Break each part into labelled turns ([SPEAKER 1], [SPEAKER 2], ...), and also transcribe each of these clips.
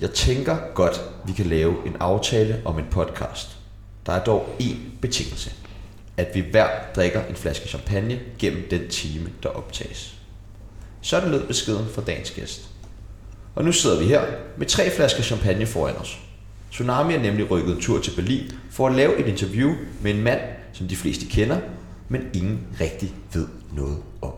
[SPEAKER 1] Jeg tænker godt, vi kan lave en aftale om en podcast. Der er dog én betingelse. At vi hver drikker en flaske champagne gennem den time, der optages. Sådan lød beskeden fra dagens gæst. Og nu sidder vi her med tre flasker champagne foran os. Tsunami er nemlig rykket en tur til Berlin for at lave et interview med en mand, som de fleste kender, men ingen rigtig ved noget om.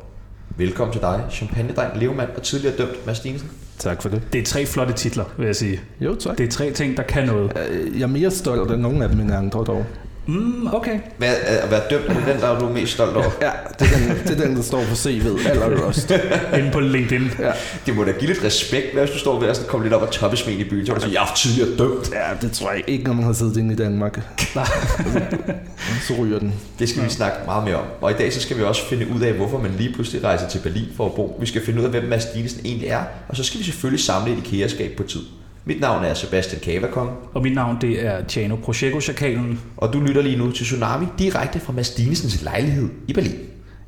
[SPEAKER 1] Velkommen til dig, champagnedreng, levemand og tidligere dømt Mads Dinesen.
[SPEAKER 2] Tak for det.
[SPEAKER 3] Det er tre flotte titler, vil jeg sige.
[SPEAKER 2] Jo, tak.
[SPEAKER 3] Det
[SPEAKER 2] Det.
[SPEAKER 3] er tre ting, der kan noget.
[SPEAKER 2] Øh, Jeg er mere stolt af nogle af dem end andre dog.
[SPEAKER 3] Mm, okay.
[SPEAKER 1] Hvad, øh, at være dømt er den, der er du mest stolt over?
[SPEAKER 2] Ja, det er den, det er den der står på CV'et allerøst.
[SPEAKER 3] Inde på LinkedIn.
[SPEAKER 2] Ja.
[SPEAKER 1] Det må da give lidt respekt, hvis du står ved at sådan komme lidt op og toppe smen i byen, så må du sige, jeg er tidligere dømt.
[SPEAKER 2] ja, det tror jeg ikke, når man har siddet inde i Danmark. så ryger den.
[SPEAKER 1] Det skal vi snakke meget mere om. Og i dag så skal vi også finde ud af, hvorfor man lige pludselig rejser til Berlin for at bo. Vi skal finde ud af, hvem Mads Dinesen egentlig er, og så skal vi selvfølgelig samle et IKEA-skab på tid. Mit navn er Sebastian Kavakong,
[SPEAKER 3] Og mit navn, det er Tjano Prosecco-chakalen.
[SPEAKER 1] og du lytter lige nu til Tsunami direkte fra Mads Dinesens lejlighed i Berlin.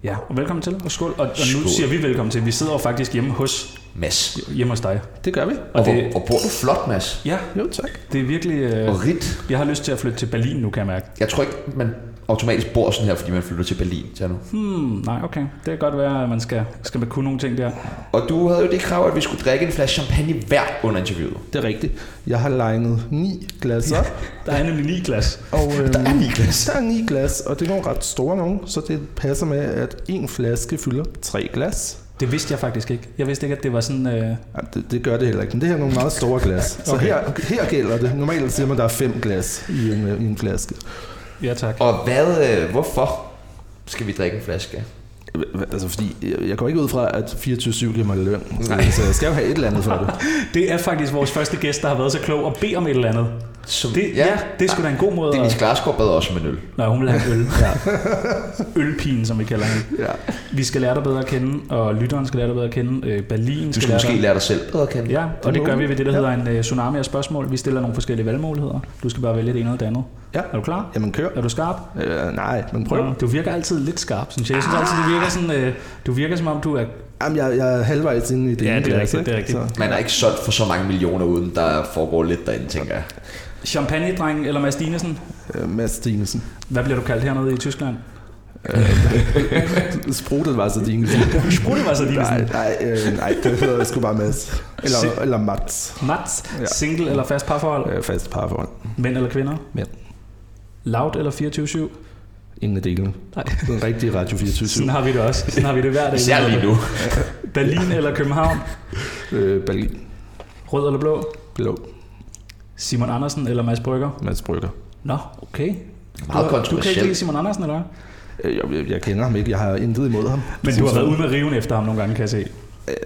[SPEAKER 3] Ja, og velkommen til, og skål. Og, og nu
[SPEAKER 1] Skål.
[SPEAKER 3] siger vi velkommen til. Vi sidder jo faktisk hjemme hos,
[SPEAKER 1] Mads.
[SPEAKER 3] hjemme hos dig.
[SPEAKER 2] Det gør vi.
[SPEAKER 1] Og, og,
[SPEAKER 3] det,
[SPEAKER 1] hvor, og bor du flot, Mads?
[SPEAKER 3] ja,
[SPEAKER 2] Jo, tak.
[SPEAKER 3] det er virkelig... Øh,
[SPEAKER 1] Og rigt.
[SPEAKER 3] jeg har lyst til at flytte til Berlin nu, kan jeg mærke.
[SPEAKER 1] Jeg tror ikke, man automatisk bor sådan her, fordi man flytter til Berlin, siger nu.
[SPEAKER 3] Hmm, nej, okay. Det kan godt være, at man skal, skal man kunne nogle ting der.
[SPEAKER 1] Og du havde jo det krav, at vi skulle drikke en flaske champagne hver under interviewet.
[SPEAKER 2] Det er rigtigt. Jeg har legnet ni glas op.
[SPEAKER 3] Der er nemlig ni glas.
[SPEAKER 2] Og, øhm,
[SPEAKER 1] Der er ni glas.
[SPEAKER 2] Der er ni glas, og det er nogle ret store nogen, så det passer med, at en flaske fylder tre glas.
[SPEAKER 3] Det vidste jeg faktisk ikke. Jeg vidste ikke, at det var sådan... Øh,
[SPEAKER 2] Ja, det, det gør det heller ikke, men det her er nogle meget store glas. Så
[SPEAKER 3] Okay.
[SPEAKER 2] okay. her, her gælder det. Normalt siger man, at der er fem glas i en, øh, i en flaske.
[SPEAKER 3] ja, tak.
[SPEAKER 1] Og hvad, øh, hvorfor skal vi drikke en flaske?
[SPEAKER 2] Altså, fordi jeg, jeg går ikke ud fra, at 24-7 giver mig løn, Nej. så jeg skal jo have et eller andet for det.
[SPEAKER 3] Det er faktisk vores første gæst, der har været så klog og bede om et eller andet.
[SPEAKER 1] Som,
[SPEAKER 3] Det, ja, ja, det er sgu da en god måde
[SPEAKER 1] Dennis
[SPEAKER 3] at...
[SPEAKER 1] Glarsgaard bad også med en øl.
[SPEAKER 3] Nej, hun vil have en øl. Ja. Ølpigen, som vi kalder hende.
[SPEAKER 2] Ja.
[SPEAKER 3] Vi skal lære dig bedre at kende, og lytteren skal lære dig bedre at kende. Øh, Berlin
[SPEAKER 1] Du
[SPEAKER 3] skal
[SPEAKER 1] skal måske
[SPEAKER 3] lære dig...
[SPEAKER 1] lære dig selv bedre at kende.
[SPEAKER 3] Ja, og det
[SPEAKER 2] må
[SPEAKER 3] gør
[SPEAKER 2] vi.
[SPEAKER 3] vi ved det, der
[SPEAKER 2] Ja.
[SPEAKER 3] hedder en øh, tsunami af spørgsmål. Vi stiller nogle forskellige valgmuligheder. Du skal bare vælge det ene og det andet.
[SPEAKER 2] Ja.
[SPEAKER 3] Er du klar?
[SPEAKER 2] Jamen, kør.
[SPEAKER 3] Er du skarp?
[SPEAKER 2] Øh, nej, men prøv.
[SPEAKER 3] Ja, Du virker altid lidt skarp, synes jeg. Jeg synes altid, du virker, sådan, øh, du virker som om, du er...
[SPEAKER 2] Jamen, jeg, jeg er halvvejs inde i det
[SPEAKER 3] Ja,
[SPEAKER 2] ene
[SPEAKER 3] det er
[SPEAKER 2] glas,
[SPEAKER 3] rigtigt,
[SPEAKER 2] ikke?
[SPEAKER 3] det er rigtigt.
[SPEAKER 2] Så,
[SPEAKER 1] Man er ikke solgt for så mange millioner, uden der foregår lidt derinde, tænker jeg.
[SPEAKER 3] Champagne-dreng eller Mads Dinesen.
[SPEAKER 2] øh, Mads Dinesen.
[SPEAKER 3] Hvad bliver du kaldt hernede i Tyskland?
[SPEAKER 2] Sprutet var så Dinesen.
[SPEAKER 3] Sprutte var så
[SPEAKER 2] nej,
[SPEAKER 3] Dinesen.
[SPEAKER 2] nej, øh, nej, det hedder jeg sgu bare Mads. Eller, eller Mats.
[SPEAKER 3] Mats,
[SPEAKER 2] Ja.
[SPEAKER 3] single eller fast parforhold?
[SPEAKER 2] Øh, fast parforhold.
[SPEAKER 3] Mænd eller kvinder?
[SPEAKER 2] Mænd.
[SPEAKER 3] Loud eller 24-7?
[SPEAKER 2] Ingen af delene.
[SPEAKER 3] Nej.
[SPEAKER 2] Den rigtige Radio 24
[SPEAKER 3] Sådan har vi det også. Sådan har vi det hver dag.
[SPEAKER 1] Især lige nu.
[SPEAKER 3] Berlin eller København?
[SPEAKER 2] øh, Berlin.
[SPEAKER 3] Rød eller blå?
[SPEAKER 2] Blå.
[SPEAKER 3] Simon Andersen eller Mads Brygger?
[SPEAKER 2] Mads Brygger.
[SPEAKER 3] Nå, okay.
[SPEAKER 1] Meget
[SPEAKER 3] du, du kan ikke lide
[SPEAKER 1] kontroversielt.
[SPEAKER 3] Simon Andersen, eller hvad?
[SPEAKER 2] Øh, Jeg, jeg, jeg kender ham ikke. Jeg har intet imod ham.
[SPEAKER 3] Men du
[SPEAKER 2] Synes
[SPEAKER 3] har været
[SPEAKER 2] jeg.
[SPEAKER 3] ude med riven efter ham nogle gange, kan jeg se.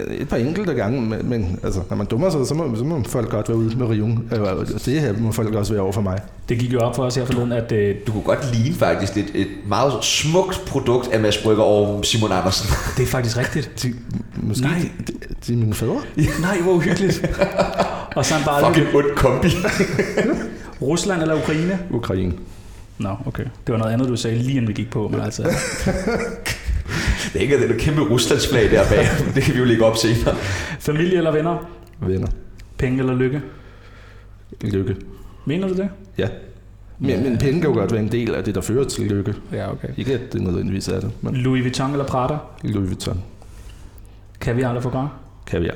[SPEAKER 2] Øh, Et par enkelte gange, men, men altså, når man dummer sig, så må, så må folk godt være ude med riven. Øh, og Det her må folk også være over for mig.
[SPEAKER 3] Det gik jo op for os her forleden, at øh,
[SPEAKER 1] Du kunne godt ligne faktisk lidt et meget smukt produkt af Mads Brygger og Simon Andersen.
[SPEAKER 3] det er faktisk rigtigt.
[SPEAKER 2] De, måske
[SPEAKER 3] Nej.
[SPEAKER 2] De, de, de er mine fædre.
[SPEAKER 3] Nej, hvor uhyggeligt. Og så er han bare
[SPEAKER 1] Fucking ond kombi.
[SPEAKER 3] Rusland eller Ukraine?
[SPEAKER 2] Ukraine.
[SPEAKER 3] Nå, okay. Det var noget andet, du sagde, lige inden vi gik på. Men altså,
[SPEAKER 1] Det er ikke det der kæmpe Ruslandsflag der bag. Det kan vi jo lægge op senere.
[SPEAKER 3] familie eller venner?
[SPEAKER 2] Venner.
[SPEAKER 3] Penge eller lykke?
[SPEAKER 2] Lykke.
[SPEAKER 3] Mener du det?
[SPEAKER 2] Ja. Men,
[SPEAKER 3] Ja.
[SPEAKER 2] ja. men penge kan jo godt være en del af det, der fører til lykke.
[SPEAKER 3] Ja, okay.
[SPEAKER 2] Ikke at det nødvendigvis er det, men
[SPEAKER 3] Louis Vuitton eller Prada?
[SPEAKER 2] Louis Vuitton.
[SPEAKER 3] Kan vi aldrig få godt?
[SPEAKER 2] Kaviar.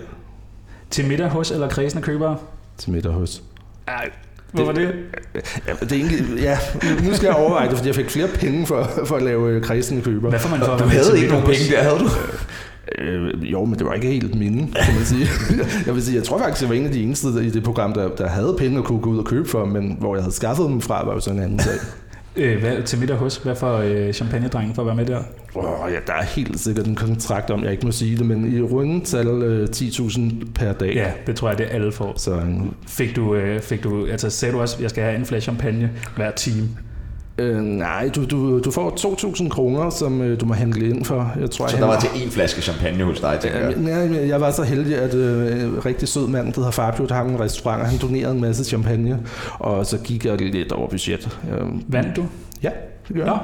[SPEAKER 3] Til middag hos eller kredsende købere?
[SPEAKER 2] Til middag hos.
[SPEAKER 3] Ej, hvorfor det?
[SPEAKER 2] Ja, det er egentlig, ja, nu skal jeg overveje det, fordi jeg fik flere penge for, for at lave øh, kredsende køber.
[SPEAKER 3] Hvad får man for at
[SPEAKER 1] Du
[SPEAKER 3] være med til
[SPEAKER 1] havde ikke nogen
[SPEAKER 3] middag hos-
[SPEAKER 1] penge der, havde du?
[SPEAKER 2] Øh, jo, men det var ikke helt mine, kan man sige. jeg vil sige, jeg tror faktisk, jeg var en af de eneste i det program, der, der havde penge at kunne gå ud og købe for, men hvor jeg havde skaffet dem fra, var jo sådan en anden sag.
[SPEAKER 3] Øh, hvad, til middag hos, hvad for øh, champagnedrengen for at være med der?
[SPEAKER 2] Åh, ja, der er helt sikkert en kontrakt om, jeg ikke må sige det, men i rundetal øh, 10.000 per dag.
[SPEAKER 3] Ja, det tror jeg, det alle får.
[SPEAKER 2] Så en
[SPEAKER 3] Fik du, øh, fik du, altså sagde du også, jeg skal have en flaske champagne hver time.
[SPEAKER 2] Øh, nej, du, du, du får 2.000 kroner, som øh, du må handle ind for. Jeg tror,
[SPEAKER 1] Så
[SPEAKER 2] jeg
[SPEAKER 1] der var til én flaske champagne hos dig, tænker jeg.
[SPEAKER 2] Ja, men- ja, men jeg var så heldig, at øh, en rigtig sød mand, der hedder Fabio, der har en restaurant, og han donerede en masse champagne, og så gik jeg lidt over budget. Øh,
[SPEAKER 3] Vandt du?
[SPEAKER 2] ja, det gør
[SPEAKER 3] Nå,
[SPEAKER 2] jeg.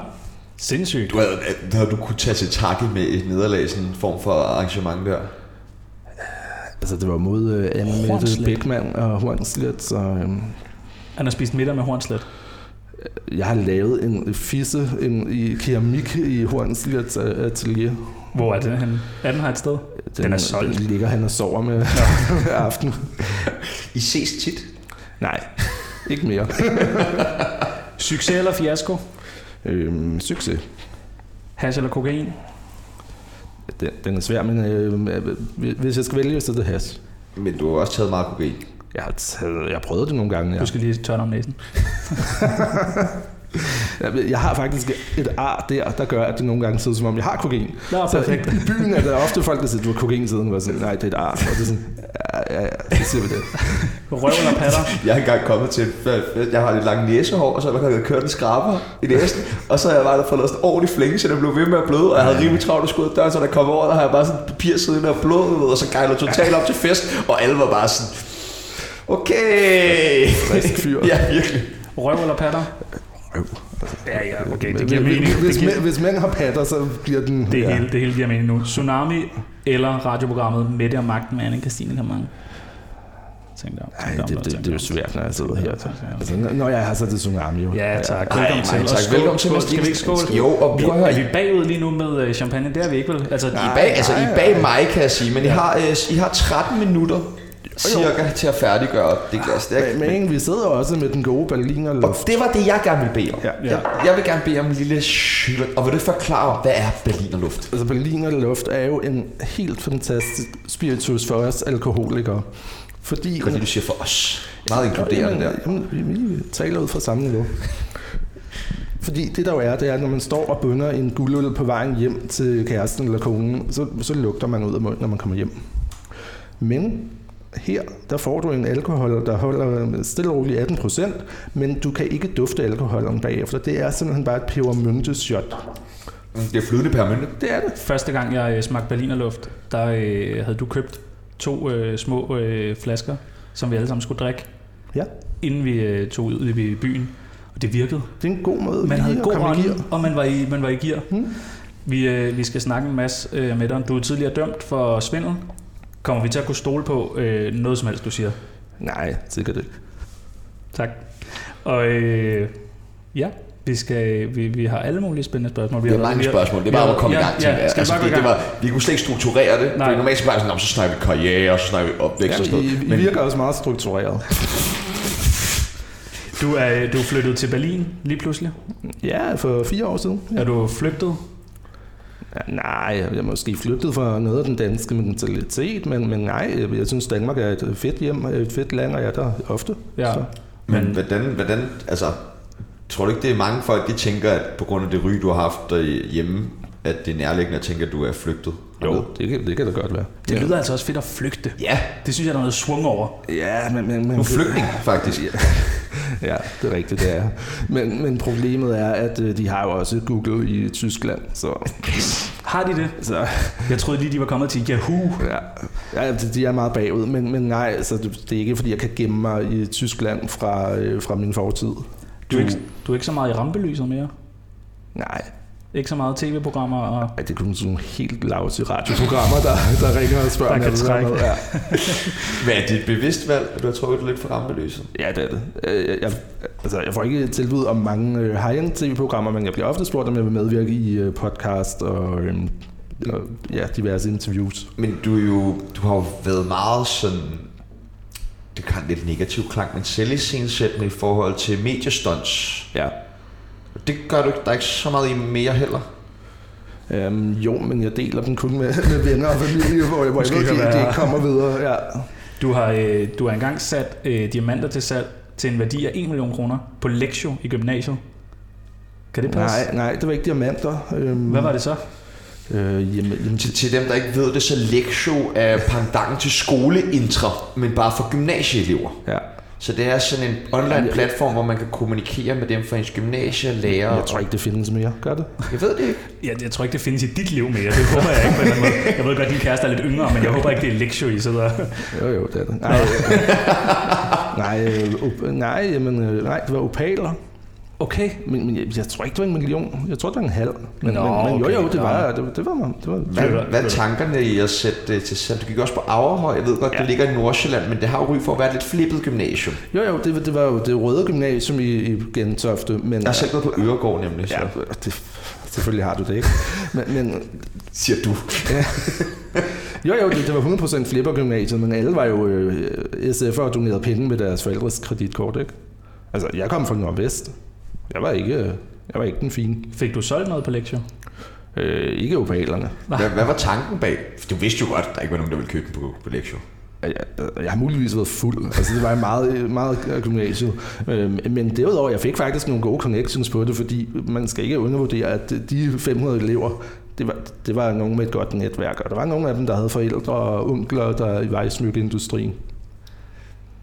[SPEAKER 3] sindssygt.
[SPEAKER 1] Du havde, havde du kunne tage til takke med et nederlag, sådan en form for arrangement der?
[SPEAKER 2] Altså, det var mod øh, Anna Mette
[SPEAKER 3] Hornslet.
[SPEAKER 2] Bækman og Hornslet, så øhm,
[SPEAKER 3] Han har spist middag med hornslet.
[SPEAKER 2] jeg har lavet en fisse en, i keramik i Hornslets øh, atelier.
[SPEAKER 3] Hvor er det, han? Er den her et sted?
[SPEAKER 2] Den,
[SPEAKER 3] er solgt.
[SPEAKER 2] Den ligger han og sover med hver aften.
[SPEAKER 1] I ses tit.
[SPEAKER 2] Nej, ikke mere.
[SPEAKER 3] Succes eller fiasko?
[SPEAKER 2] øhm, succes.
[SPEAKER 3] Hash eller kokain?
[SPEAKER 2] Den, den er svær, men øh, hvis jeg skal vælge, så er det has.
[SPEAKER 1] Men du har også taget meget kokain.
[SPEAKER 2] Jeg har, taget, jeg har prøvet det nogle gange.
[SPEAKER 3] Ja.
[SPEAKER 2] Ja.
[SPEAKER 3] Du skal lige tørne om næsen.
[SPEAKER 2] Jeg- Jeg har faktisk et ar der, der gør, at det nogle gange ser ud som om, jeg har kokain.
[SPEAKER 3] Nå,
[SPEAKER 2] Så i,
[SPEAKER 3] perfekt.
[SPEAKER 2] i byen er der ofte folk, der siger, du har kokain siden, og sådan, nej, det er et ar. Og det er sådan, ja, ja, ja, så siger vi det.
[SPEAKER 3] Røv eller patter?
[SPEAKER 1] Jeg er engang kommet til, jeg har lidt lang næsehår, og så har jeg kørt en skraber i næsen, og så har jeg bare fået lavet sådan en ordentlig flænge, så den blev ved med at bløde, og jeg havde rimelig travlt at skudde døren, så der kom over, der har jeg bare sådan et papir siden af blod, du ved, og så gejler totalt op til fest, og alle var bare sådan, okay.
[SPEAKER 2] Frisk fyr.
[SPEAKER 1] ja, virkelig.
[SPEAKER 3] Røv eller patter?
[SPEAKER 2] Røv.
[SPEAKER 3] Ja, ja, okay. Det giver mening.
[SPEAKER 2] Hvis,
[SPEAKER 3] Det,
[SPEAKER 2] hvis,
[SPEAKER 3] giver,
[SPEAKER 2] mæ- hvis mænd har patter, så bliver den...
[SPEAKER 3] det,
[SPEAKER 2] ja.
[SPEAKER 3] hele, det hele giver mening nu. Tsunami eller radioprogrammet Mette og Magten med Anne-Kristine Kamang? Tænk dig om.
[SPEAKER 2] Ej, det, det, det, er jo svært, når jeg sidder her. Altså, når jeg har så er det tsunami jo.
[SPEAKER 3] Ja, tak.
[SPEAKER 1] Ej,
[SPEAKER 3] Velkommen til.
[SPEAKER 1] mange tak.
[SPEAKER 3] Og skål.
[SPEAKER 1] Velkommen til,
[SPEAKER 3] Skål.
[SPEAKER 1] Mads
[SPEAKER 3] Skal vi ikke
[SPEAKER 1] Jensen.
[SPEAKER 3] skåle?
[SPEAKER 1] Jo, og
[SPEAKER 3] Vi,
[SPEAKER 1] prøv at høre.
[SPEAKER 3] er vi bagud lige nu med øh, champagne? Det er vi ikke, vel? Altså,
[SPEAKER 1] I er bag, altså, I er bag mig, kan jeg sige, men I har, øh, I har 13 minutter cirka til at færdiggøre det glas. Det er,
[SPEAKER 2] Øh, Men, men vi sidder også med den gode Berliner
[SPEAKER 1] og
[SPEAKER 2] luft.
[SPEAKER 1] det var det, jeg gerne ville bede om.
[SPEAKER 2] Ja.
[SPEAKER 1] Jeg, jeg vil gerne bede om en lille skylder. Og vil du forklare, hvad er berlinerluft?
[SPEAKER 2] Altså Berliner Luft er jo en helt fantastisk spiritus for os alkoholikere. Fordi
[SPEAKER 1] Fordi du siger for os. Meget inkluderende der.
[SPEAKER 2] Jamen, vi, vi taler ud fra samme niveau. Fordi det der jo er, det er, når man står og bønder en guldøl på vejen hjem til kæresten eller konen, så, så lugter man ud af munden, når man kommer hjem. Men her, der får du en alkohol, der holder stille og roligt 18 procent, men du kan ikke dufte alkoholen bagefter. Det er simpelthen bare et pebermynteshot.
[SPEAKER 1] Det er flydende permanente.
[SPEAKER 2] Det er det.
[SPEAKER 3] Første gang, jeg øh, smagte berlinerluft, der øh, havde du købt to øh, små øh, flasker, som vi alle sammen skulle drikke,
[SPEAKER 2] Ja,
[SPEAKER 3] inden vi øh, tog ud i byen. Og det virkede.
[SPEAKER 2] det er en god måde
[SPEAKER 3] Man
[SPEAKER 2] lige
[SPEAKER 3] havde
[SPEAKER 2] at
[SPEAKER 3] god
[SPEAKER 2] komme i gear.
[SPEAKER 3] ånd, og man var i, man var i gear.
[SPEAKER 2] Hmm.
[SPEAKER 3] Vi, øh, vi skal snakke en masse øh, med dig. Du er tidligere dømt for svindel. Kommer vi til at kunne stole på øh, noget som helst, du siger?
[SPEAKER 2] Nej, sikkert ikke.
[SPEAKER 3] Tak. Og øh, ja, vi, skal, vi, vi har alle mulige spændende spørgsmål. Vi
[SPEAKER 1] Det er
[SPEAKER 3] har været-
[SPEAKER 1] mange
[SPEAKER 3] vi har-
[SPEAKER 1] spørgsmål. Det er
[SPEAKER 3] vi
[SPEAKER 1] bare
[SPEAKER 3] har-
[SPEAKER 1] om at komme i gang,
[SPEAKER 3] ja,
[SPEAKER 1] tænker jeg.
[SPEAKER 3] Skal
[SPEAKER 1] Altså,
[SPEAKER 3] altså, bare gå i
[SPEAKER 1] det,
[SPEAKER 3] gang.
[SPEAKER 1] det var, vi kunne slet ikke strukturere det.
[SPEAKER 3] Nej.
[SPEAKER 1] Fordi normalt så bare sådan, "Nå, men så snakker vi karriere, og så snakker vi opvækst
[SPEAKER 2] Ja,
[SPEAKER 1] og sådan
[SPEAKER 2] I,
[SPEAKER 1] noget.
[SPEAKER 2] I virker også meget struktureret.
[SPEAKER 3] Du er, øh, du er flyttet til Berlin lige pludselig.
[SPEAKER 2] Ja, for fire år siden.
[SPEAKER 3] Er du flygtet?
[SPEAKER 2] Ja, nej, jeg er måske flygtet fra noget af den danske mentalitet, men, men nej, jeg- jeg synes Danmark er et fedt hjem, et fedt land, og jeg er der ofte.
[SPEAKER 3] Ja.
[SPEAKER 2] Så.
[SPEAKER 1] Men
[SPEAKER 3] Men
[SPEAKER 1] hvordan, hvordan, altså, tror du ikke, det er mange folk, de tænker, at på grund af det ryg, du har haft derhjemme, at det er nærliggende at tænke, at du er flygtet?
[SPEAKER 2] Jo, det kan, det kan da godt være.
[SPEAKER 3] det lyder altså også fedt at flygte.
[SPEAKER 1] Ja,
[SPEAKER 3] Det synes jeg, der er noget swung over.
[SPEAKER 2] Ja, men... men, men
[SPEAKER 1] du er flygtning, faktisk.
[SPEAKER 2] Ja, det er rigtigt, det er. jeg. Men, men problemet er, at øh, de har jo også Google i Tyskland, så...
[SPEAKER 3] Har de det?
[SPEAKER 1] Altså.
[SPEAKER 2] så
[SPEAKER 3] Jeg troede lige, de var kommet til Yahoo.
[SPEAKER 2] ja, ja, de- de er meget bagud, men, men nej, så det det er ikke, fordi jeg kan gemme mig i Tyskland fra, øh, fra min fortid.
[SPEAKER 3] Du er ikke, du er ikke så meget i rampelyset mere.
[SPEAKER 2] Nej,
[SPEAKER 3] Ikke så meget tv-programmer. Og...
[SPEAKER 2] Ej, det er kun sådan nogle helt lavt i radioprogrammer, der, der ringer og spørger,
[SPEAKER 3] Der
[SPEAKER 2] om jeg
[SPEAKER 3] kan
[SPEAKER 2] ved
[SPEAKER 3] trække.
[SPEAKER 2] noget. Ja.
[SPEAKER 1] Hvad er dit bevidst valg, at du har trukket dig lidt for rampelyset?
[SPEAKER 2] ja, det er det. Øh, Jeg, altså, jeg får ikke et tilbud om mange øh, high-end tv-programmer, men jeg bliver ofte spurgt, om jeg vil medvirke i øh, podcast og, øhm, og ja, diverse interviews.
[SPEAKER 1] Men du, er jo, du har jo været meget sådan, det kan lidt negativ klang, men selvisensættende i forhold til mediestunts.
[SPEAKER 2] Ja.
[SPEAKER 1] Det gør du ikke, der er ikke så meget i mere heller.
[SPEAKER 2] Øhm, jo, men jeg deler dem kun med, med venner og familie, hvor, hvor jeg
[SPEAKER 3] Måske
[SPEAKER 2] ved,
[SPEAKER 3] kan
[SPEAKER 2] at de
[SPEAKER 3] være-
[SPEAKER 2] ikke kommer videre. Ja.
[SPEAKER 3] Du har, øh, du har engang sat øh, diamanter til salg til en værdi af 1 million kroner på Lektio i gymnasiet. Kan det passe?
[SPEAKER 2] Nej, nej, det var ikke diamanter. Øhm,
[SPEAKER 3] Hvad var det så?
[SPEAKER 2] Øh, jamen, jamen,
[SPEAKER 1] Til, til dem, der ikke ved det, så lektio er pandangen til skoleintra, men bare for gymnasieelever.
[SPEAKER 2] ja.
[SPEAKER 1] Så det er sådan en online platform, hvor man kan kommunikere med dem fra ens gymnasie, lærer.
[SPEAKER 2] Jeg tror ikke, det findes mere. Gør det?
[SPEAKER 1] Jeg ved det ikke.
[SPEAKER 3] Jeg, jeg tror ikke, det findes i dit liv mere. Det håber jeg ikke på en eller anden måde. Jeg ved godt, at din kæreste er lidt yngre, men jeg håber ikke, det er Lektio, I sidder
[SPEAKER 2] Jo, jo, det er det. Nej, øh, nej, øh, op, nej, jamen, øh, nej, det var opaler.
[SPEAKER 3] Okay.
[SPEAKER 2] Men, men jeg, jeg tror ikke, det var en million. Jeg tror, det var en halv. Men,
[SPEAKER 3] Nå,
[SPEAKER 2] Nå, men, men jo,
[SPEAKER 3] okay.
[SPEAKER 2] jo, det var,
[SPEAKER 3] Ja.
[SPEAKER 2] det, det var, det var, det var
[SPEAKER 1] Hvad,
[SPEAKER 3] Det er
[SPEAKER 1] hvad er
[SPEAKER 3] det.
[SPEAKER 1] tankerne i at sætte det til salg? Du gik også på Averhøj. Jeg ved godt, ja. det ligger i Nordsjælland, men det har jo ry for at være et lidt flippet gymnasium.
[SPEAKER 2] Jo, jo, det, var- det var jo det røde gymnasium i, i Gentofte. Men,
[SPEAKER 1] Jeg har selv gået på Øregård nemlig, så
[SPEAKER 2] ja, det, selvfølgelig har du det ikke. Men, men
[SPEAKER 1] siger du.
[SPEAKER 2] Jo, jo, det, det var 100% flippergymnasiet, men alle var jo øh, SF'er og donerede penge med deres forældres kreditkort, ikke? Altså, jeg kom fra Nordvest. Jeg var ikke, øh, jeg var ikke den fine.
[SPEAKER 3] Fik du solgt noget på lektier?
[SPEAKER 2] Øh, ikke opalerne.
[SPEAKER 1] Hvad, hvad var tanken bag? Du vidste jo godt, at der ikke var nogen, der ville købe den på, på lektion.
[SPEAKER 2] Jeg, jeg, jeg har muligvis været fuld. Altså, det var jeg meget, meget af gymnasiet. Øh, men derudover, jeg fik faktisk nogle gode connections på det, fordi man skal ikke undervurdere, at de 500 elever, det var, det var nogen med et godt netværk. Og der var nogle af dem, der havde forældre og onkler, der var i smykkeindustrien.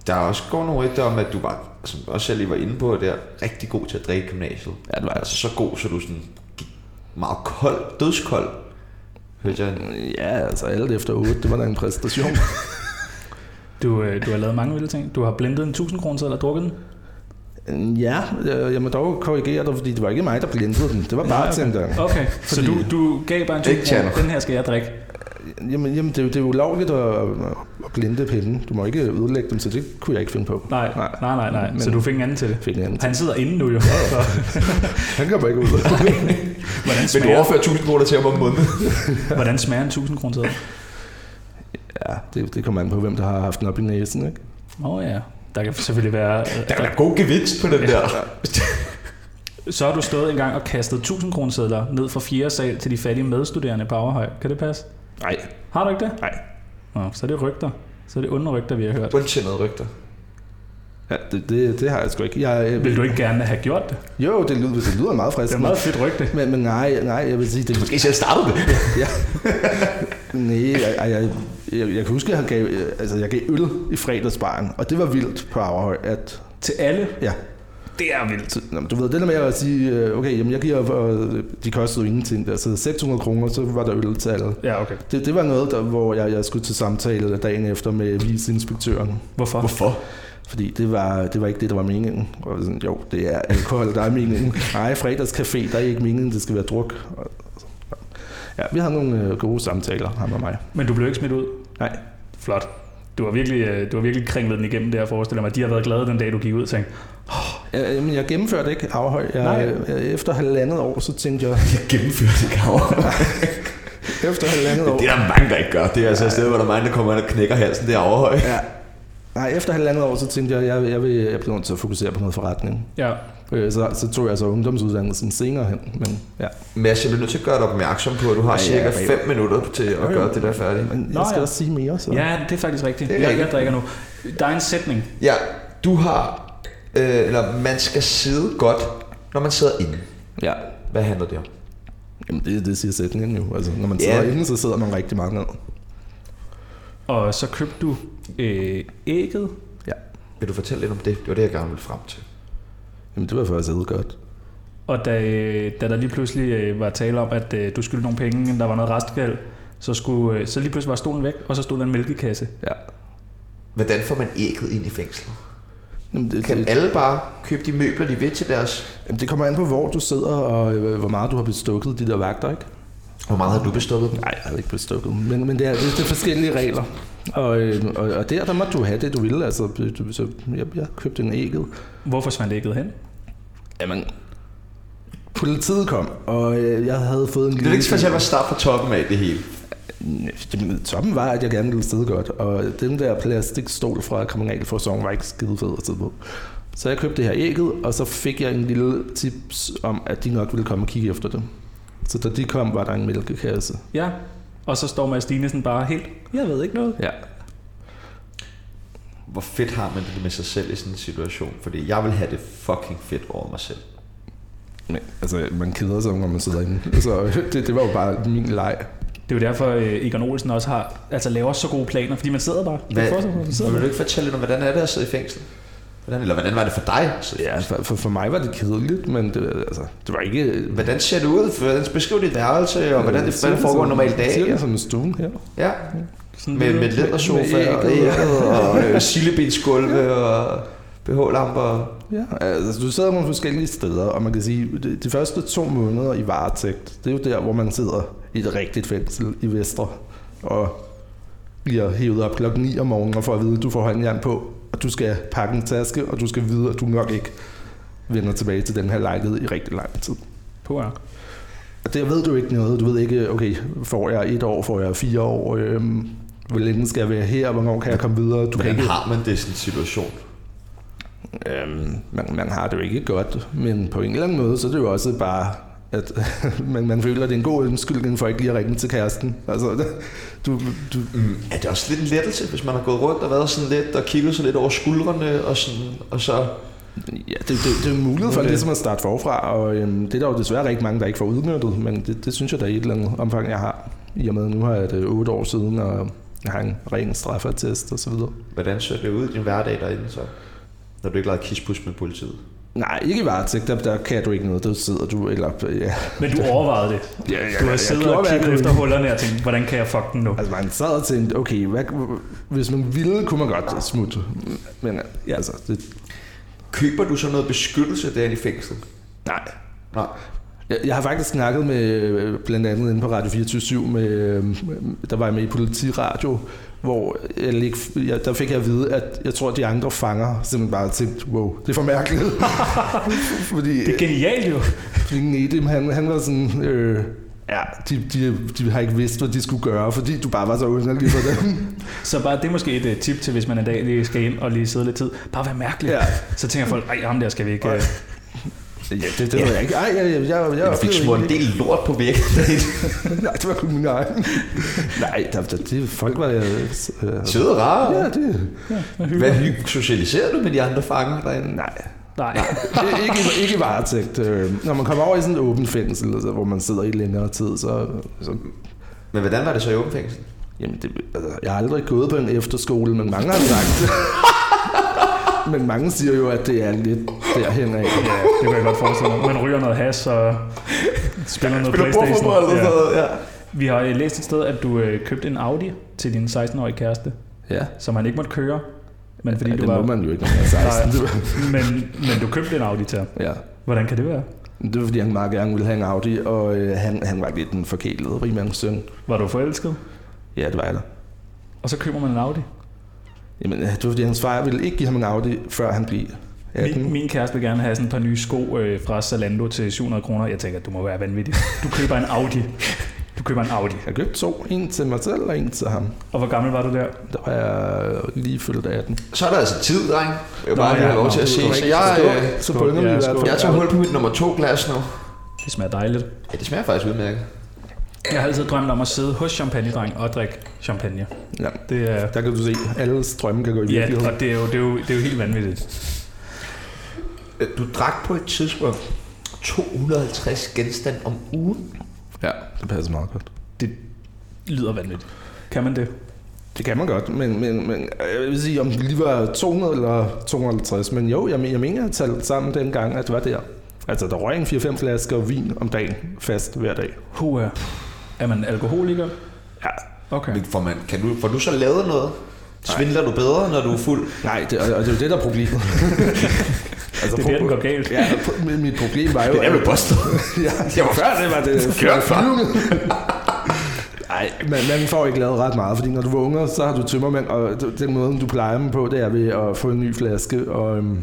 [SPEAKER 1] Der er også går nogle rygter om, at du var, som du også selv lige var inde på, der rigtig god til at drikke i gymnasiet.
[SPEAKER 2] Ja, det var jeg.
[SPEAKER 1] Altså så god, så du sådan gik meget kold, dødskold. Hørte jeg?
[SPEAKER 2] Ja, altså alt efter 8, det var da en præstation.
[SPEAKER 3] Du, øh, du har lavet mange vilde ting. Du har blindet en 1000 kroner seddel og drukket den.
[SPEAKER 2] ja, jeg, jeg må dog korrigere dig, fordi det var ikke mig, der blindede den. Det var
[SPEAKER 3] Ja, okay.
[SPEAKER 2] bartenderen.
[SPEAKER 3] Okay, så
[SPEAKER 2] Fordi-
[SPEAKER 3] du, du gav bare en 1000
[SPEAKER 1] Ikke tjener.
[SPEAKER 3] kroner. Den her skal jeg drikke.
[SPEAKER 2] Jamen, jamen det, er jo- det er jo ulovligt at, at blinde pinde. Du må ikke ødelægge dem, så det kunne jeg ikke finde på.
[SPEAKER 3] Nej, nej,
[SPEAKER 2] Nej.
[SPEAKER 3] nej, nej. nej.
[SPEAKER 2] Men-
[SPEAKER 3] Så du fik en anden til det.
[SPEAKER 2] Fik en anden.
[SPEAKER 3] Han sidder inde nu jo. Så,
[SPEAKER 2] Han kommer ikke ud.
[SPEAKER 3] hvordan, smager,
[SPEAKER 1] overfører 1000 kroner til ham om måneden.
[SPEAKER 3] hvordan smager en 1000 kroner seddel?
[SPEAKER 2] ja, det, det kommer an på, hvem der har haft den op i næsen. Ikke?
[SPEAKER 3] Åh oh, ja, der kan selvfølgelig være... øh,
[SPEAKER 1] Der er god gevinst på den der.
[SPEAKER 3] Så har du stået en gang og kastet 1000 kroner sedler ned fra 4. sal til de fattige medstuderende på Averhøj. Kan det passe?
[SPEAKER 2] Nej,
[SPEAKER 3] Har du ikke det?
[SPEAKER 2] nej.
[SPEAKER 3] Nå, så er det rygter. Så er det onde rygter, vi har hørt.
[SPEAKER 1] Undtjendede rygter.
[SPEAKER 2] Ja, det, det, det, har jeg sgu ikke. Jeg,
[SPEAKER 3] Vil
[SPEAKER 2] øh,
[SPEAKER 3] du ikke gerne have gjort det?
[SPEAKER 2] jo, det lyder, det lyder meget
[SPEAKER 3] Det er
[SPEAKER 2] fristende.
[SPEAKER 3] meget fedt rygte.
[SPEAKER 2] Men, men nej, nej, jeg vil sige, det,
[SPEAKER 1] Måske selv startede det.
[SPEAKER 2] ja. Nej, jeg, jeg, jeg, jeg, jeg kan huske, at jeg gav, øh, altså, jeg gav øl i fredagsbaren, og det var vildt på Averhøj, at
[SPEAKER 3] Til alle?
[SPEAKER 2] ja,
[SPEAKER 3] Det er vildt.
[SPEAKER 2] så, nå, men du ved, det der med at sige, øh, okay, jamen, jeg giver, øh, de kostede jo ingenting, altså 600 kroner, så var der øl til alle.
[SPEAKER 3] Ja, okay.
[SPEAKER 2] Det, det var noget, der, hvor jeg, jeg skulle til samtale dagen efter med viceinspektøren,
[SPEAKER 3] Hvorfor?
[SPEAKER 1] Hvorfor?
[SPEAKER 2] fordi det var, det var ikke det, der var meningen. Og jeg var sådan, jo, det er alkohol, der er meningen. Nej, fredagscafé, der er ikke meningen, det skal være druk. Og- Ja, vi havde nogle øh, gode samtaler, ham og mig.
[SPEAKER 3] Men du blev ikke smidt ud?
[SPEAKER 2] Nej.
[SPEAKER 3] Flot. Du har virkelig, øh, du har virkelig kringlet den igennem der, forestiller jeg mig. De har været glade den dag, du gik ud og tænkte,
[SPEAKER 2] Ja, øh, men jeg gennemførte ikke afhøj. Jeg,
[SPEAKER 3] Nej.
[SPEAKER 2] Nej. Efter halvandet år, så tænkte jeg,
[SPEAKER 1] Jeg gennemfører det gaver.
[SPEAKER 2] efter halvandet år...
[SPEAKER 1] Det er der mange, der ikke gør. Det er altså et sted, hvor der er mange, der kommer ind og knækker halsen. Det er overhøj.
[SPEAKER 2] Ja. Nej, efter halvandet år, så tænkte jeg, jeg, jeg, vil, jeg bliver nødt til at fokusere på noget forretning.
[SPEAKER 3] ja,
[SPEAKER 2] Øh, så, så tog jeg så ungdomsuddannelsen senere hen. Men, ja.
[SPEAKER 1] Mads, jeg bliver nødt til at gøre dig opmærksom på, at du har
[SPEAKER 2] Ja, ja,
[SPEAKER 1] cirka
[SPEAKER 2] ja.
[SPEAKER 1] 5 minutter til at gøre det der færdigt.
[SPEAKER 2] Men
[SPEAKER 3] Nå,
[SPEAKER 2] jeg skal
[SPEAKER 3] ja.
[SPEAKER 2] også sige mere, så...
[SPEAKER 3] ja, det er faktisk rigtigt.
[SPEAKER 1] Det er
[SPEAKER 3] jeg,
[SPEAKER 1] rigtigt.
[SPEAKER 3] jeg drikker nu. Der er en sætning.
[SPEAKER 1] Ja, du har... Øh, eller man skal sidde godt, når man sidder inde.
[SPEAKER 2] ja.
[SPEAKER 1] Hvad handler det om?
[SPEAKER 2] Jamen, det, det siger sætningen jo. Altså, når man
[SPEAKER 1] Ja.
[SPEAKER 2] sidder yeah. inde, så sidder man rigtig meget ned.
[SPEAKER 3] Og så købte du øh, ægget.
[SPEAKER 2] Ja.
[SPEAKER 1] Vil du fortælle lidt om det? Det var det, jeg gerne ville frem til.
[SPEAKER 2] Jamen, det var faktisk æde godt.
[SPEAKER 3] Og da, øh, da der lige pludselig øh, var tale om, at øh, du skyldte nogle penge, der var noget restgæld, så, skulle, øh, så lige pludselig var stolen væk, og så stod der en mælkekasse.
[SPEAKER 2] Ja.
[SPEAKER 1] Hvordan får man ægget ind i fængslet?
[SPEAKER 2] Jamen, det,
[SPEAKER 1] Kan
[SPEAKER 2] det,
[SPEAKER 1] alle bare købe de møbler, de vil til deres...
[SPEAKER 2] jamen, det kommer an på, hvor du sidder, og øh, hvor meget du har bestukket de der vagter, ikke?
[SPEAKER 1] Hvor meget har du bestuppet dem?
[SPEAKER 2] Nej, jeg havde ikke blevet stukket. Men, men det, er, det, det er forskellige regler. Og, øh, og, og der, der måtte du have det, du ville. Altså, du, så jeg, jeg købte en ægget.
[SPEAKER 3] Hvor forsvandt ægget hen?
[SPEAKER 2] Jamen, politiet kom, og øh, jeg havde fået en
[SPEAKER 1] Du vil ikke fortælle mig start fra toppen af det hele.
[SPEAKER 2] Jamen, toppen var, at jeg gerne ville sidde godt, og den der plastikstol fra Kriminalforsorgen var ikke skide fed at sidde på. Så jeg købte det her ægget, og så fik jeg en lille tips om, at de nok ville komme og kigge efter det. Så da de kom, var der en mælkekasse.
[SPEAKER 3] Ja, og så står Mads Dinesen bare helt, jeg ved ikke noget.
[SPEAKER 2] Ja.
[SPEAKER 1] Hvor fedt har man det med sig selv i sådan en situation? Fordi jeg vil have det fucking fedt over mig selv.
[SPEAKER 2] Men, altså, man keder sig, når man sidder inde. Så det, det var jo bare min leg.
[SPEAKER 3] Det er jo derfor, øh, Egon Olsen også har, altså laver så gode planer, fordi man sidder bare. Man får sig, man sidder
[SPEAKER 1] vil du
[SPEAKER 3] bare.
[SPEAKER 1] ikke fortælle lidt om, hvordan er det at sidde i fængsel? Hvordan, eller hvordan var det for dig? at sidde i
[SPEAKER 2] Ja,
[SPEAKER 1] fængsel?
[SPEAKER 2] for, for, for mig var det kedeligt, men det, altså, det var ikke...
[SPEAKER 1] Hvordan ser det ud? Hvordan beskriv dit værelse, og hvordan det, hvordan det foregår normalt
[SPEAKER 2] Cirka
[SPEAKER 1] dag?
[SPEAKER 2] som en stue her.
[SPEAKER 1] Ja,
[SPEAKER 3] Sådan
[SPEAKER 1] med, med
[SPEAKER 3] lidt-
[SPEAKER 1] lædersofa
[SPEAKER 2] Med ægget.
[SPEAKER 1] og ægget og øh, sillebensgulve og BH-lamper.
[SPEAKER 2] Ja, altså du sidder nogle forskellige steder, og man kan sige, de, de første to måneder i varetægt, det er jo der, hvor man sidder i et rigtigt fængsel i Vestre, og bliver hævet op klokken 9 om morgenen og får at vide, at du får håndjern på, og du skal pakke en taske, og du skal vide, at du nok ikke vender tilbage til den her lejlighed i rigtig lang tid.
[SPEAKER 3] På ark.
[SPEAKER 2] Og der ved du ikke noget. Du ved ikke, okay, får jeg et år, får jeg fire år, øhm, hvor længe skal jeg være her, hvornår kan jeg komme videre? Du kan
[SPEAKER 1] Hvordan
[SPEAKER 2] ikke...
[SPEAKER 1] har man det i sådan en situation?
[SPEAKER 2] Øhm, man, man har det jo ikke godt, men på en eller anden måde, så er det jo også bare, at man, man føler, at det er en god undskyldning for ikke lige at ringe til kæresten. Altså, du, du,
[SPEAKER 1] Mm. Er det også lidt en lettelse, hvis man har gået rundt og været sådan lidt og kigget sig lidt over skuldrene og sådan, og så...
[SPEAKER 2] ja, det, det, det er en mulighed for
[SPEAKER 1] Okay.
[SPEAKER 2] okay. ligesom at starte forfra, og øhm, det er der jo desværre rigtig mange, der ikke får udnyttet, men det, det synes jeg, der i et eller andet omfang, jeg har. I og med, nu har jeg det otte år siden, og jeg har en ren straffertest og så videre.
[SPEAKER 1] Hvordan ser det ud i din hverdag derinde så? Når du ikke lader kispus med politiet.
[SPEAKER 2] Nej, ikke i varetægt, der, der kan du ikke noget, der sidder du, eller ja,
[SPEAKER 3] Men du overvejede det.
[SPEAKER 2] Ja, ja,
[SPEAKER 3] du
[SPEAKER 2] ja,
[SPEAKER 3] har
[SPEAKER 2] jeg
[SPEAKER 3] siddet
[SPEAKER 2] gjorde,
[SPEAKER 3] og
[SPEAKER 2] hvad jeg
[SPEAKER 3] kigget
[SPEAKER 2] kunne.
[SPEAKER 3] efter hullerne og tænkt, hvordan kan jeg fuck den nu?
[SPEAKER 2] Altså man sad og tænkte, okay, hvad, hvis man ville, kunne man godt smutte. Men ja, altså, det,
[SPEAKER 1] Køber du så noget beskyttelse derinde i fængslet?
[SPEAKER 2] nej.
[SPEAKER 1] Nej.
[SPEAKER 2] Jeg, jeg har faktisk snakket med, øh, blandt andet inde på Radio 24 med, øh, der var jeg med i politiradio, hvor jeg, lig, jeg, der fik jeg at vide, at jeg tror, at de andre fanger simpelthen bare tænkte, wow, det er for mærkeligt. Fordi,
[SPEAKER 3] Det er genialt jo.
[SPEAKER 2] Flingen Edim, han, han var sådan, øh, ja, de, de, de, har ikke vidst, hvad de skulle gøre, fordi du bare var så underlig for dem.
[SPEAKER 3] Så bare det er måske et øh, tip til, hvis man en dag lige skal ind og lige sidde lidt tid. Bare vær mærkelig.
[SPEAKER 2] Ja.
[SPEAKER 3] Så tænker folk, ej, ham der skal vi ikke... øh."
[SPEAKER 2] Ja, det, det ved jeg ikke. Ej, jeg, jeg, jeg, jeg, jeg
[SPEAKER 1] Jeg fik smurt en del lort på væggen derinde.
[SPEAKER 2] Nej, det var kun min egen. Nej, der, der, det, folk var... Øh, øh,
[SPEAKER 1] Søde rare.
[SPEAKER 2] ja, det...
[SPEAKER 3] Hvad hygger.
[SPEAKER 1] Hvad hy- socialiserer du med de andre fanger derinde?
[SPEAKER 2] Nej,
[SPEAKER 3] Nej.
[SPEAKER 2] det er ikke, ikke i varetægt. Øh, når man kommer over i sådan et åbent fængsel, altså, hvor man sidder i længere tid, så... så
[SPEAKER 1] Men hvordan var det så i åben fængsel?
[SPEAKER 2] jamen, det, altså, jeg har aldrig gået på en efterskole, men mange har sagt... men mange siger jo, at det er lidt derhen af.
[SPEAKER 3] Ja, det kan jeg godt forestille mig. Man ryger noget has og spiller noget Playstation. Ja.
[SPEAKER 1] noget, ja.
[SPEAKER 3] Vi har øh, læst et sted, at du øh, købte en Audi til din 16-årige kæreste,
[SPEAKER 2] Ja,
[SPEAKER 3] som han ikke måtte køre. Men, fordi
[SPEAKER 2] ja
[SPEAKER 3] du
[SPEAKER 2] det
[SPEAKER 3] var...
[SPEAKER 2] må man jo ikke, når man er 16. Det var-
[SPEAKER 3] men, men du købte en Audi til ham.
[SPEAKER 2] ja.
[SPEAKER 3] Hvordan kan det være?
[SPEAKER 2] Det var, fordi han meget gerne ville have en Audi, og øh, han, han var lidt en forkælet rigmandssøn.
[SPEAKER 3] Var du forelsket?
[SPEAKER 2] Ja, det var jeg da.
[SPEAKER 3] Og så køber man en Audi.
[SPEAKER 2] Jamen, øh, det var fordi, hans far ville ikke give ham en Audi, før han blev 18.
[SPEAKER 3] Min, min kæreste vil gerne have sådan et par nye sko øh, fra Zalando til 700 kroner. Jeg tænker, du må være vanvittig. Du køber en Audi. Du køber en Audi.
[SPEAKER 2] Jeg købte to. En til mig selv, og en til ham.
[SPEAKER 3] Og hvor gammel var du der?
[SPEAKER 2] Der var jeg lige fyldt 18.
[SPEAKER 1] Så er der altså tid, dreng. Jeg vil
[SPEAKER 3] Nå,
[SPEAKER 1] bare lige
[SPEAKER 3] ja,
[SPEAKER 1] have lov
[SPEAKER 3] nå,
[SPEAKER 1] til at
[SPEAKER 3] det
[SPEAKER 1] se.
[SPEAKER 3] var
[SPEAKER 1] Så
[SPEAKER 3] rigtigt.
[SPEAKER 1] jeg,
[SPEAKER 2] Skål.
[SPEAKER 1] øh,
[SPEAKER 2] Så på yngre
[SPEAKER 3] Ja,
[SPEAKER 2] vi i hvert
[SPEAKER 3] skål.
[SPEAKER 2] fald.
[SPEAKER 1] jeg tager hul på mit nummer to glas nu.
[SPEAKER 3] Det smager dejligt.
[SPEAKER 1] Ja, det smager faktisk udmærket.
[SPEAKER 3] Jeg har altid drømt om at sidde hos champagnedreng og drikke champagne.
[SPEAKER 2] Ja.
[SPEAKER 3] Det er...
[SPEAKER 2] Der kan du se, at alle strømme kan gå i
[SPEAKER 3] Ja,
[SPEAKER 2] virkeligheden.
[SPEAKER 3] og det er, jo, det, er jo, det er jo helt vanvittigt.
[SPEAKER 1] Øh, Du drak på et tidspunkt 250 genstande om ugen.
[SPEAKER 2] Ja, det passer meget godt.
[SPEAKER 3] Det lyder vanvittigt. Kan man det?
[SPEAKER 2] Det kan man godt, men, men, men øh, jeg vil sige, om det lige var 200 eller 250, men jo, jeg, men- jeg mener, jeg talte sammen dengang, at det var der. Altså, der røg en 4-5 flasker vin om dagen, fast hver dag.
[SPEAKER 3] Hoa. Er man alkoholiker?
[SPEAKER 2] Ja.
[SPEAKER 3] Okay.
[SPEAKER 1] Men får, man, kan du, får du så lavet noget? Svindler du bedre, når du er fuld?
[SPEAKER 2] Nej, det, og og det er jo det, der er problemet. altså,
[SPEAKER 3] Det er der, den går galt.
[SPEAKER 2] Ja, pro- men mit problem var jo...
[SPEAKER 1] Det er
[SPEAKER 2] at-
[SPEAKER 1] jo bustet.
[SPEAKER 2] ja,
[SPEAKER 1] Jeg var
[SPEAKER 2] før det var det
[SPEAKER 1] Kørt for.
[SPEAKER 2] Nej, man, man får ikke lavet ret meget, fordi når du vågner, så har du tømmermænd, og d- den måde, du plejer dem på, det er ved at få en ny flaske, og øhm,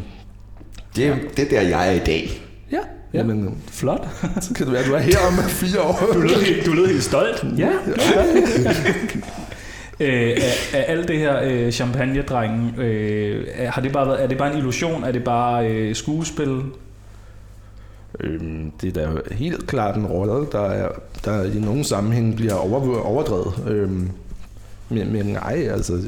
[SPEAKER 1] Det er, det er der, jeg er i dag.
[SPEAKER 2] ja, ja. Jamen, øh,
[SPEAKER 3] Flot.
[SPEAKER 2] så kan det være, at du er her om fire år.
[SPEAKER 3] Du lød, helt- du lød helt stolt. Ja. Øh, er, er alt det her øh, champagne-drengen, øh, er, har det bare været, er det bare en illusion? Er det bare øh, skuespil?
[SPEAKER 2] Øhm, det er da helt klart en rolle, der, er, der i nogle sammenhæng bliver over, overdrevet. Øhm, men, men nej, altså,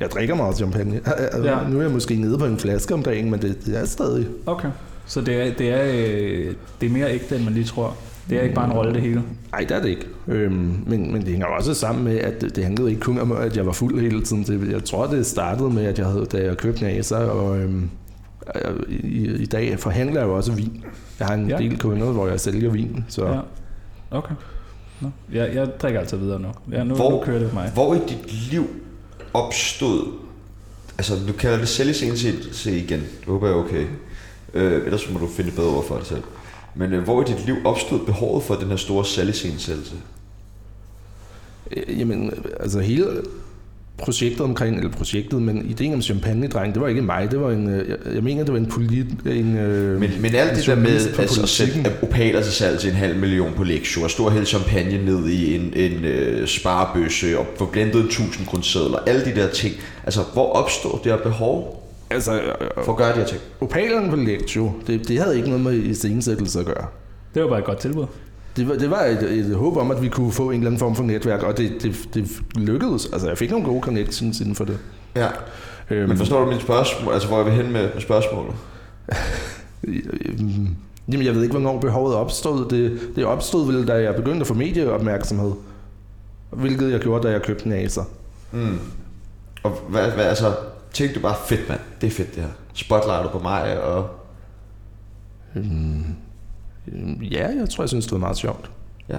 [SPEAKER 2] jeg drikker meget champagne.
[SPEAKER 3] Ja.
[SPEAKER 2] Ja. Nu er jeg måske nede på en flaske om dagen, men det, det er stadig.
[SPEAKER 3] Okay. Så det er, det, er, øh, det er mere ægte, end man lige tror. Det er ikke bare en rolle, det hele.
[SPEAKER 2] Nej, det er det ikke. Øhm, men, men det hænger jo også sammen med, at det det handlede ikke kun om, at jeg var fuld hele tiden. Det, jeg tror, det startede med, at jeg havde, da jeg købte næser, og øhm, øh, i, i dag forhandler jeg jo også vin. Jeg har en
[SPEAKER 3] Ja.
[SPEAKER 2] ja. del kunder, hvor jeg sælger vin, så ja.
[SPEAKER 3] Ja. Okay. Nå. Jeg, jeg drikker altså videre nu. Ja, nu,
[SPEAKER 1] Hvor-
[SPEAKER 3] nu kører det for mig.
[SPEAKER 1] Hvor i dit liv opstod altså nu kalder jeg det sælgesindsigt igen. Det håber jeg er okay. Øh, ellers må du finde et bedre ord for det selv. Men øh, hvor i dit liv opstod behovet for den her store sælgesindsættelse?
[SPEAKER 2] Øh, Jamen, altså hele projektet omkring, eller projektet, men ideen om champagne-dreng, det var ikke mig, det var en, øh, jeg, jeg mener, det var en polit... En, øh,
[SPEAKER 1] Men, men alt det der
[SPEAKER 2] journalist
[SPEAKER 1] med
[SPEAKER 2] på
[SPEAKER 1] altså, at
[SPEAKER 2] Politiken.
[SPEAKER 1] sætte opaler til salg til en halv million på lektier, og stor hælde champagne ned i en, en øh, sparebøsse, og få blendet 1000 grundsedler, alle de der ting. Altså, hvor opstod det her behov
[SPEAKER 2] Altså, øh,
[SPEAKER 1] for at gøre de her ting?
[SPEAKER 2] opalerne på Lectio, det, det havde ikke noget med iscenesættelse at gøre.
[SPEAKER 3] Det var bare et godt tilbud.
[SPEAKER 2] Det var, det var et, et håb om, at vi kunne få en eller anden form for netværk, og det, det, det lykkedes. Altså, jeg fik nogle gode connections inden for det.
[SPEAKER 1] Ja.
[SPEAKER 2] Øhm,
[SPEAKER 1] Men forstår du mit spørgsmål? Altså, hvor jeg vil hen med med spørgsmålet?
[SPEAKER 2] Øhm, Jamen, jeg ved ikke, hvornår behovet opstod. Det, det opstod vel, da jeg begyndte at få medieopmærksomhed. Hvilket jeg gjorde, da jeg købte en Acer.
[SPEAKER 1] Mm. Og hvad, hvad, altså, tænkte du bare, fedt mand, det er fedt det her. Spotlightet på mig, og
[SPEAKER 2] Øhm, øhm, Ja, jeg tror, jeg synes, det var meget sjovt.
[SPEAKER 1] ja.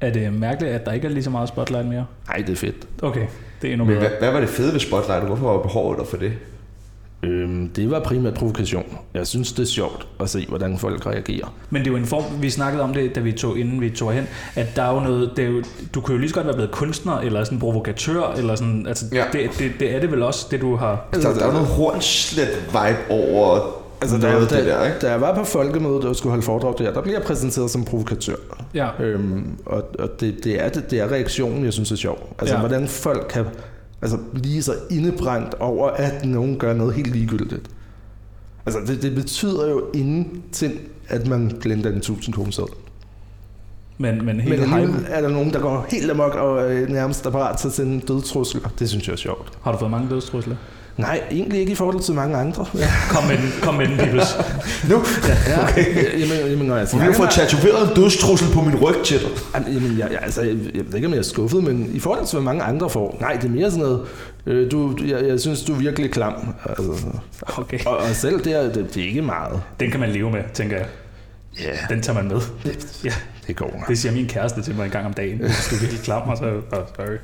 [SPEAKER 3] Er det mærkeligt, at der ikke er lige så meget spotlight mere?
[SPEAKER 2] Ej, det er fedt.
[SPEAKER 3] Okay, det er endnu
[SPEAKER 1] Men
[SPEAKER 3] bedre.
[SPEAKER 1] hvad, hvad var det fede ved spotlightet? Hvorfor var behovet der for det?
[SPEAKER 2] Øhm, det var primært provokation. Jeg synes, det er sjovt at se, hvordan folk reagerer.
[SPEAKER 3] Men det er jo en form, vi snakkede om det, da vi tog, inden vi tog hen, at der er jo noget, det er jo, du kan jo lige så godt være blevet kunstner, eller sådan provokatør, eller sådan, altså
[SPEAKER 1] Ja.
[SPEAKER 3] ja. det, det, det, er det vel også, det du har.
[SPEAKER 1] Altså, der er noget hornslet vibe over altså, der, noget af det der, ikke?
[SPEAKER 2] da jeg var på folkemødet og skulle holde foredrag der, der blev jeg præsenteret som provokatør.
[SPEAKER 3] Ja.
[SPEAKER 2] Øhm, og og det, det, er, det, det er reaktionen, jeg synes er sjov. Altså, ja.
[SPEAKER 3] Ja.
[SPEAKER 2] hvordan folk kan altså, blive så indebrændt over, at nogen gør noget helt ligegyldigt. Altså, det, det betyder jo ingenting, at man blender en 1000 kroner selv.
[SPEAKER 3] Men, men
[SPEAKER 2] Men
[SPEAKER 3] hele
[SPEAKER 2] alligevel
[SPEAKER 3] hypen,
[SPEAKER 2] er der nogen, der går helt amok og øh, nærmest er parat til at sende dødtrusler. Det synes jeg er sjovt.
[SPEAKER 3] har du fået mange dødstrusler?
[SPEAKER 2] Nej, egentlig ikke i forhold til mange andre. Ja,
[SPEAKER 3] Kom med den, kom med den, Pibels.
[SPEAKER 1] Nu?
[SPEAKER 2] ja. Okay. Jamen, jamen, når jeg
[SPEAKER 1] Du har fået tatoveret en dødstrussel på min ryg til dig.
[SPEAKER 2] Jamen, Jamen, jeg, jeg, altså, jeg, jeg ved ikke, om jeg er skuffet, men i forhold til, hvad mange andre får, nej, det er mere sådan noget, øh, du, du- jeg, jeg synes, du er virkelig klam. Altså,
[SPEAKER 3] Okay,
[SPEAKER 2] og, og selv der, det, det er ikke meget.
[SPEAKER 3] den kan man leve med, tænker jeg.
[SPEAKER 2] Ja, yeah.
[SPEAKER 3] Den tager man med.
[SPEAKER 2] det,
[SPEAKER 3] Ja,
[SPEAKER 2] det går nok.
[SPEAKER 3] det siger min kæreste til mig en gang om dagen. Hvis du virkelig klammer, så oh, sorry.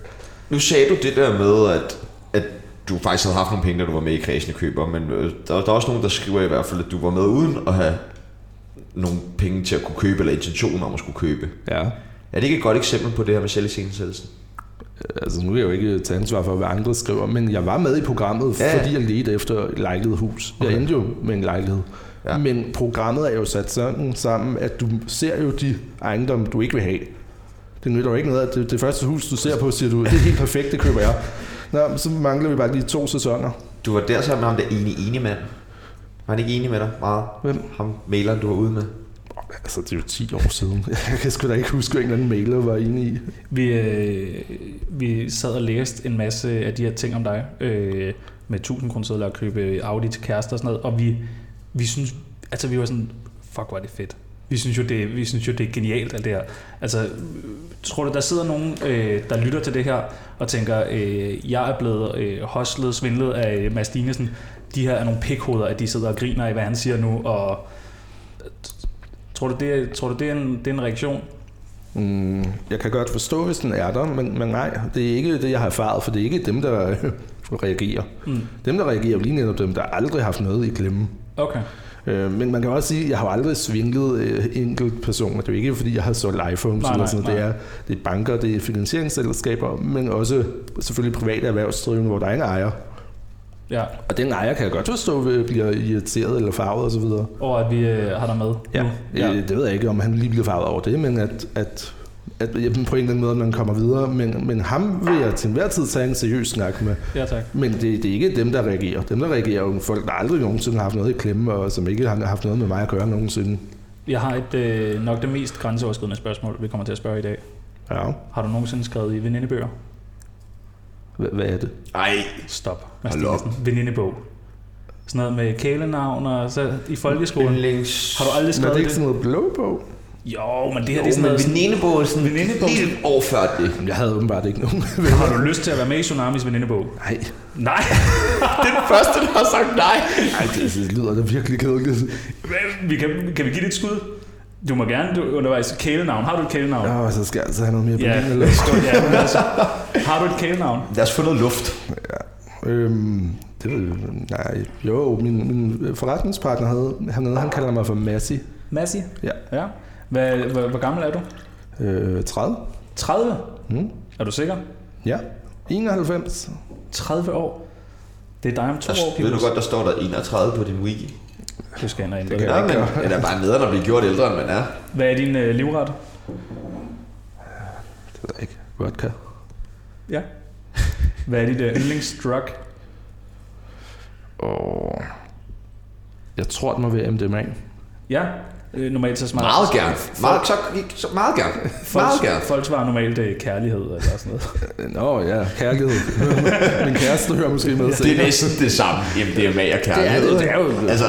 [SPEAKER 1] Nu sagde du det der med, at, at du faktisk havde haft nogle penge, da du var med i kredsen af køber, men øh, der, der er også nogen, der skriver i hvert fald, at du var med uden at have nogle penge til at kunne købe, eller intention om at skulle købe.
[SPEAKER 2] Ja,
[SPEAKER 1] Er det ikke et godt eksempel på det her med selvisensættelsen?
[SPEAKER 2] altså nu vil jeg jo ikke tage ansvar for, hvad andre skriver, men jeg var med i programmet,
[SPEAKER 1] Ja,
[SPEAKER 2] ja.
[SPEAKER 1] ja.
[SPEAKER 2] fordi jeg ledte efter et lejlighedhus. Okay.
[SPEAKER 1] Okay.
[SPEAKER 2] Jeg endte jo med en lejlighed.
[SPEAKER 1] Ja.
[SPEAKER 2] Ja. Men programmet er jo sat sådan sammen, at du ser jo de ejendomme, du ikke vil have. Det nytter jo ikke noget, at det, det første hus, du ser på, siger du, det er helt perfekt, det køber jeg. Nå, men så mangler vi bare lige to sæsoner.
[SPEAKER 1] Du var der sammen med ham, der ene ene mand. Var han ikke enig med dig meget?
[SPEAKER 2] Hvem?
[SPEAKER 1] Ham maleren, du var ude med.
[SPEAKER 2] Altså, det er jo 10 år siden. Jeg kan sgu da ikke huske, hvad en eller anden mailer var inde i.
[SPEAKER 3] Vi, øh, vi sad og læste en masse af de her ting om dig, øh, med 1000 kroner og købe Audi til kærester og sådan noget, og vi, vi synes, altså vi var sådan, fuck hvor er det fedt. Vi synes, jo, det, vi synes jo, det er genialt, alt det her. Altså, øh, tror du, der sidder nogen, øh, der lytter til det her, og tænker, øh, jeg er blevet øh, hostlet, svindlet af øh, Mads Dinesen. De her er nogle pikhoveder, at de sidder og griner i, hvad han siger nu, og øh, tror du, det er, tror du, det er, en, det er en reaktion?
[SPEAKER 2] Mm, jeg kan godt forstå, hvis den er der, men, men nej, det er ikke det, jeg har erfaret, for det er ikke dem, der reagerer.
[SPEAKER 3] Mm.
[SPEAKER 2] Dem, der reagerer, er jo lige netop dem, der aldrig har haft noget i klemme.
[SPEAKER 3] Okay.
[SPEAKER 2] Øh, men man kan også sige, at jeg har jo aldrig svindlet øh, enkelt personer. Det er jo ikke, fordi jeg har solgt iPhones
[SPEAKER 3] Nej,
[SPEAKER 2] nej, eller
[SPEAKER 3] nej,
[SPEAKER 2] sådan noget. Det er, det er banker, det er finansieringsselskaber, men også selvfølgelig private erhvervsdrivende, hvor der er en ejer.
[SPEAKER 3] Ja,
[SPEAKER 2] Og den ejer kan jeg godt forstå, øh, bliver irriteret eller farvet osv.
[SPEAKER 3] og at vi øh, har dig med nu.
[SPEAKER 2] Ja.
[SPEAKER 3] Ja.
[SPEAKER 2] Øh, det ved jeg ikke, om han lige bliver farvet over det, men at, at, at ja, på en eller anden måde, at man kommer videre. Men, men ham vil jeg til enhver tid tage en seriøs snak med.
[SPEAKER 3] ja, tak.
[SPEAKER 2] Men det, det er ikke dem, der reagerer. Dem, der reagerer, er jo folk, der aldrig nogensinde har haft noget i klemme, og som ikke har haft noget med mig at gøre nogensinde.
[SPEAKER 3] Jeg har et øh, nok det mest grænseoverskridende spørgsmål, vi kommer til at spørge i dag.
[SPEAKER 2] Ja,
[SPEAKER 3] Har du nogensinde skrevet i venindebøger?
[SPEAKER 2] Hva- hvad er det?
[SPEAKER 1] Ej,
[SPEAKER 3] Stop.
[SPEAKER 1] Hold op.
[SPEAKER 3] Mads Dinesen. Venindebog. Sådan noget med kælenavn og så i folkeskolen.
[SPEAKER 1] yndlings...
[SPEAKER 3] Har du aldrig
[SPEAKER 2] Men er
[SPEAKER 3] skrevet
[SPEAKER 2] det
[SPEAKER 3] det?
[SPEAKER 2] ikke sådan noget blå på?
[SPEAKER 3] Jo, men det her
[SPEAKER 1] Jo,
[SPEAKER 3] det er sådan noget... sådan-
[SPEAKER 1] venindebog er sådan
[SPEAKER 3] Venindebog.
[SPEAKER 1] helt år før det.
[SPEAKER 2] Jeg havde åbenbart ikke nogen.
[SPEAKER 3] Har du lyst til at være med i Tsunamis venindebog?
[SPEAKER 2] Nej,
[SPEAKER 3] Nej!
[SPEAKER 1] Den første, der har sagt nej.
[SPEAKER 2] Ej, det, det lyder da virkelig kedeligt.
[SPEAKER 3] Hvad? vi kan, kan vi give det et skud? Du må gerne du, undervejs. Kælenavn. Har du et kælenavn?
[SPEAKER 2] Nå, så skal jeg altså have noget mere
[SPEAKER 3] ja.
[SPEAKER 2] ja. eller
[SPEAKER 3] Stå- ja men altså, har du et kælenavn?
[SPEAKER 1] Lad os få noget luft.
[SPEAKER 2] Øhm, Det ved jeg. Nej, jo, min, min forretningspartner havde, han, havde, han kalder mig for Massi.
[SPEAKER 3] Massi?
[SPEAKER 2] Ja.
[SPEAKER 3] ja. Hvad, hvor, hvor gammel er du?
[SPEAKER 2] Øh, 30?
[SPEAKER 3] 30?
[SPEAKER 2] Mm.
[SPEAKER 1] Hmm?
[SPEAKER 3] Er du sikker?
[SPEAKER 2] Ja. 91?
[SPEAKER 3] 30 år? Det er dig om to
[SPEAKER 1] Der,
[SPEAKER 3] år,
[SPEAKER 1] Altså, ved du
[SPEAKER 3] Pibus.
[SPEAKER 1] godt, der står der 31 på din wiki?
[SPEAKER 3] Du skal ind og ændre
[SPEAKER 2] Det
[SPEAKER 3] det.
[SPEAKER 1] Ja,
[SPEAKER 2] jeg
[SPEAKER 1] men
[SPEAKER 2] gøre.
[SPEAKER 1] den er bare nederen at blive gjort ældre, end man er.
[SPEAKER 3] Hvad er din øh, livret?
[SPEAKER 2] Det ved jeg ikke. Vodka.
[SPEAKER 3] Ja. Hvad er dit øh, yndlingsdrug?
[SPEAKER 2] Og... Jeg tror, det må være MDMA.
[SPEAKER 3] Ja. Øh, normalt så smager
[SPEAKER 1] Meget gerne. Meget, så, så, meget gerne. Meget gerne.
[SPEAKER 3] Folk, folk svarer normalt øh, kærlighed eller sådan noget.
[SPEAKER 2] Nå ja, kærlighed. min kæreste hører måske med.
[SPEAKER 1] Det er næsten det samme MDMA og kærlighed.
[SPEAKER 2] det er jo,
[SPEAKER 1] Altså,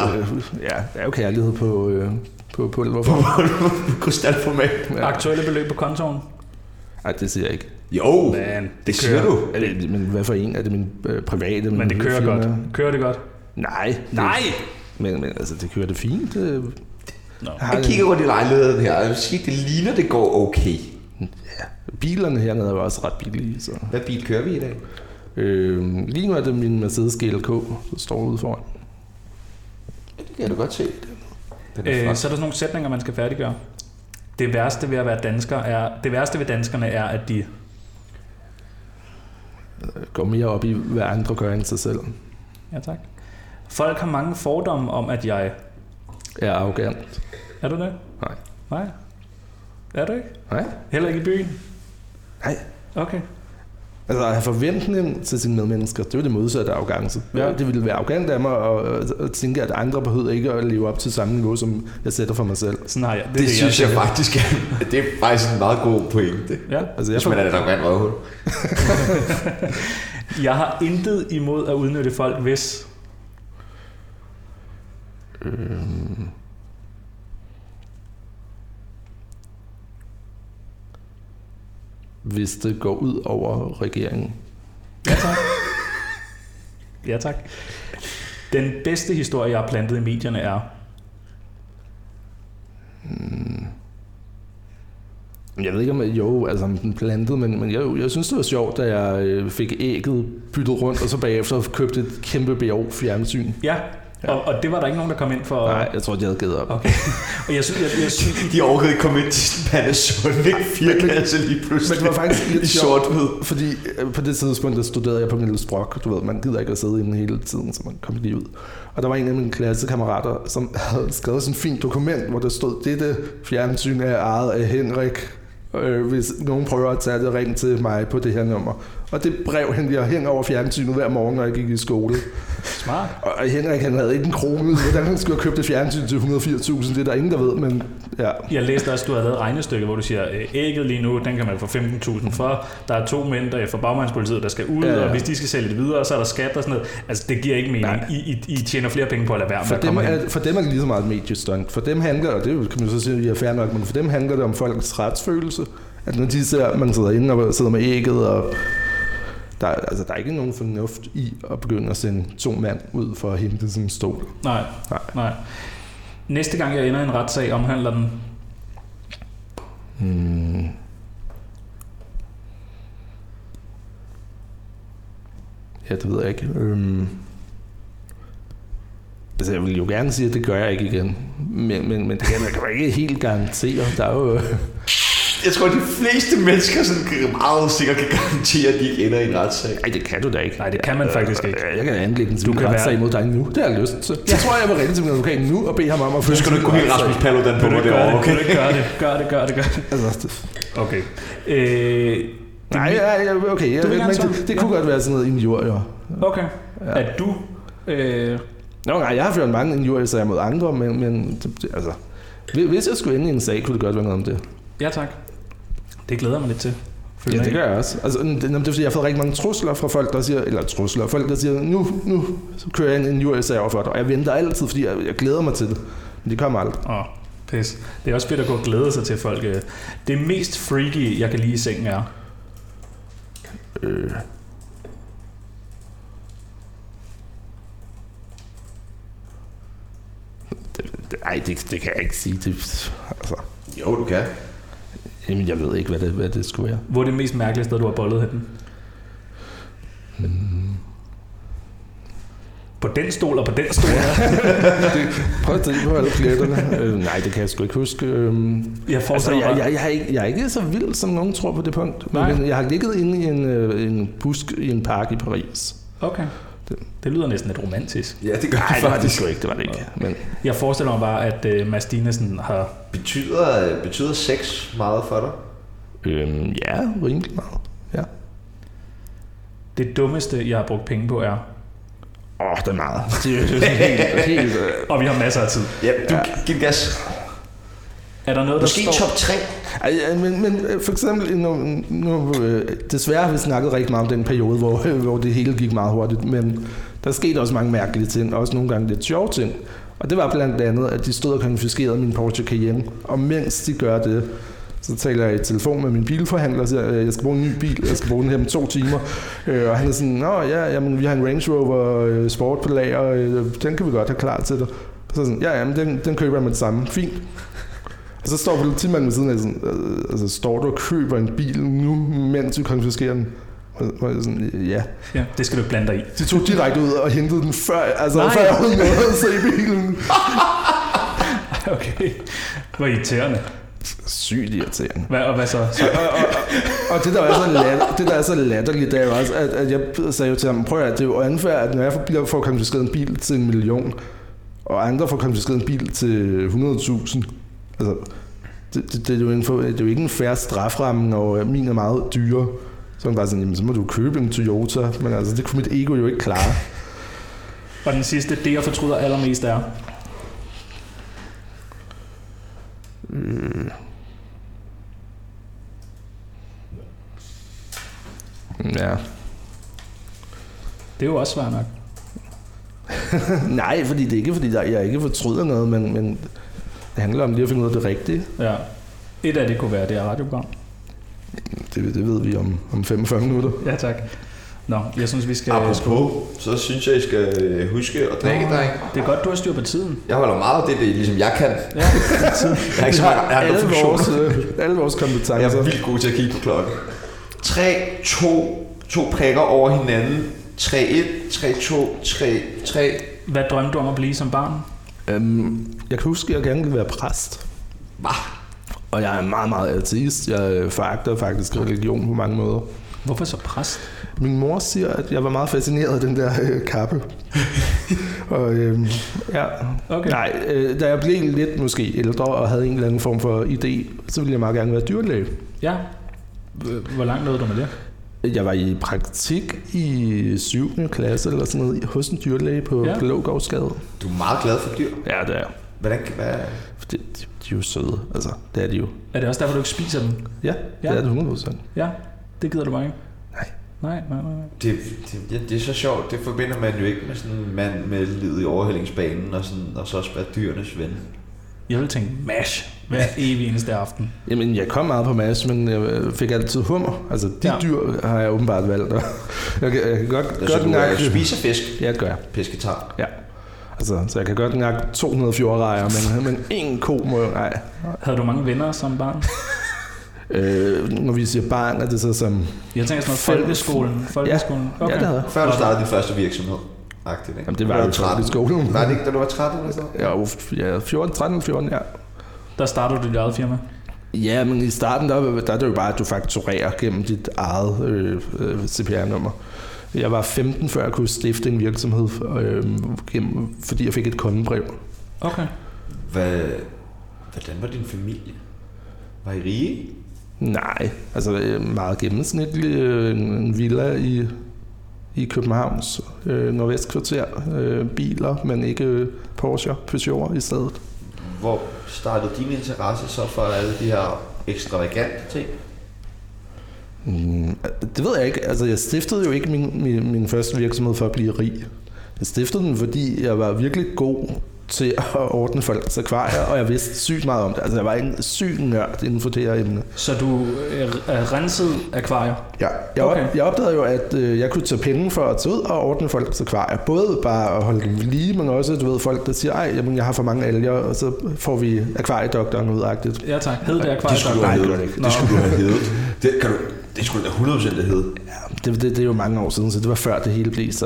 [SPEAKER 2] ja, det er jo kærlighed på, øh, på pulver.
[SPEAKER 1] krystalformat.
[SPEAKER 3] Ja.
[SPEAKER 2] Ja.
[SPEAKER 3] Aktuelle beløb på kontoen?
[SPEAKER 1] Mm,
[SPEAKER 2] Ej, det siger jeg ikke.
[SPEAKER 1] Jo,
[SPEAKER 3] Man,
[SPEAKER 1] det siger du.
[SPEAKER 2] Er det, men hvad for en? Er det min øh, private?
[SPEAKER 3] Men
[SPEAKER 2] min
[SPEAKER 3] det kører
[SPEAKER 2] firma?
[SPEAKER 3] godt. Kører det godt?
[SPEAKER 2] Nej. det- Men, men altså, det kører det fint. Øh,
[SPEAKER 3] Nå.
[SPEAKER 2] har
[SPEAKER 1] Jeg
[SPEAKER 2] en-
[SPEAKER 1] kigger rundt i lejligheden her, og jeg vil sige, det ligner, det går okay.
[SPEAKER 2] Bilerne hernede er jo også ret billige. Så.
[SPEAKER 1] Hvad bil kører vi i dag?
[SPEAKER 2] Øh, lige nu er det min Mercedes GLK, der står ude foran.
[SPEAKER 1] Det kan du godt se. Den
[SPEAKER 3] Øh, så er der
[SPEAKER 1] flot.
[SPEAKER 3] sådan nogle sætninger, man skal færdiggøre. Det værste ved at være dansker er, det værste ved danskerne er, at de...
[SPEAKER 2] Jeg Øh, Går mere op i, hvad andre gør end sig selv.
[SPEAKER 3] Ja, tak. Folk har mange fordomme om, at jeg...
[SPEAKER 2] Jeg er arrogant.
[SPEAKER 3] Er du det?
[SPEAKER 2] Nej.
[SPEAKER 3] Nej. Er du ikke?
[SPEAKER 2] Nej.
[SPEAKER 3] Heller ikke i byen?
[SPEAKER 2] Nej.
[SPEAKER 3] Okay.
[SPEAKER 2] Altså at have forventning til sine medmennesker, det er jo det modsatte af arrogance.
[SPEAKER 3] Ja.
[SPEAKER 2] Ja. Det ville være arrogant af mig at, at tænke, at andre behøver ikke at leve op til samme niveau, som jeg sætter for mig selv.
[SPEAKER 3] Sådan har jeg. Det, er
[SPEAKER 1] Det synes jeg
[SPEAKER 3] tænker.
[SPEAKER 1] faktisk er, det er faktisk en meget god pointe.
[SPEAKER 3] Ja.
[SPEAKER 2] Altså, jeg
[SPEAKER 1] Hvis man er
[SPEAKER 2] for,
[SPEAKER 1] et arrogant røvhul.
[SPEAKER 3] Jeg har intet imod at udnytte folk, hvis...
[SPEAKER 2] hvis det går ud over regeringen.
[SPEAKER 3] Ja, tak. ja, tak. Den bedste historie, jeg har plantet i medierne, er...
[SPEAKER 2] Jeg ved ikke om jeg, jo, altså om den plantede, men, men jeg, jeg synes det var sjovt, da jeg øh, fik ægget byttet rundt, og så bagefter købte et kæmpe BO fjernsyn.
[SPEAKER 3] Ja, ja. Og, og det var der ikke nogen, der kom ind for...
[SPEAKER 2] Nej, jeg tror, de havde givet op.
[SPEAKER 3] Okay. Og jeg synes, jeg, jeg synes,
[SPEAKER 1] De orkede ikke komme ind til sådan en Panasonic firkasse lige pludselig.
[SPEAKER 2] Men det var faktisk lidt
[SPEAKER 1] I
[SPEAKER 2] sjovt.
[SPEAKER 1] sort-hvid.
[SPEAKER 2] Fordi øh, på det tidspunkt, der studerede jeg på Niels Brock, du ved, man gider ikke at sidde inde hele tiden, så man kom lige ud. Og der var en af mine klassekammerater, som havde skrevet sådan et fint dokument, hvor der stod, dette fjernsyn er ejet af Henrik. Øh, hvis nogen prøver at tage det, ring til mig på det her nummer. Og det brev hentede jeg hen over fjernsynet hver morgen, når jeg gik i skole.
[SPEAKER 3] smart.
[SPEAKER 2] Og og Henrik, han havde ikke en krone, ud. hvordan han skulle have købt et fjernsyn til 180.000, det er der ingen, der ved, men ja.
[SPEAKER 3] Jeg læste også, at du havde lavet regnestykket, hvor du siger, øh, ægget lige nu, den kan man få 15.000 for. Der er to mænd der fra bagmandspolitiet, der skal ud,
[SPEAKER 2] Ja,
[SPEAKER 3] ja,
[SPEAKER 2] ja.
[SPEAKER 3] ja. og hvis de skal sælge det videre, så er der skat og sådan noget. Altså, det giver ikke mening.
[SPEAKER 2] Nej.
[SPEAKER 3] I, I, I, tjener flere penge på at lade være med
[SPEAKER 2] For
[SPEAKER 3] at
[SPEAKER 2] dem,
[SPEAKER 3] komme ind.
[SPEAKER 2] er, for dem er det lige så meget et mediestunt. For dem handler, og det er jo- kan man så sige, at fair nok, men for dem handler det om folks retsfølelse. At når de ser, at man sidder inde og sidder med ægget, og der, er- altså, der er ikke nogen fornuft i at begynde at sende to mand ud for at hente sådan en stol.
[SPEAKER 3] Nej,
[SPEAKER 2] Nej.
[SPEAKER 3] nej. Næste gang, jeg ender i en retssag, omhandler den.
[SPEAKER 2] Hmm. Ja, det ved jeg ikke. Øhm. Altså, jeg vil jo gerne sige, at det gør jeg ikke igen. Men, men, men det kan jeg kan ikke helt garantere. Der er jo...
[SPEAKER 1] Jeg tror, de fleste mennesker sådan kan- meget sikkert kan garantere, at de ikke ender i en retssag.
[SPEAKER 2] Nej, det kan du da ikke.
[SPEAKER 3] Nej, det kan man faktisk ikke.
[SPEAKER 2] Øh, Jeg kan anlægge en civil
[SPEAKER 3] kan
[SPEAKER 2] retssag
[SPEAKER 3] være-
[SPEAKER 2] imod dig nu. Det har jeg lyst til. Jeg tror, jeg vil ringe til min advokat nu og bede ham om at
[SPEAKER 1] Nu
[SPEAKER 2] føre
[SPEAKER 1] skal du
[SPEAKER 2] en
[SPEAKER 1] ikke gå helt
[SPEAKER 2] civil
[SPEAKER 1] Rasmus Paludan på
[SPEAKER 3] Vil du
[SPEAKER 1] mig
[SPEAKER 3] ikke gøre
[SPEAKER 1] derovre,
[SPEAKER 3] det?
[SPEAKER 1] okay?
[SPEAKER 3] Vil du ikke gøre det? Gør det, gør det, gør det.
[SPEAKER 2] retssag. Altså, det-
[SPEAKER 3] Okay. Øh,
[SPEAKER 2] nej, ja, ja, okay. Jeg
[SPEAKER 3] Du
[SPEAKER 2] ved,
[SPEAKER 3] vil gerne
[SPEAKER 2] men
[SPEAKER 3] svare.
[SPEAKER 2] det, det kunne godt være sådan noget injurier.
[SPEAKER 3] okay.
[SPEAKER 2] Ja.
[SPEAKER 3] At du... Øh,
[SPEAKER 2] Nå, nej, jeg har ført mange injuriesager mod andre, men, men det, det- altså, hvi- hvis jeg skulle ende i en sag, kunne det godt være noget om det.
[SPEAKER 3] ja, tak. Det glæder jeg mig lidt til. Følg
[SPEAKER 2] Ja,
[SPEAKER 3] med
[SPEAKER 2] det
[SPEAKER 3] i.
[SPEAKER 2] gør jeg også. Altså, det, det er fordi, jeg har fået rigtig mange trusler fra folk, der siger, eller trusler, folk, der siger, nu, nu kører jeg en injuriesag over for dig. Og jeg venter altid, fordi jeg, jeg glæder mig til det. Men de kommer aldrig.
[SPEAKER 3] Åh, pis. Det er også fedt at gå og glæde sig til folk. øh. Det mest freaky, jeg kan lide i sengen er...
[SPEAKER 2] Øh. Det- det- Ej, det, det kan jeg ikke sige. Det, altså,
[SPEAKER 1] Jo, du kan.
[SPEAKER 2] jamen, jeg ved ikke, hvad det, hvad det skulle være.
[SPEAKER 3] Hvor er det mest
[SPEAKER 2] Mm.
[SPEAKER 3] mærkelige sted, du har bollet henne? på den stol og på den stol.
[SPEAKER 2] Prøv at drive på alle pletterne. øh, nej, det kan jeg sgu ikke huske. Øh,
[SPEAKER 3] Jeg får
[SPEAKER 2] Altså,
[SPEAKER 3] altså,
[SPEAKER 2] jeg, jeg, jeg, er ikke, jeg er ikke så vild, som nogen tror på det punkt. Men
[SPEAKER 3] Nej.
[SPEAKER 2] jeg har ligget inde i en, øh, en busk i en park i Paris.
[SPEAKER 3] Okay. Det, det lyder næsten lidt romantisk.
[SPEAKER 1] Ja, det gør
[SPEAKER 2] Nej,
[SPEAKER 1] det
[SPEAKER 2] det var det
[SPEAKER 1] faktisk.
[SPEAKER 2] sgu ikke. Det var det ikke. Men
[SPEAKER 3] Jeg forestiller mig bare, at øh, Mads Dinesen har
[SPEAKER 1] Betyder, øh, betyder sex meget for dig?
[SPEAKER 2] øhm, ja, rimelig meget. Ja.
[SPEAKER 3] det dummeste, jeg har brugt penge på, er...
[SPEAKER 2] Åh, oh, det er meget. Det er sådan helt, helt, øh,
[SPEAKER 3] Og vi har masser af tid.
[SPEAKER 1] Ja, du ja. giv den gas.
[SPEAKER 3] Er der noget, der
[SPEAKER 1] Måske
[SPEAKER 3] står...
[SPEAKER 1] top 3.
[SPEAKER 2] Ej, ja, men, men øh, for eksempel, nu, nu, øh, desværre har vi snakket rigtig meget om den periode, hvor, øh, hvor det hele gik meget hurtigt, men der skete også mange mærkelige ting, og også nogle gange lidt sjove ting. Og det var blandt andet, at de stod og konfiskerede min Porsche Cayenne, og mens de gør det, så taler jeg i telefon med min bilforhandler og siger, øh, jeg skal bruge en ny bil, jeg skal bruge den her om to timer. Øh, og han er sådan, nå ja, jamen, vi har en Range Rover øh, Sport på lager, øh, den kan vi godt have klar til dig. Og så er sådan, ja, jamen, den, den køber jeg med det samme. Fint. Og så står politimanden ved siden af sådan, øh, altså står du og køber en bil nu, mens vi konfiskerer den? Og- Og jeg sådan, ja.
[SPEAKER 3] Ja, det skal du ikke blande dig i.
[SPEAKER 2] De tog direkte ud og hentede den før, altså
[SPEAKER 3] Nej.
[SPEAKER 2] før jeg havde noget at se bilen.
[SPEAKER 3] Okay. Hvor irriterende.
[SPEAKER 2] Sygt irriterende.
[SPEAKER 3] Hvad, og hvad så? så
[SPEAKER 2] og, og, og det, der er så latter, det, der er så latterligt, det er jo også, at, at jeg sagde jo til ham, prøv at høre, det er jo unfair, at når jeg får, får konfiskeret en bil til en million, og andre får konfiskeret en bil til 100.000, altså, det, det, det, er jo en, for- det er jo ikke en færre straframme, når min er meget dyre. Så han bare sådan, jamen, så må du købe en Toyota, men altså, det kunne mit ego jo ikke klare.
[SPEAKER 3] og den sidste, det jeg fortryder allermest er...
[SPEAKER 2] Mm, Ja.
[SPEAKER 3] Det er jo også svært nok.
[SPEAKER 2] Nej, fordi det er ikke, fordi der, jeg ikke fortryder noget, men, men det handler om lige at finde ud af det rigtige.
[SPEAKER 3] Ja. Et af det kunne være det her radioprogram.
[SPEAKER 2] Det, det ved vi om, om 45 minutter.
[SPEAKER 3] Ja, tak. Nå, jeg synes, vi skal...
[SPEAKER 1] Apropos, så synes jeg, I skal øh, huske at drikke, dreng.
[SPEAKER 3] Det er godt, du har styr på tiden.
[SPEAKER 1] Jeg holder meget af det, det ligesom jeg kan.
[SPEAKER 3] Ja,
[SPEAKER 1] Jeg er ikke så
[SPEAKER 2] Vi
[SPEAKER 1] meget, jeg har
[SPEAKER 2] alle,
[SPEAKER 1] nogle funktioner.
[SPEAKER 2] vores, øh, alle vores
[SPEAKER 1] Jeg
[SPEAKER 2] kompetencer.
[SPEAKER 1] er vildt god til at kigge på klokken. 3, 2, to prikker over hinanden. 3, 1, 3, 2, 3, 3.
[SPEAKER 3] Hvad drømte du om at blive som barn?
[SPEAKER 2] Øhm, jeg kan huske, at jeg gerne ville være præst.
[SPEAKER 1] Hva?
[SPEAKER 2] Og jeg er meget, meget ateist. Jeg øh, foragter faktisk religion på mange måder.
[SPEAKER 3] Hvorfor så præst?
[SPEAKER 2] Min mor siger, at jeg var meget fascineret af den der øh, kappe. og øhm, ja.
[SPEAKER 3] Okay.
[SPEAKER 2] Nej, øh, da jeg blev lidt måske ældre og havde en eller anden form for idé, så ville jeg meget gerne være dyrlæge.
[SPEAKER 3] Ja. H- Hvor langt nåede du med det?
[SPEAKER 2] Jeg var i praktik i 7. klasse eller sådan noget hos en dyrlæge på
[SPEAKER 3] Ja.
[SPEAKER 2] ja. Blågårdsgade.
[SPEAKER 1] Du er meget glad for dyr.
[SPEAKER 2] Ja, det er
[SPEAKER 1] Hvordan kan være...
[SPEAKER 2] det, de, de er jo søde, altså. Det er de jo.
[SPEAKER 3] Er det også derfor, du ikke spiser dem?
[SPEAKER 2] Ja,
[SPEAKER 3] Ja.
[SPEAKER 2] ja. det er det 100%.
[SPEAKER 3] Ja, det gider du bare ikke.
[SPEAKER 2] Nej.
[SPEAKER 3] Nej, nej, nej. nej.
[SPEAKER 1] Det, det, ja, det, er så sjovt. Det forbinder man jo ikke med sådan en mand med livet i overhældingsbanen, og, sådan, og så også være dyrenes ven.
[SPEAKER 3] Jeg vil tænke mash hver evig eneste aften.
[SPEAKER 2] Jamen, jeg kom meget på mas, men jeg øh, fik altid hummer. Altså, de
[SPEAKER 3] Ja.
[SPEAKER 2] ja. dyr har jeg åbenbart valgt. og jeg, kan, jeg kan godt,
[SPEAKER 1] Så
[SPEAKER 2] godt
[SPEAKER 1] du
[SPEAKER 2] nakke...
[SPEAKER 1] øh, spiser fisk,
[SPEAKER 2] Ja, det gør jeg.
[SPEAKER 1] pesketar.
[SPEAKER 2] Ja. Altså, så jeg kan godt nakke 200 fjordrejer, men, men en ko må jo... Nej.
[SPEAKER 3] Havde du mange venner som barn?
[SPEAKER 2] Øh, når vi siger barn, er det så som...
[SPEAKER 3] Jeg tænker sådan noget
[SPEAKER 2] Fem-
[SPEAKER 3] folkeskolen. Folkeskolen.
[SPEAKER 2] Okay. Ja, det havde jeg.
[SPEAKER 1] Før du startede din første virksomhed. Agtigt, ikke?
[SPEAKER 2] Jamen, det var jo træt i skolen.
[SPEAKER 1] Var det ikke, da du var 13 eller sådan noget?
[SPEAKER 2] Ja, uf, ja, 14, 13, 14, ja.
[SPEAKER 3] Der startede du dit eget firma.
[SPEAKER 2] Ja, men i starten, der, der er det jo bare, at du fakturerer gennem dit eget øh, øh, CPR-nummer. Jeg var 15, før jeg kunne stifte en virksomhed, øh, gennem, fordi jeg fik et kundebrev.
[SPEAKER 3] Okay.
[SPEAKER 1] Hvad, hvordan var din familie? Var I rige?
[SPEAKER 2] Nej, altså øh, meget gennemsnitlig øh, en- en villa i, i Københavns øh, nordvestkvarter. Øh, biler, men ikke øh, Porsche, Peugeot i stedet.
[SPEAKER 1] Hvor startede din interesse så for alle de her ekstravagante ting?
[SPEAKER 2] Mm, det ved jeg ikke. Altså, jeg stiftede jo ikke min, min, min første virksomhed for at blive rig. Jeg stiftede den, fordi jeg var virkelig god til at ordne folks akvarier, og jeg vidste sygt meget om det. Altså, jeg var en syg nørd inden for det her emne.
[SPEAKER 3] Så du øh, er renset akvarier?
[SPEAKER 2] Ja, jeg, okay.
[SPEAKER 3] Okay.
[SPEAKER 2] op, jeg opdagede jo, at øh, jeg kunne tage penge for at tage ud og ordne folks akvarier. Både bare at holde dem ved lige, men også, du ved, folk, der siger, ej, jamen, jeg har for mange alger, og så får vi akvariedokteren udagtigt.
[SPEAKER 3] Ja tak. Hed det akvarier?
[SPEAKER 1] det skulle du
[SPEAKER 2] nej,
[SPEAKER 1] have
[SPEAKER 2] det var det
[SPEAKER 1] heddet.
[SPEAKER 2] ikke.
[SPEAKER 1] Det skulle du have heddet. Det, kan du, det skulle da 100% have heddet.
[SPEAKER 2] Ja, det, det, det, er jo mange år siden, så det var før det hele blev så...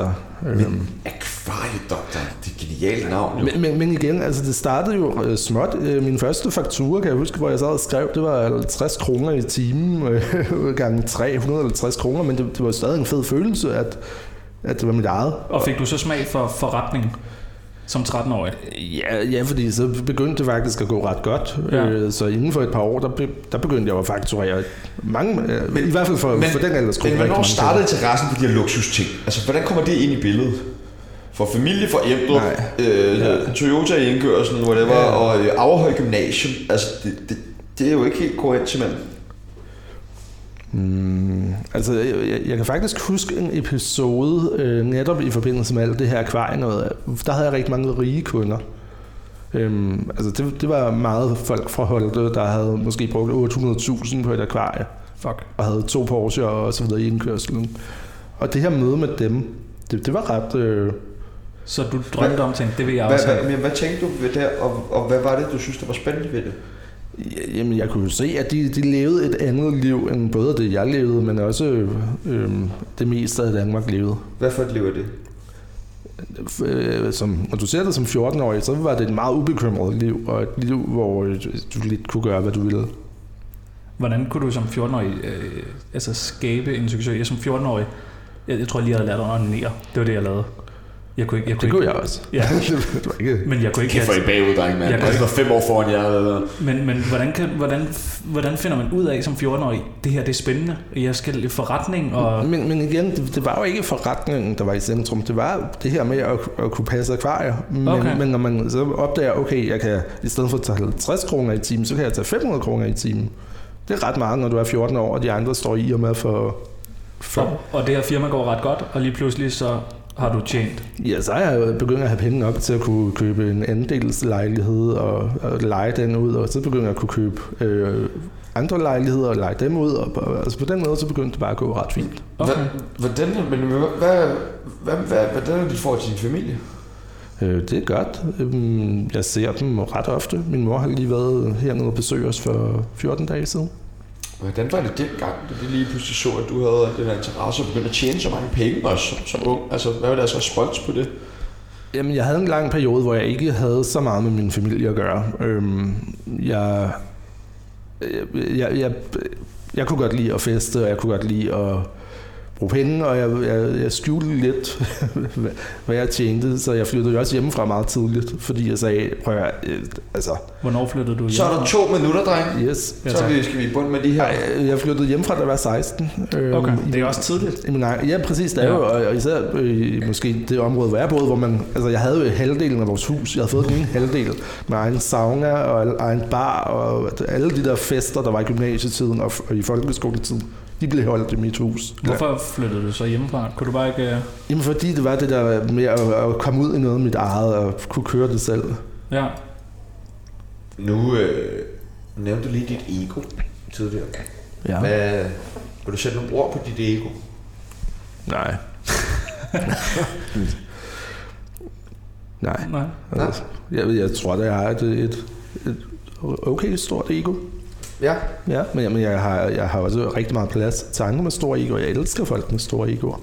[SPEAKER 1] Men
[SPEAKER 2] Øh,
[SPEAKER 1] akvarier Farlig doktor. Det er et genialt navn, jo.
[SPEAKER 2] Men, men, men igen, altså det startede jo øh, småt. Øh, min første faktura, kan jeg huske, hvor jeg sad og skrev, det var 50 kroner i timen, øh, gange 350 kroner, men det, det var stadig en fed følelse, at, at det var mit eget.
[SPEAKER 3] Og fik du så smag for forretning som 13-årig?
[SPEAKER 2] Ja, ja, fordi så begyndte det faktisk at gå ret godt.
[SPEAKER 3] Ja.
[SPEAKER 2] Ja. Øh, så inden for et par år, der, be, der begyndte jeg jo at fakturere mange, øh, men, i hvert fald for, men, for den aldersgruppe.
[SPEAKER 1] Men
[SPEAKER 2] rigtig
[SPEAKER 1] hvornår
[SPEAKER 2] mange
[SPEAKER 1] startede
[SPEAKER 2] penge.
[SPEAKER 1] interessen for de her luksusting? Altså, hvordan kommer det ind i billedet? For familie, for Emdrup,
[SPEAKER 2] Nej.
[SPEAKER 1] øh,
[SPEAKER 2] Ja.
[SPEAKER 1] Toyota i indkørselen, whatever,
[SPEAKER 2] Ja.
[SPEAKER 1] og øh, Averhøj Gymnasium. Altså, det, det, det er jo ikke helt korrekt til manden.
[SPEAKER 2] Mm, altså, jeg, jeg, jeg kan faktisk huske en episode øh, netop i forbindelse med alt det her akvarie noget. Der havde jeg rigtig mange rige kunder. Øhm, altså, det, det var meget folk fra Holte, der havde måske brugt 800.000 på et akvarie
[SPEAKER 3] Fuck.
[SPEAKER 2] og havde to Porsche og så videre i indkørselen. Og det her møde med dem, det, det var ret... Øh,
[SPEAKER 3] Så du drømte om, tænkte, det vil jeg
[SPEAKER 1] Hvad,
[SPEAKER 3] også
[SPEAKER 1] hvad,
[SPEAKER 3] have.
[SPEAKER 1] men hvad tænkte du ved det, og, og hvad var det, du synes, der var spændende ved det?
[SPEAKER 2] ja, jamen, jeg kunne jo se, at de, de levede et andet liv end både det, jeg levede, men også øh, det meste af Danmark levede.
[SPEAKER 1] Hvad for et liv er det?
[SPEAKER 2] øh, som, når du ser det som 14-årig, så var det et meget ubekymret liv, og et liv, hvor øh, du lidt kunne gøre, hvad du ville.
[SPEAKER 3] Hvordan kunne du som 14-årig øh, altså skabe en succes? Jeg som 14-årig, jeg, jeg tror jeg lige, jeg havde lært at onanere. Det var det, jeg lavede. Jeg kunne ikke... Jeg kunne
[SPEAKER 2] Det
[SPEAKER 3] ikke,
[SPEAKER 2] kunne jeg også.
[SPEAKER 3] Ja,
[SPEAKER 2] det var ikke...
[SPEAKER 3] men jeg kunne ikke...
[SPEAKER 1] I bagud, drenge, Altså,
[SPEAKER 3] Jeg kan
[SPEAKER 1] var fem år foran jer. Eller...
[SPEAKER 3] Men, men hvordan, kan, hvordan, hvordan finder man ud af som 14-årig, det her det er spændende, jeg skal i forretning, og
[SPEAKER 2] Men, men igen, det, det var jo ikke forretningen, der var i centrum. Det var det her med at, at kunne passe akvarier. Men,
[SPEAKER 3] Okay.
[SPEAKER 2] men når man så opdager, okay, jeg kan i stedet for at tage 50 kroner i timen, så kan jeg tage 500 kroner i timen. Det er ret meget, når du er 14 år, og de andre står i og med for...
[SPEAKER 3] og,
[SPEAKER 2] for
[SPEAKER 3] og det her firma går ret godt, og lige pludselig så har du tjent.
[SPEAKER 2] Ja, så er jeg jo begyndt at have penge nok til at kunne købe en andelslejlighed og, og lege den ud, og så begynder jeg at kunne købe øh, andre lejligheder og lege dem ud. Og, og, altså på den måde, så begyndte det bare at gå ret fint.
[SPEAKER 3] Okay.
[SPEAKER 1] Hvad, hvordan, men, hvad, hvad, hvad, hvad, hvordan er dit forhold til din familie?
[SPEAKER 2] Øh, det er godt. Øhm, jeg ser dem ret ofte. Min mor har lige været hernede og besøge os for 14 dage siden.
[SPEAKER 1] Hvordan var det dengang, da de lige pludselig så, at du havde den her interesse og begyndte at tjene så mange penge også som, som ung? Altså, hvad var deres respons på det?
[SPEAKER 2] Jamen, jeg havde en lang periode, hvor jeg ikke havde så meget med min familie at gøre. Øhm, jeg, jeg, jeg, jeg, jeg kunne godt lide at feste, og jeg kunne godt lide at bruge penge, og jeg, jeg, jeg skjulte lidt, hvad- hvad jeg tjente, så jeg flyttede jo også hjemmefra meget tidligt, fordi jeg sagde, prøv at høre, øh, altså,
[SPEAKER 3] Hvornår flyttede du hjem?
[SPEAKER 1] Så er der to minutter, dreng.
[SPEAKER 2] yes.
[SPEAKER 3] Ja,
[SPEAKER 1] så
[SPEAKER 3] tak.
[SPEAKER 1] vi, skal vi i bund med de her.
[SPEAKER 2] øh, Jeg, jeg flyttede hjemmefra, da jeg var 16. Øhm,
[SPEAKER 3] Okay,
[SPEAKER 2] i-
[SPEAKER 3] det er også tidligt.
[SPEAKER 2] Jamen, nej, ja, præcis. Det er
[SPEAKER 3] Ja.
[SPEAKER 2] ja. jo, og- og især øh, måske det område, hvor jeg boede, hvor man, altså jeg havde jo halvdelen af vores hus. Jeg havde fået den ene halvdel med egen sauna og al- egen bar, og alle de der fester, der var i gymnasietiden og, f- og i folkeskoletiden, de blev holdt i mit hus.
[SPEAKER 3] Hvorfor flyttede du så hjemmefra? Kunne du bare ikke... øh,
[SPEAKER 2] Jamen fordi det var det der med at, at komme ud i noget af mit eget og kunne køre det selv.
[SPEAKER 3] Ja,
[SPEAKER 1] Nu øh, nævnte du lige dit ego tidligere.
[SPEAKER 2] Ja.
[SPEAKER 1] Hvad, vil du sætte nogle ord på dit ego?
[SPEAKER 2] Nej. Nej.
[SPEAKER 3] nej.
[SPEAKER 1] Nej.
[SPEAKER 2] Altså, jeg, ved- jeg tror, det er et, et, et okay stort ego.
[SPEAKER 1] Ja.
[SPEAKER 2] Ja, men, men jeg, har, jeg har også rigtig meget plads til andre med store egoer. Jeg elsker folk med store egoer.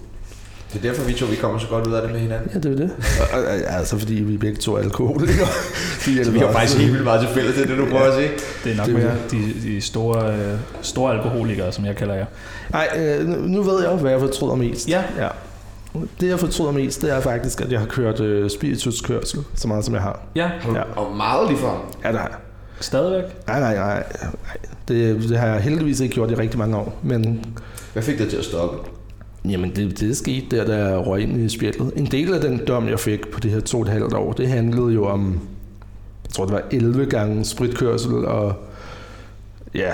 [SPEAKER 1] Det er derfor, vi to vi kommer så godt ud af det med hinanden.
[SPEAKER 2] Ja, det er jo det. Og- og- og- altså, fordi vi begge to er alkoholikere. De
[SPEAKER 1] Så vi har faktisk helt vildt meget til fælles, det er det, du prøver at sige.
[SPEAKER 3] Det er nok
[SPEAKER 2] Det er
[SPEAKER 3] mere de, de store, øh, store alkoholikere, som jeg kalder jer.
[SPEAKER 2] Nej, øh, nu- nu ved jeg jo, hvad jeg fortryder mest.
[SPEAKER 3] Ja.
[SPEAKER 2] ja. Det, jeg fortryder mest, det er faktisk, at jeg har kørt øh, spirituskørsel, så meget som jeg har.
[SPEAKER 3] Ja,
[SPEAKER 1] Har du-
[SPEAKER 2] Ja.
[SPEAKER 1] Og meget lige for.
[SPEAKER 2] Ja, det har jeg.
[SPEAKER 3] stadigvæk.
[SPEAKER 2] Nej, nej, nej. nej. Det, det har jeg heldigvis ikke gjort i rigtig mange år. Men
[SPEAKER 1] Hvad fik dig til at stoppe?
[SPEAKER 2] Jamen, det, det skete der, da jeg røg ind i spjældet. En del af den dom, jeg fik på det her to og et halvt år, det handlede jo om, jeg tror, det var 11 gange spritkørsel og ja,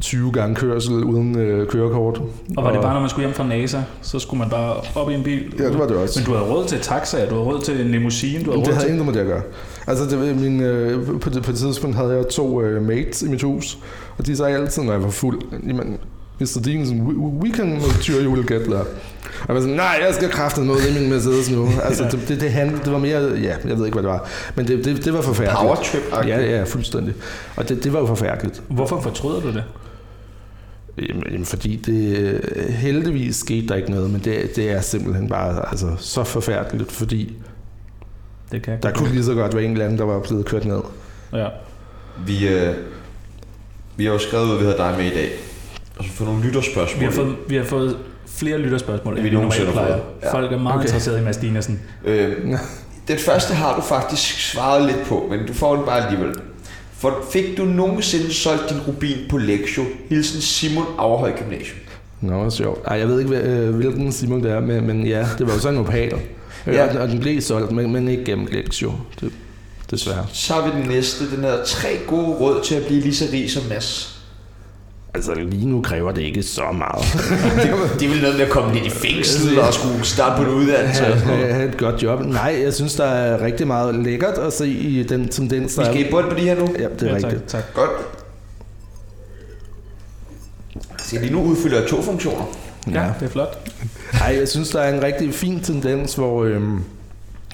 [SPEAKER 2] 20 gange kørsel uden øh, kørekort.
[SPEAKER 3] Og var det bare, når man skulle hjem fra NASA, så skulle man bare op i en bil?
[SPEAKER 2] Ja, det var det også.
[SPEAKER 3] Men du havde råd til taxa, du havde råd til en limousine, du havde
[SPEAKER 2] Jamen, det
[SPEAKER 3] råd
[SPEAKER 2] havde
[SPEAKER 3] til...
[SPEAKER 2] intet med det at gøre. Altså, det, var min, øh, på, det, på det tidspunkt havde jeg to øh, mates i mit hus, og de sagde altid, når jeg var fuld, jamen, Mr. Dinesen, we, we can make sure you will get there. Og jeg var sådan, nej, jeg skal kraftedeme ud i min Mercedes nu. Altså, det, det, det, handlede, det var mere, ja, jeg ved ikke, hvad det var. Men det, det, det var forfærdeligt.
[SPEAKER 1] Powertrip?
[SPEAKER 2] Ja, ja, fuldstændig. Og det, det var jo forfærdeligt.
[SPEAKER 3] Hvorfor fortryder du det?
[SPEAKER 2] Jamen, jamen, fordi det øh, heldigvis skete der ikke noget, men det, det er simpelthen bare altså, så forfærdeligt, fordi
[SPEAKER 3] Det kan jeg
[SPEAKER 2] Der
[SPEAKER 3] godt.
[SPEAKER 2] kunne lige så godt være en eller anden, der var blevet kørt ned.
[SPEAKER 3] Ja.
[SPEAKER 1] Vi, øh, vi har jo skrevet ud, at vi havde dig med i dag. Og så fået nogle lytterspørgsmål.
[SPEAKER 3] Vi har fået, vi har fået flere lytterspørgsmål, end
[SPEAKER 1] Vi
[SPEAKER 3] vi normalt
[SPEAKER 1] nogensinde har
[SPEAKER 3] plejer.
[SPEAKER 1] fået. Ja.
[SPEAKER 3] Ja. Folk er meget
[SPEAKER 2] Okay.
[SPEAKER 3] okay. interesserede i Mads Dinesen.
[SPEAKER 1] Øh, den første har du faktisk svaret lidt på, men du får den bare alligevel. For fik du nogensinde solgt din rubin på Lexio? Hilsen Simon Aarhøj Gymnasium.
[SPEAKER 2] Nå, hvor sjovt. Ej, jeg ved ikke, hvad, øh, hvilken Simon det er, men, men ja, det var jo sådan en opal.
[SPEAKER 1] Ja.
[SPEAKER 2] ja. og, den, og den blev solgt, men, men ikke gennem Lexio. Det, desværre.
[SPEAKER 1] Så har vi den næste. Den hedder tre gode råd til at blive lige så rig som Mads.
[SPEAKER 2] Altså, lige nu kræver det ikke så meget.
[SPEAKER 1] Det er vel noget med at komme lidt i fængsel og skulle starte på en uddannelse.
[SPEAKER 2] Altså,
[SPEAKER 1] og sådan noget.
[SPEAKER 2] have, have et godt job. Nej, jeg synes, der er rigtig meget lækkert at se i den tendens, der
[SPEAKER 1] Vi skal
[SPEAKER 2] er.
[SPEAKER 1] i bund på de her nu.
[SPEAKER 2] Ja, det er ja,
[SPEAKER 3] ja,
[SPEAKER 2] rigtigt.
[SPEAKER 3] tak, tak.
[SPEAKER 1] Godt. Se, lige nu udfylder jeg to funktioner.
[SPEAKER 3] Ja, ja, det er flot.
[SPEAKER 2] Ej, jeg synes, der er en rigtig fin tendens, hvor, øhm,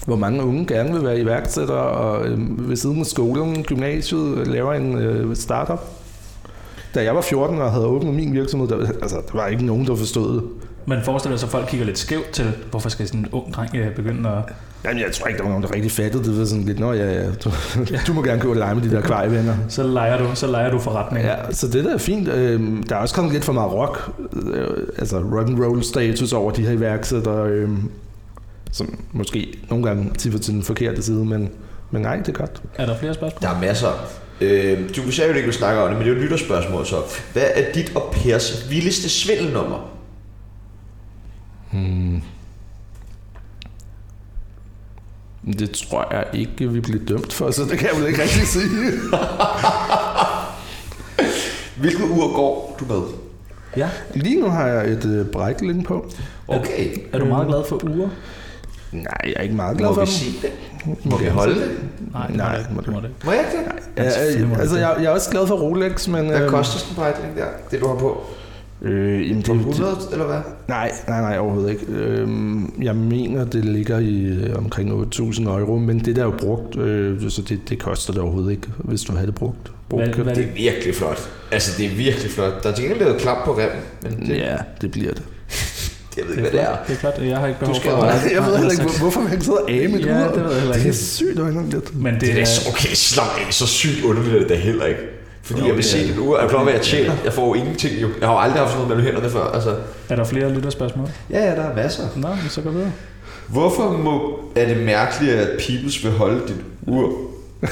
[SPEAKER 2] hvor mange unge gerne vil være iværksættere, og øhm, ved siden af skolen, gymnasiet, laver en øh, startup. Da jeg var 14 og havde åbnet min virksomhed, der, altså, der var ikke nogen, der forstod det.
[SPEAKER 3] Man forestiller sig, at folk kigger lidt skævt til, hvorfor skal sådan en ung dreng øh, begynde at...
[SPEAKER 2] Jamen, jeg tror ikke, der var nogen, der rigtig fattede det. Det var sådan lidt, nå ja, ja du, du må gerne gå og lege med de der kvarjevenner.
[SPEAKER 3] Så leger du, så leger du forretningen. Ja.
[SPEAKER 2] Ja, så det der er fint. Øhm, der er også kommet lidt for meget rock, øh, altså rock and roll status over de her iværksættere, øh, som måske nogle gange tipper til den forkerte side, men, men nej, det er godt.
[SPEAKER 3] Er der flere spørgsmål?
[SPEAKER 1] Der er masser. Øh, du sagde jo ikke, du snakker om det, men det er jo et lytterspørgsmål så. Hvad er dit og Pers vildeste svindelnummer?
[SPEAKER 2] Det tror jeg ikke, vi bliver dømt for, så det kan jeg vel ikke rigtig sige.
[SPEAKER 1] Hvilket ur går du med?
[SPEAKER 3] Ja.
[SPEAKER 2] Lige nu har jeg et øh, Breitling på.
[SPEAKER 1] Okay.
[SPEAKER 3] Er du meget glad for uger?
[SPEAKER 2] Nej, jeg er ikke meget glad
[SPEAKER 1] Må
[SPEAKER 2] for
[SPEAKER 1] vi
[SPEAKER 2] dem.
[SPEAKER 1] sige det? Må vi holde det?
[SPEAKER 3] det
[SPEAKER 2] Nej,
[SPEAKER 3] må
[SPEAKER 2] må
[SPEAKER 3] du,
[SPEAKER 2] du
[SPEAKER 3] må du. ikke.
[SPEAKER 1] Må jeg ikke det?
[SPEAKER 2] Ja,
[SPEAKER 3] Selvfølgelig må
[SPEAKER 2] øh, altså,
[SPEAKER 3] det.
[SPEAKER 2] jeg, jeg er også glad for Rolex, men...
[SPEAKER 1] Hvad
[SPEAKER 2] øhm,
[SPEAKER 1] koster sådan en brejtling der? Det du har på?
[SPEAKER 2] Øh, jamen, det, det,
[SPEAKER 1] 100 eller hvad?
[SPEAKER 2] Nej, nej, nej, overhovedet ikke. Øhm, jeg mener, det ligger i øh, omkring 8.000 euro, men det der er jo brugt, øh, så det, det koster det overhovedet ikke, hvis du havde det brugt. brugt
[SPEAKER 3] Hvad, hvad er
[SPEAKER 1] Det
[SPEAKER 3] det?
[SPEAKER 1] er virkelig flot. Altså det er virkelig flot. Der er til gengæld lavet klap på remmen, men det,
[SPEAKER 2] Mm, Ja, det bliver det.
[SPEAKER 1] jeg ved
[SPEAKER 3] Det
[SPEAKER 1] ikke
[SPEAKER 3] er,
[SPEAKER 1] hvad det er.
[SPEAKER 3] flot. det er flot. Jeg har ikke behov
[SPEAKER 1] skal
[SPEAKER 3] for
[SPEAKER 1] jo-
[SPEAKER 3] at...
[SPEAKER 2] Jeg ved heller ikke, hvor- hvorfor man sidder af med
[SPEAKER 3] Ja, det ved jeg heller
[SPEAKER 2] Det er
[SPEAKER 3] ikke.
[SPEAKER 2] sygt underligt.
[SPEAKER 3] Men det,
[SPEAKER 1] Det er da
[SPEAKER 3] er...
[SPEAKER 1] så- okay, slap af, så sygt underligt er det da heller ikke. Fordi
[SPEAKER 2] Jo,
[SPEAKER 1] jeg vil
[SPEAKER 2] det
[SPEAKER 1] se
[SPEAKER 2] er
[SPEAKER 1] det nu, og jeg er klar over, hvad jeg tjener. Jeg får jo ingenting jo. Jeg har jo aldrig haft sådan noget mellem hænderne før. Altså,
[SPEAKER 3] Er der flere lytterspørgsmål?
[SPEAKER 1] ja, ja, der er masser.
[SPEAKER 3] Nå, men så gå videre.
[SPEAKER 1] Hvorfor må, er det mærkeligt, at Peoples vil holde dit ur?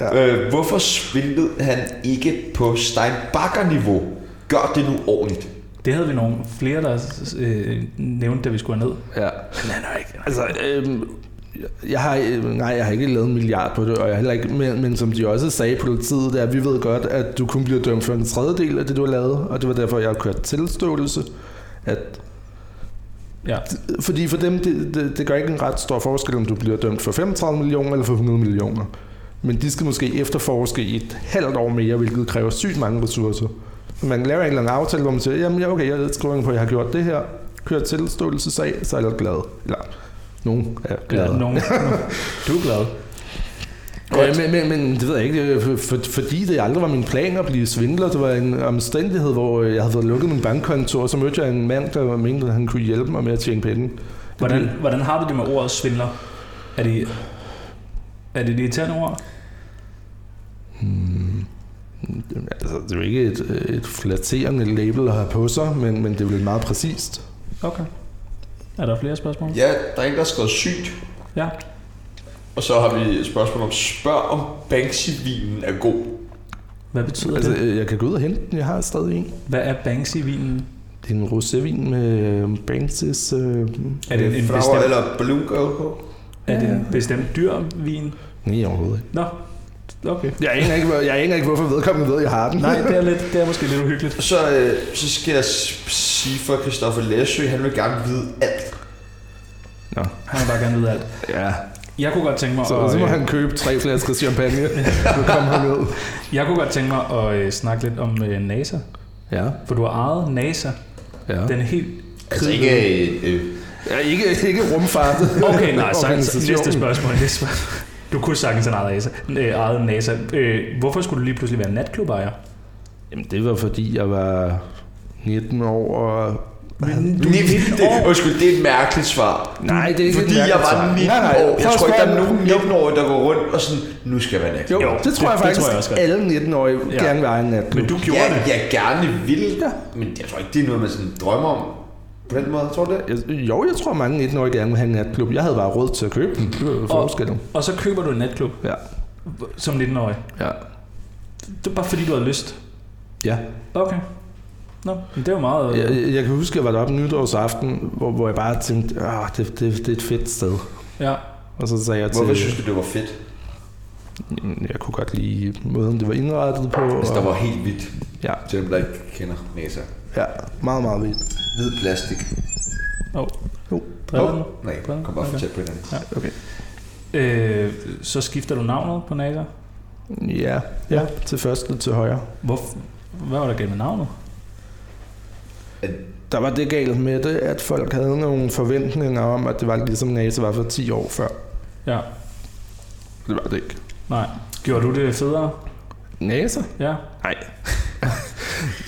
[SPEAKER 1] ja. øh, hvorfor svindlede han ikke på Steinbacher-niveau? Gør det nu ordentligt.
[SPEAKER 3] Det havde vi nogle flere, der øh, nævnte, da vi skulle ned.
[SPEAKER 2] Ja. Altså, øhm, jeg har, øh, nej, jeg har ikke lavet en milliard på det, og jeg har heller ikke, men, men som de også sagde på det tid, der, vi ved godt, at du kun bliver dømt for en tredjedel af det, du har lavet, og det var derfor, jeg har kørt tilståelse, at
[SPEAKER 3] Ja.
[SPEAKER 2] Fordi for dem, det, det, det gør ikke en ret stor forskel, om du bliver dømt for 35 millioner eller for 100 millioner. Men de skal måske efterforske i et halvt år mere, hvilket kræver sygt mange ressourcer. Man laver en eller anden aftale, hvor man siger, jamen ja, okay, jeg skriver under på, at jeg har gjort det her, kører tilståelsesag, så er jeg glad. Eller, nogen er glade.
[SPEAKER 3] ja. Nogen. Du er glad.
[SPEAKER 2] Ja, Øh, men, men, men det ved jeg ikke, øh, for, for, fordi det aldrig var min plan at blive svindler. Det var en omstændighed, hvor øh, jeg havde fået lukket min bankkonto, og så mødte jeg en mand, der mente, at han kunne hjælpe mig med at tjene penge. Det
[SPEAKER 3] Hvordan, hvordan har du det med ordet svindler? Er det, er det et irriterende ord?
[SPEAKER 2] Altså, det er jo ikke et, et flatterende label at have på sig, men, men det er vel meget præcist.
[SPEAKER 3] Okay. Er der flere spørgsmål?
[SPEAKER 1] Ja, der er en, der har skrevet sygt.
[SPEAKER 3] Ja.
[SPEAKER 1] Og så har vi et spørgsmål om, spørg om Banksy-vinen er god.
[SPEAKER 3] Hvad betyder
[SPEAKER 2] Altså,
[SPEAKER 3] altså, det?
[SPEAKER 2] øh, jeg kan gå ud og hente den. Jeg har stadig en.
[SPEAKER 3] Hvad er Banksy-vinen?
[SPEAKER 2] Det er en rosévin med øh, Banksys... Øh,
[SPEAKER 3] Er det en, en
[SPEAKER 1] Flower
[SPEAKER 3] bestemt,
[SPEAKER 1] eller Blue Girl på?
[SPEAKER 3] er det
[SPEAKER 2] Ja.
[SPEAKER 3] en bestemt dyrvin?
[SPEAKER 2] nej, overhovedet ikke.
[SPEAKER 3] Nå, okay.
[SPEAKER 2] Jeg aner ikke, hvor, jeg aner ikke hvorfor vedkommende ved, at jeg har den.
[SPEAKER 3] Nej, det er, lidt, det er måske lidt uhyggeligt.
[SPEAKER 1] Så, øh, så skal jeg s- sige for Christoffer Læsø, han vil gerne vide alt.
[SPEAKER 2] Nå.
[SPEAKER 3] Han vil bare gerne vide alt.
[SPEAKER 2] Ja.
[SPEAKER 3] Jeg kunne godt tænke mig,
[SPEAKER 2] Så,
[SPEAKER 3] at,
[SPEAKER 2] så må
[SPEAKER 3] øh,
[SPEAKER 2] han købe tre flasker champagne og komme herned.
[SPEAKER 3] jeg kunne godt tænke mig at øh, snakke lidt om øh, NASA.
[SPEAKER 2] Ja,
[SPEAKER 3] For du har ejet NASA.
[SPEAKER 2] ja.
[SPEAKER 3] Den er helt
[SPEAKER 1] Altså ikke... Øh,
[SPEAKER 2] ja ikke, ikke rumfart.
[SPEAKER 3] Okay, nej, så
[SPEAKER 2] Organisation.
[SPEAKER 3] næste spørgsmål. Næste spørgsmål. Du kunne sagtens have ejet NASA. Øh, ejet NASA. Øh, hvorfor skulle du lige pludselig være natklubejer?
[SPEAKER 2] Jamen, det var fordi, jeg var 19 år og
[SPEAKER 3] Men du er
[SPEAKER 1] Ni-
[SPEAKER 3] 19
[SPEAKER 1] det,
[SPEAKER 3] år.
[SPEAKER 1] Undskyld, det er et mærkeligt svar.
[SPEAKER 2] Nej, det er ikke
[SPEAKER 1] Fordi
[SPEAKER 2] et
[SPEAKER 1] jeg
[SPEAKER 2] mærkeligt
[SPEAKER 1] var
[SPEAKER 2] svar.
[SPEAKER 1] 19
[SPEAKER 2] Nej, nej,
[SPEAKER 1] år.
[SPEAKER 2] prøv
[SPEAKER 1] Jeg
[SPEAKER 2] at
[SPEAKER 1] tror ikke,
[SPEAKER 2] spørge
[SPEAKER 1] der er nogen
[SPEAKER 2] Jo.
[SPEAKER 1] 19-årige, der går rundt og sådan, nu skal jeg være nat.
[SPEAKER 2] Jo,
[SPEAKER 3] Jo,
[SPEAKER 2] jo, det tror jeg
[SPEAKER 3] det- det
[SPEAKER 2] faktisk,
[SPEAKER 3] tror jeg også godt.
[SPEAKER 2] alle 19-årige
[SPEAKER 3] Ja.
[SPEAKER 2] ja. gerne vil eje en natklub.
[SPEAKER 3] Men du gjorde
[SPEAKER 1] Jeg,
[SPEAKER 3] det.
[SPEAKER 1] jeg gerne vil,
[SPEAKER 2] Ja.
[SPEAKER 1] men jeg tror ikke, det er noget, man sådan drømmer om på den måde. Tror du det?
[SPEAKER 2] Jeg- Jo, jeg tror, mange 19-årige gerne vil have en natklub. Jeg havde bare råd til at købe den. Det var jo forskellen.
[SPEAKER 3] Og så køber du en natklub
[SPEAKER 2] Ja.
[SPEAKER 3] som 19-årig.
[SPEAKER 2] Ja.
[SPEAKER 3] Det er bare fordi, du har lyst.
[SPEAKER 2] ja.
[SPEAKER 3] Okay. Nå, men det er jo meget... øh,
[SPEAKER 2] Jeg, jeg- jeg kan huske, jeg var deroppe nytårsaften, hvor, hvor jeg bare tænkte, at det, det, det er et fedt sted.
[SPEAKER 3] Ja.
[SPEAKER 2] Og så sagde jeg til...
[SPEAKER 1] Hvorfor synes du, det var fedt,
[SPEAKER 2] Jamen, Jeg kunne godt lide måden, det var indrettet på.
[SPEAKER 1] hvis Altså, der
[SPEAKER 2] Og,
[SPEAKER 1] var helt hvidt?
[SPEAKER 2] ja,
[SPEAKER 1] Til dem, der ikke kender NASA.
[SPEAKER 2] ja, meget, meget vildt.
[SPEAKER 1] Hvid plastik.
[SPEAKER 3] Åh.
[SPEAKER 2] Jo.
[SPEAKER 3] Driller den.
[SPEAKER 1] Nej, kom bare for tæt på hinanden.
[SPEAKER 2] Okay.
[SPEAKER 3] Øh, så skifter du navnet på NASA.
[SPEAKER 2] Ja, ja, til første til højre.
[SPEAKER 3] Hvor, hvad var der galt med navnet?
[SPEAKER 2] Der var det galt med det, at folk havde nogle forventninger om, at det var ligesom NASA var for 10 år før.
[SPEAKER 3] Ja,
[SPEAKER 2] Det var det ikke.
[SPEAKER 3] nej. Gjorde du det federe?
[SPEAKER 2] NASA?
[SPEAKER 3] Ja.
[SPEAKER 2] Nej.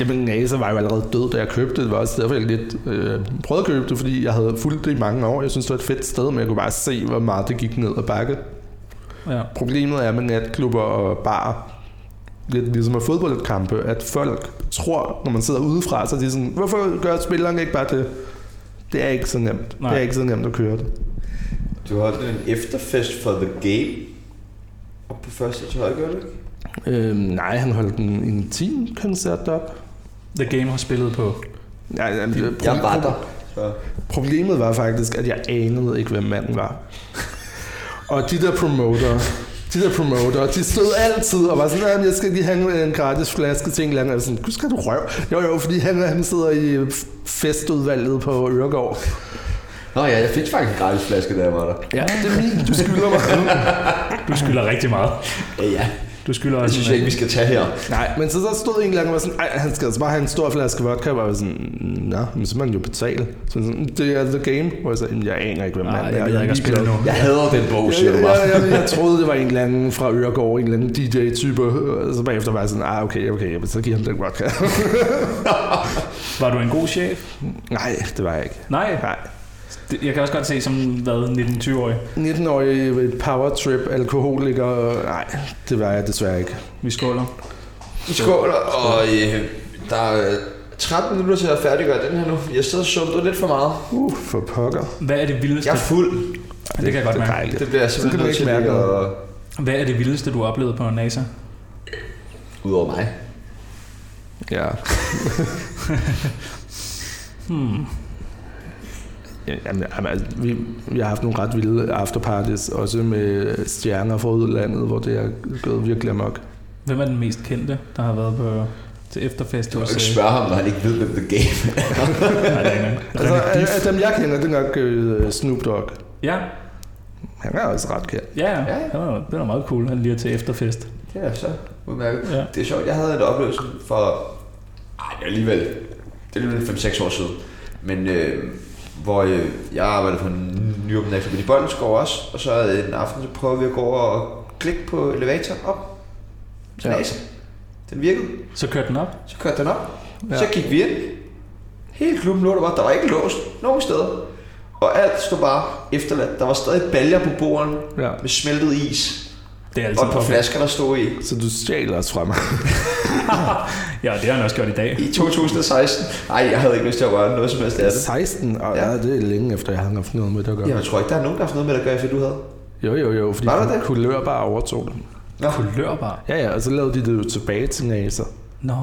[SPEAKER 2] Jamen, NASA var jo allerede død, da jeg købte det. Det var også derfor, jeg lidt øh, prøvede at købe det, fordi jeg havde fulgt det i mange år. Jeg synes, det var et fedt sted, men jeg kunne bare se, hvor meget det gik ned ad bakke.
[SPEAKER 3] Ja.
[SPEAKER 2] Problemet er med natklubber og barer, lidt ligesom med fodboldkampe, at folk tror, når man sidder udefra, så er de sådan, hvorfor gør spilleren ikke bare det? Det er ikke så nemt.
[SPEAKER 3] Nej.
[SPEAKER 2] Nej. Det er ikke så nemt at køre det.
[SPEAKER 1] Du holdt en efterfest for The Game. Og på første tøj, gør du ikke?
[SPEAKER 2] Øhm, nej, han holdt en intim koncert op.
[SPEAKER 3] The Game har spillet på.
[SPEAKER 2] Ja, ja, det-
[SPEAKER 1] Jeg var der. Så.
[SPEAKER 2] Problemet var faktisk, at jeg anede ikke, hvem manden var. Og de der promoter, de der promoter, de stod altid og var sådan, at jeg skal lige have en gratis flaske til en eller anden. Og jeg var sådan, gud skal du røv? Jo, jo, fordi han, han sidder i øh, festudvalget på Øregård.
[SPEAKER 1] Nå ja, jeg fik faktisk en gratis flaske, da jeg var der.
[SPEAKER 2] Ja, det er min, du skylder mig.
[SPEAKER 3] Du skylder rigtig meget.
[SPEAKER 1] Ja, ja.
[SPEAKER 3] Du skylder
[SPEAKER 1] Det
[SPEAKER 3] også
[SPEAKER 1] synes jeg ikke, vi skal tage her.
[SPEAKER 2] Nej, men så, så stod en eller anden og var sådan, Ej, han skal altså bare have en stor flaske vodka, og jeg var sådan, nå, men så må han jo betale. Så var jeg sådan, det er the game, hvor jeg sagde, "Jamen, jeg aner ikke, hvem
[SPEAKER 3] Nej,
[SPEAKER 2] manden er.
[SPEAKER 3] jeg gider ikke at spille
[SPEAKER 2] ligeglad."
[SPEAKER 3] nu.
[SPEAKER 1] Jeg hader den bog,
[SPEAKER 2] Jeg,
[SPEAKER 1] siger du
[SPEAKER 2] jeg,
[SPEAKER 1] bare.
[SPEAKER 2] jeg, jeg, jeg troede, det var en eller anden fra Øregård, en eller anden DJ-type. Og så bagefter var jeg sådan, ah, okay, okay, jamen, så giver ham den vodka.
[SPEAKER 3] Var du en god chef?
[SPEAKER 2] Nej, det var jeg ikke.
[SPEAKER 3] Nej.
[SPEAKER 2] Nej.
[SPEAKER 3] Det- Jeg kan også godt se som hvad, 19-20-årig.
[SPEAKER 2] 19-årig powertrip, alkoholiker. og- Nej, det var jeg desværre ikke.
[SPEAKER 3] Vi skåler.
[SPEAKER 1] Skål, og øh, der er øh, 13 minutter til at færdiggøre den her nu. Jeg sidder og sumter lidt for meget.
[SPEAKER 2] Uh, for pokker.
[SPEAKER 3] Hvad er det vildeste?
[SPEAKER 1] Jeg er fuld.
[SPEAKER 3] det kan jeg godt
[SPEAKER 2] det er
[SPEAKER 3] mærke.
[SPEAKER 2] dejligt.
[SPEAKER 1] Det bliver jeg
[SPEAKER 2] Så kan
[SPEAKER 1] simpelthen
[SPEAKER 2] du
[SPEAKER 1] nødt
[SPEAKER 2] ikke
[SPEAKER 1] til
[SPEAKER 2] mærke
[SPEAKER 1] lige
[SPEAKER 2] noget.
[SPEAKER 1] at...
[SPEAKER 3] Hvad er det vildeste, du oplevede på NASA?
[SPEAKER 1] Udover mig.
[SPEAKER 2] Ja.
[SPEAKER 3] Hmm.
[SPEAKER 2] Ja, Jamen, jamen, altså, vi, vi har haft nogle ret vilde afterparties, også med stjerner fra udlandet, hvor det er gået virkelig amok.
[SPEAKER 3] Hvem er den mest kendte, der har været på til efterfest?
[SPEAKER 1] Du må
[SPEAKER 3] hos,
[SPEAKER 1] ikke
[SPEAKER 3] øh,
[SPEAKER 1] spørge ham, når han ikke ved, hvem The Game er.
[SPEAKER 3] nej, det er ikke engang.
[SPEAKER 2] Altså,
[SPEAKER 3] René Dif.
[SPEAKER 2] af- af dem jeg kender, det er nok øh, Snoop Dogg.
[SPEAKER 3] Ja,
[SPEAKER 2] Han er også ret kendt.
[SPEAKER 3] ja,
[SPEAKER 1] Ja.
[SPEAKER 3] ja. Det var, det var meget cool, han lige er til efterfest.
[SPEAKER 1] Det er så udmærket.
[SPEAKER 3] Ja.
[SPEAKER 1] Det er sjovt, jeg havde en oplevelse for... Ej, det er alligevel... Det er alligevel 5-6 år siden. Men øh, hvor øh, jeg arbejdede på en nyåben nærklub i Boldenskov også, og så øh, en aften, så prøvede vi at gå over og klikke på elevatoren op til
[SPEAKER 2] Ja.
[SPEAKER 1] ja. Den virkede.
[SPEAKER 3] Så kørte den op.
[SPEAKER 1] Så kørte den op. Ja.
[SPEAKER 2] Ja.
[SPEAKER 1] Så gik vi ind. Hele klubben lå der bare. Der var ikke låst nogen steder. Og alt stod bare efterladt. Der var stadig baljer på bordene
[SPEAKER 2] Ja. Altså,
[SPEAKER 1] med smeltet is.
[SPEAKER 3] Det er altid
[SPEAKER 1] Og et par flasker, der stod i.
[SPEAKER 2] Så du stjæler også fra mig.
[SPEAKER 3] Ja, det har han også gjort i dag.
[SPEAKER 1] I 2016? Nej, jeg havde ikke lyst til at røre noget som helst af det.
[SPEAKER 2] 16, og
[SPEAKER 1] Ja.
[SPEAKER 2] ja. det er længe efter, jeg har haft noget med det at gøre.
[SPEAKER 1] Jamen, jeg tror ikke, der er nogen, der har haft noget med det at gøre, efter du havde.
[SPEAKER 2] Jo, jo, jo, fordi
[SPEAKER 1] Var der det?
[SPEAKER 2] kulør bare overtog dem.
[SPEAKER 1] Nå,
[SPEAKER 3] Kulørbar.
[SPEAKER 2] Ja, ja, og så lavede de det jo tilbage til NASA.
[SPEAKER 3] Nå,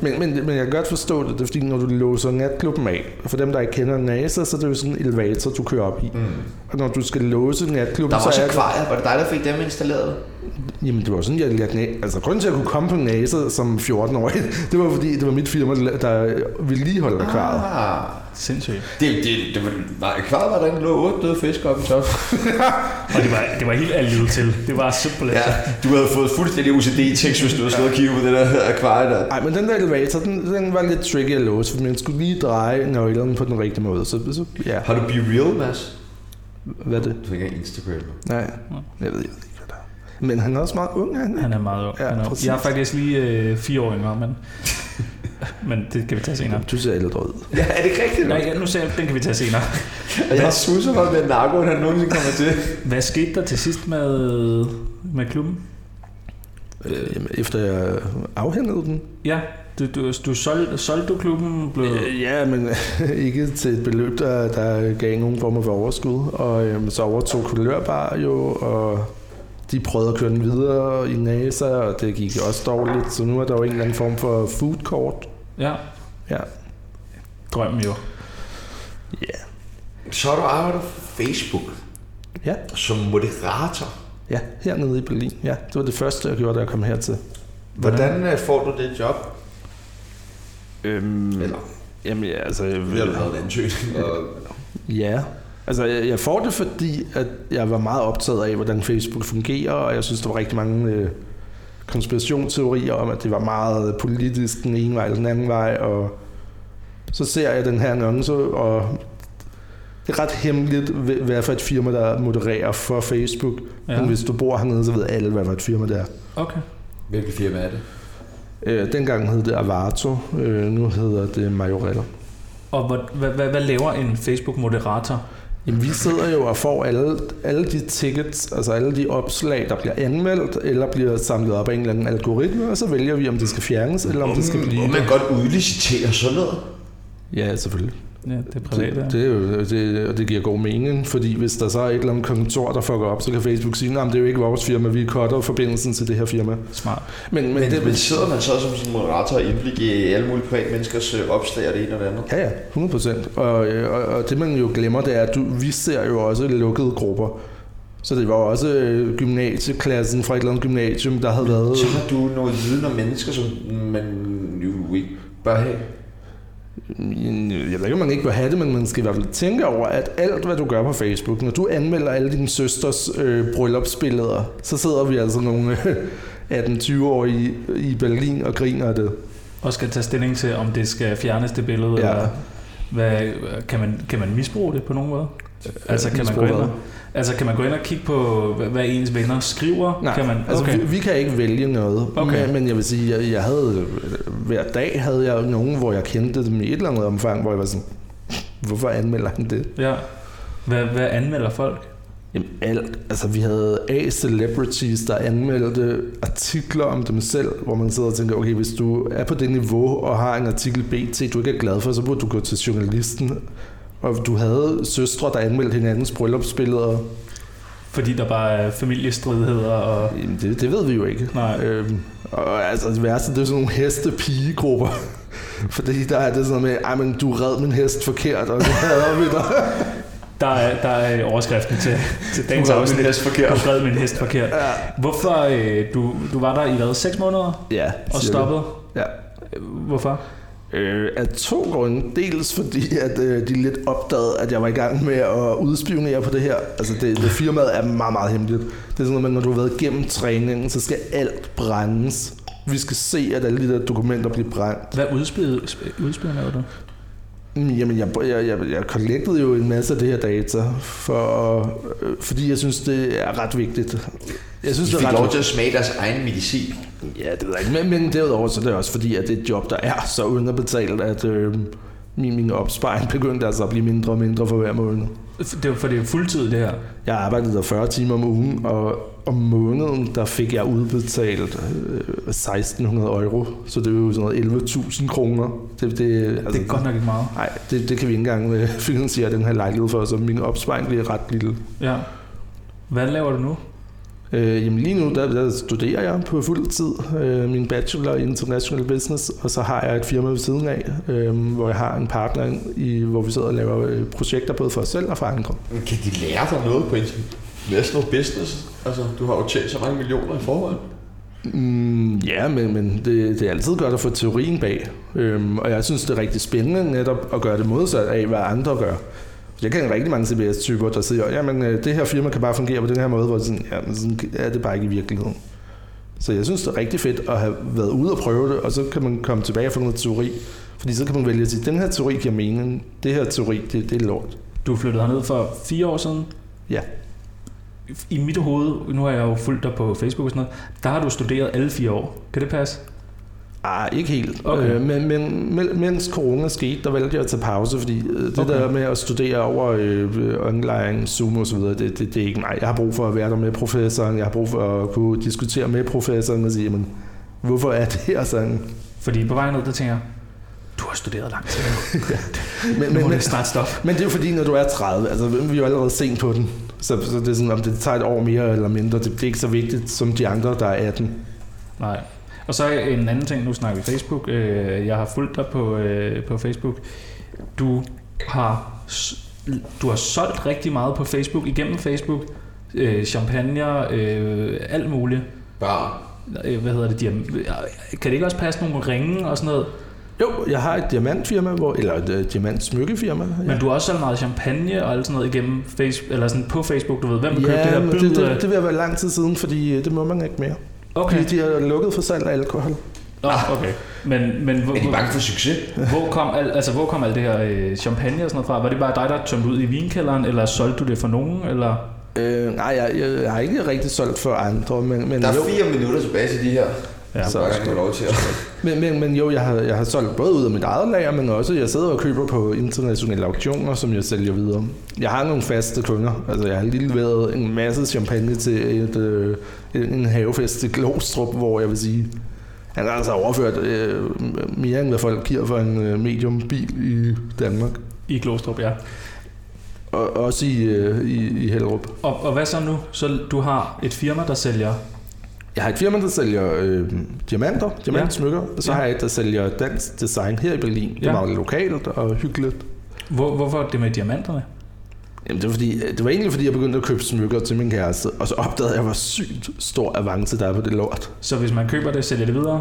[SPEAKER 2] Men, men, men jeg kan godt forstå det, det er fordi, når du låser natklubben af, for dem, der ikke kender NASA, så er det jo sådan en elevator, du kører op i.
[SPEAKER 1] Mm.
[SPEAKER 2] Og når du skal låse
[SPEAKER 1] der
[SPEAKER 2] natklubben,
[SPEAKER 1] var
[SPEAKER 2] så
[SPEAKER 1] også
[SPEAKER 2] er
[SPEAKER 1] akvarier. Var det dig, der fik dem installeret?
[SPEAKER 2] Jamen, det var sådan, jeg lærte na- Altså, grunden til, at jeg kunne komme på NASA som 14-årig, det var, fordi det var mit firma, der- der vedligeholdt akvariet.
[SPEAKER 1] Ah.
[SPEAKER 3] sindssygt.
[SPEAKER 1] Det, det, det var- var akvariet, var der ikke lå otte døde fisk oppe i toppen.
[SPEAKER 3] Og det var, det var helt alt livet til. Det var simpelthen.
[SPEAKER 1] Ja, du havde fået fuldstændig OCD i Texas, du havde stået og kigget på det der akvarie der.
[SPEAKER 2] Ej, men den der elevator, den, den var lidt tricky at låse, for man skulle lige dreje nøglen på den rigtige måde. Så, så ja,
[SPEAKER 1] Har du Be Real, Mads?
[SPEAKER 2] hvad er det?
[SPEAKER 1] Du har ikke engang Instagram. nu.
[SPEAKER 2] Nej, jeg ved, jeg ved ikke, hvad der er. Men han er også meget ung, er han ikke?
[SPEAKER 3] Han er meget ung.
[SPEAKER 2] Ja,
[SPEAKER 3] han er, ung.
[SPEAKER 2] præcis.
[SPEAKER 3] jeg er faktisk lige øh, fire år yngre, men... men det kan vi tage senere.
[SPEAKER 2] Du ser ældre ud.
[SPEAKER 1] Ja, er det ikke rigtigt?
[SPEAKER 3] Nej, ja, nu ser jeg, den kan vi tage senere.
[SPEAKER 1] Og jeg har susset for, at narkoen han nogensinde kommer til.
[SPEAKER 3] Hvad skete der til sidst med, med klubben?
[SPEAKER 2] Øh, jamen, efter jeg afhændede den.
[SPEAKER 3] Ja, du, du, du sol, solgte du klubben? Blev...
[SPEAKER 2] Øh, ja, men ikke til et beløb, der, der gav nogen form for overskud. Og øhm, så overtog Kulørbar jo, og de prøvede at køre den videre i NASA, og det gik også dårligt. Så nu er der jo en eller anden form for food court.
[SPEAKER 3] Ja,
[SPEAKER 2] Ja.
[SPEAKER 3] drømmen jo.
[SPEAKER 2] Ja.
[SPEAKER 1] Så har du arbejdet for Facebook
[SPEAKER 2] Ja,
[SPEAKER 1] som moderator.
[SPEAKER 2] ja, hernede i Berlin. Ja, det var det første, jeg gjorde, da jeg kom hertil.
[SPEAKER 1] Hvordan øh, får du det job?
[SPEAKER 2] Øhm,
[SPEAKER 1] Eller,
[SPEAKER 2] jamen, ja, altså... Jeg,
[SPEAKER 1] vi har lavet en ansøgning. Og...
[SPEAKER 2] Ja. Altså, jeg, jeg får det, fordi at jeg var meget optaget af, hvordan Facebook fungerer, og jeg synes, der var rigtig mange øh, konspirationsteorier om, at det var meget politisk den ene vej eller den anden vej, og så ser jeg den her annonce, og det er ret hemmeligt, hv- hvad for et firma, der modererer for Facebook. Ja. Men
[SPEAKER 3] Ja.
[SPEAKER 2] hvis du bor hernede, så ved alle, hvad for et firma det er.
[SPEAKER 3] Okay.
[SPEAKER 1] Hvilket firma er det?
[SPEAKER 2] Øh, dengang hed det Avato, øh, nu hedder det Majorella.
[SPEAKER 3] Og hvad, hvad, hvad, hvad laver en Facebook-moderator?
[SPEAKER 2] Jamen, vi sidder jo og får alle, alle de tickets, altså alle de opslag, der bliver anmeldt, eller bliver samlet op af en eller anden algoritme, og så vælger vi, om det skal fjernes, eller om det skal blive...
[SPEAKER 1] Må man godt udlicitere sådan noget?
[SPEAKER 2] Ja, selvfølgelig.
[SPEAKER 3] Ja, det er privat.
[SPEAKER 2] Det,
[SPEAKER 3] Det,
[SPEAKER 2] det, er jo, det, og det giver god mening, fordi hvis der så er et eller andet kontor, der fucker op, så kan Facebook sige, at det er jo ikke vores firma, vi cutter forbindelsen til det her firma.
[SPEAKER 3] Smart.
[SPEAKER 2] Men, men,
[SPEAKER 1] Men,
[SPEAKER 2] det,
[SPEAKER 1] det, men sidder man så som sådan moderator og indblik i alle mulige private menneskers øh, opslag og det ene og det andet?
[SPEAKER 2] Ja, ja, 100 procent. Og, øh, og, og det man jo glemmer, det er, at du, vi ser jo også lukkede grupper. Så det var jo også øh, gymnasieklassen fra et eller andet gymnasium, der havde været...
[SPEAKER 1] Så har du noget viden om mennesker, som man jo ikke bør have.
[SPEAKER 2] øh, Jeg ved ikke, om man ikke bør have det, men man skal i hvert fald tænke over, at alt, hvad du gør på Facebook, når du anmelder alle dine søsters øh, bryllupsbilleder, så sidder vi altså nogle øh, 18-20-årige i Berlin og griner af det.
[SPEAKER 3] Og skal tage stilling til, om det skal fjernes det billede, ja. eller hvad, kan, man, kan man misbruge det på nogen måde? Altså kan, man gå
[SPEAKER 2] misbruge
[SPEAKER 3] ind og,
[SPEAKER 2] hvad?
[SPEAKER 3] altså kan man gå ind og kigge på, hvad, hvad ens venner skriver?
[SPEAKER 2] Nej,
[SPEAKER 3] kan man,
[SPEAKER 2] altså vi, vi kan ikke vælge noget,
[SPEAKER 3] Okay.
[SPEAKER 2] men, men jeg vil sige, jeg, jeg havde øh, hver dag havde jeg nogen, hvor jeg kendte dem i et eller andet omfang, hvor jeg var sådan, hvorfor anmelder han det?
[SPEAKER 3] Ja. Hvad, hvad anmelder folk?
[SPEAKER 2] Jamen alt, altså vi havde A-celebrities, der anmeldte artikler om dem selv, hvor man sidder og tænker, okay, hvis du er på det niveau og har en artikel BT, du ikke er glad for, så burde du gå til journalisten. Og du havde søstre, der anmeldte hinandens bryllupsbilleder.
[SPEAKER 3] Fordi der bare er familiestridigheder og...
[SPEAKER 2] Jamen, det, det ved vi jo ikke.
[SPEAKER 3] Nej.
[SPEAKER 2] Øhm, og altså det værste, det er sådan nogle heste-pigegrupper. Fordi der er det sådan noget med, ej, men du red min hest forkert, og så hader vi dig.
[SPEAKER 3] Der er, der er overskriften til, til dagens afsnit.
[SPEAKER 1] hest
[SPEAKER 3] Du red min hest forkert.
[SPEAKER 2] Ja.
[SPEAKER 3] Hvorfor? Øh, du, du var der i hvad? 6 måneder
[SPEAKER 2] Ja,
[SPEAKER 3] og
[SPEAKER 2] cirka.
[SPEAKER 3] stoppede?
[SPEAKER 2] Ja.
[SPEAKER 3] Hvorfor?
[SPEAKER 2] Øh, af to grunde. Dels fordi, at øh, de lidt opdagede, at jeg var i gang med at udspionere på det her. Altså, det, det firmaet er meget, meget hemmeligt. Det er sådan noget, med, når du har været igennem træningen, så skal alt brændes. Vi skal se, at alle de der dokumenter bliver brændt.
[SPEAKER 3] Hvad udspillede du?
[SPEAKER 2] Mm, Jamen, jeg, jeg, jeg, jeg collectede jo en masse af det her data, for, øh, fordi jeg synes, det er ret vigtigt. Jeg synes,
[SPEAKER 1] De
[SPEAKER 2] det er
[SPEAKER 1] fik
[SPEAKER 2] ret
[SPEAKER 1] lov til at smage deres egen medicin.
[SPEAKER 2] Ja, det ved jeg ikke. Men, men derudover så er det også fordi, at det er et job, der er så underbetalt, at øh, min, min opsparing begyndte altså at blive mindre og mindre for hver måned.
[SPEAKER 3] Det var for det er fuldtid, det her.
[SPEAKER 2] Jeg arbejdede der 40 timer om ugen, og om måneden der fik jeg udbetalt øh, 1600 euro, så det er jo sådan noget 11.000 kroner. Det, det, altså,
[SPEAKER 3] Det er godt nok ikke meget.
[SPEAKER 2] Nej, det, det kan vi ikke engang øh, finansiere den her lejlighed for, så min opsparing bliver ret lille.
[SPEAKER 3] Ja. Hvad laver du nu?
[SPEAKER 2] Øh, jamen lige nu, der, der studerer jeg på fuld tid øh, min bachelor i international business, og så har jeg et firma ved siden af, øh, hvor jeg har en partner, i, hvor vi sidder og laver øh, projekter både for os selv og for andre.
[SPEAKER 1] Men Kan de lære dig noget på international business? Altså, du har jo tjent så mange millioner i forvejen.
[SPEAKER 2] Mm, ja, men, men det, det er altid godt at få teorien bag, øhm, og jeg synes, det er rigtig spændende netop at gøre det modsat af, hvad andre gør. Jeg kender rigtig mange CBS-typer, der siger, jamen øh, det her firma kan bare fungere på den her måde, hvor det sådan, jamen, sådan er det bare ikke i virkeligheden. Så jeg synes, det er rigtig fedt at have været ude og prøve det, og så kan man komme tilbage og få noget teori. Fordi så kan man vælge at sige, den her teori giver mening, det her teori, det, det er lort.
[SPEAKER 3] Du flyttede herned for fire år siden.
[SPEAKER 2] Ja.
[SPEAKER 3] I mit hoved, nu har jeg jo fulgt dig på Facebook og sådan noget, der har du studeret alle fire år. Kan det passe?
[SPEAKER 2] Ah, ikke helt.
[SPEAKER 3] Okay.
[SPEAKER 2] Øh, men, men men- mens corona skete, der valgte jeg at tage pause, fordi øh, det
[SPEAKER 3] Okay.
[SPEAKER 2] okay. der med at studere over øh, online, Zoom osv., det, det, det er ikke mig. Jeg har brug for at være der med professoren, jeg har brug for at kunne diskutere med professoren og sige, jamen, hvorfor er det her sådan?
[SPEAKER 3] Fordi på vej ned, der tænker jeg, du har studeret lang tid nu.
[SPEAKER 2] Men,
[SPEAKER 3] Nu
[SPEAKER 2] men,
[SPEAKER 3] må
[SPEAKER 2] men,
[SPEAKER 3] det snart stoppe.
[SPEAKER 2] men det er jo fordi, når du er 30, altså vi er jo allerede sent på den, så, så det er sådan, om det tager et år mere eller mindre, det, det er ikke så vigtigt som de andre, der er 18.
[SPEAKER 3] Nej. Og så en anden ting, nu snakker vi Facebook. Øh, Jeg har fulgt dig på, øh, på Facebook. Du har, s- du har solgt rigtig meget på Facebook, igennem Facebook. Øh, Champagner, øh, alt muligt.
[SPEAKER 1] Bare.
[SPEAKER 3] Øh, Hvad hedder det? Diam- øh, Kan det ikke også passe nogle ringe og sådan noget?
[SPEAKER 2] Jo, jeg har et diamantfirma, hvor, eller et øh, diamantsmykkefirma.
[SPEAKER 3] Ja.
[SPEAKER 2] ja.
[SPEAKER 3] Men du har også solgt meget champagne og alt sådan noget igennem face- eller sådan på Facebook. Du ved, hvem købte det her
[SPEAKER 2] men
[SPEAKER 3] billede?
[SPEAKER 2] det, det, det vil være lang tid siden, fordi øh, det må man ikke mere.
[SPEAKER 3] Okay.
[SPEAKER 2] Okay. De, de har lukket for salg af alkohol.
[SPEAKER 3] Nå, okay. Men, men hvor,
[SPEAKER 1] Er de bange for succes?
[SPEAKER 3] Hvor kom, al, altså, hvor kom alt det her øh, champagne og sådan noget fra? Var det bare dig, der tømte ud i vinkælderen, eller solgte du det for nogen? Eller?
[SPEAKER 2] Øh, nej, jeg, jeg har ikke rigtig solgt for andre, men, men,
[SPEAKER 1] Der
[SPEAKER 2] jo,
[SPEAKER 1] er fire minutter tilbage til de her.
[SPEAKER 3] Ja,
[SPEAKER 1] så
[SPEAKER 2] så-
[SPEAKER 1] jeg kan lov til at...
[SPEAKER 2] men, men, men jo, jeg har, jeg har solgt både ud af mit eget lager, men også jeg sidder og køber på internationale auktioner, som jeg sælger videre. Jeg har nogle faste kunder. Altså, jeg har lige leveret en masse champagne til et, øh, en havefest i Glostrup, hvor jeg vil sige, han har altså overført øh, mere end hvad folk giver for en øh, medium bil i Danmark.
[SPEAKER 3] I Glostrup, ja.
[SPEAKER 2] Og, også i, øh, i, i Hellerup.
[SPEAKER 3] Og, og hvad så nu? Så du har et firma, der sælger...
[SPEAKER 2] Jeg har et firma, der sælger øh, diamanter, diamantsmykker, og så
[SPEAKER 3] Ja.
[SPEAKER 2] har jeg et, der sælger dansk design her i Berlin. Det
[SPEAKER 3] Ja.
[SPEAKER 2] er meget lokalt og hyggeligt.
[SPEAKER 3] Hvor, hvorfor det med diamanterne?
[SPEAKER 2] Jamen, det, var fordi, øh, det var egentlig, fordi jeg begyndte at købe smykker til min kæreste, og så opdagede jeg, hvor sygt stor avance der er på det lort.
[SPEAKER 3] Så hvis man køber det, sælger det videre?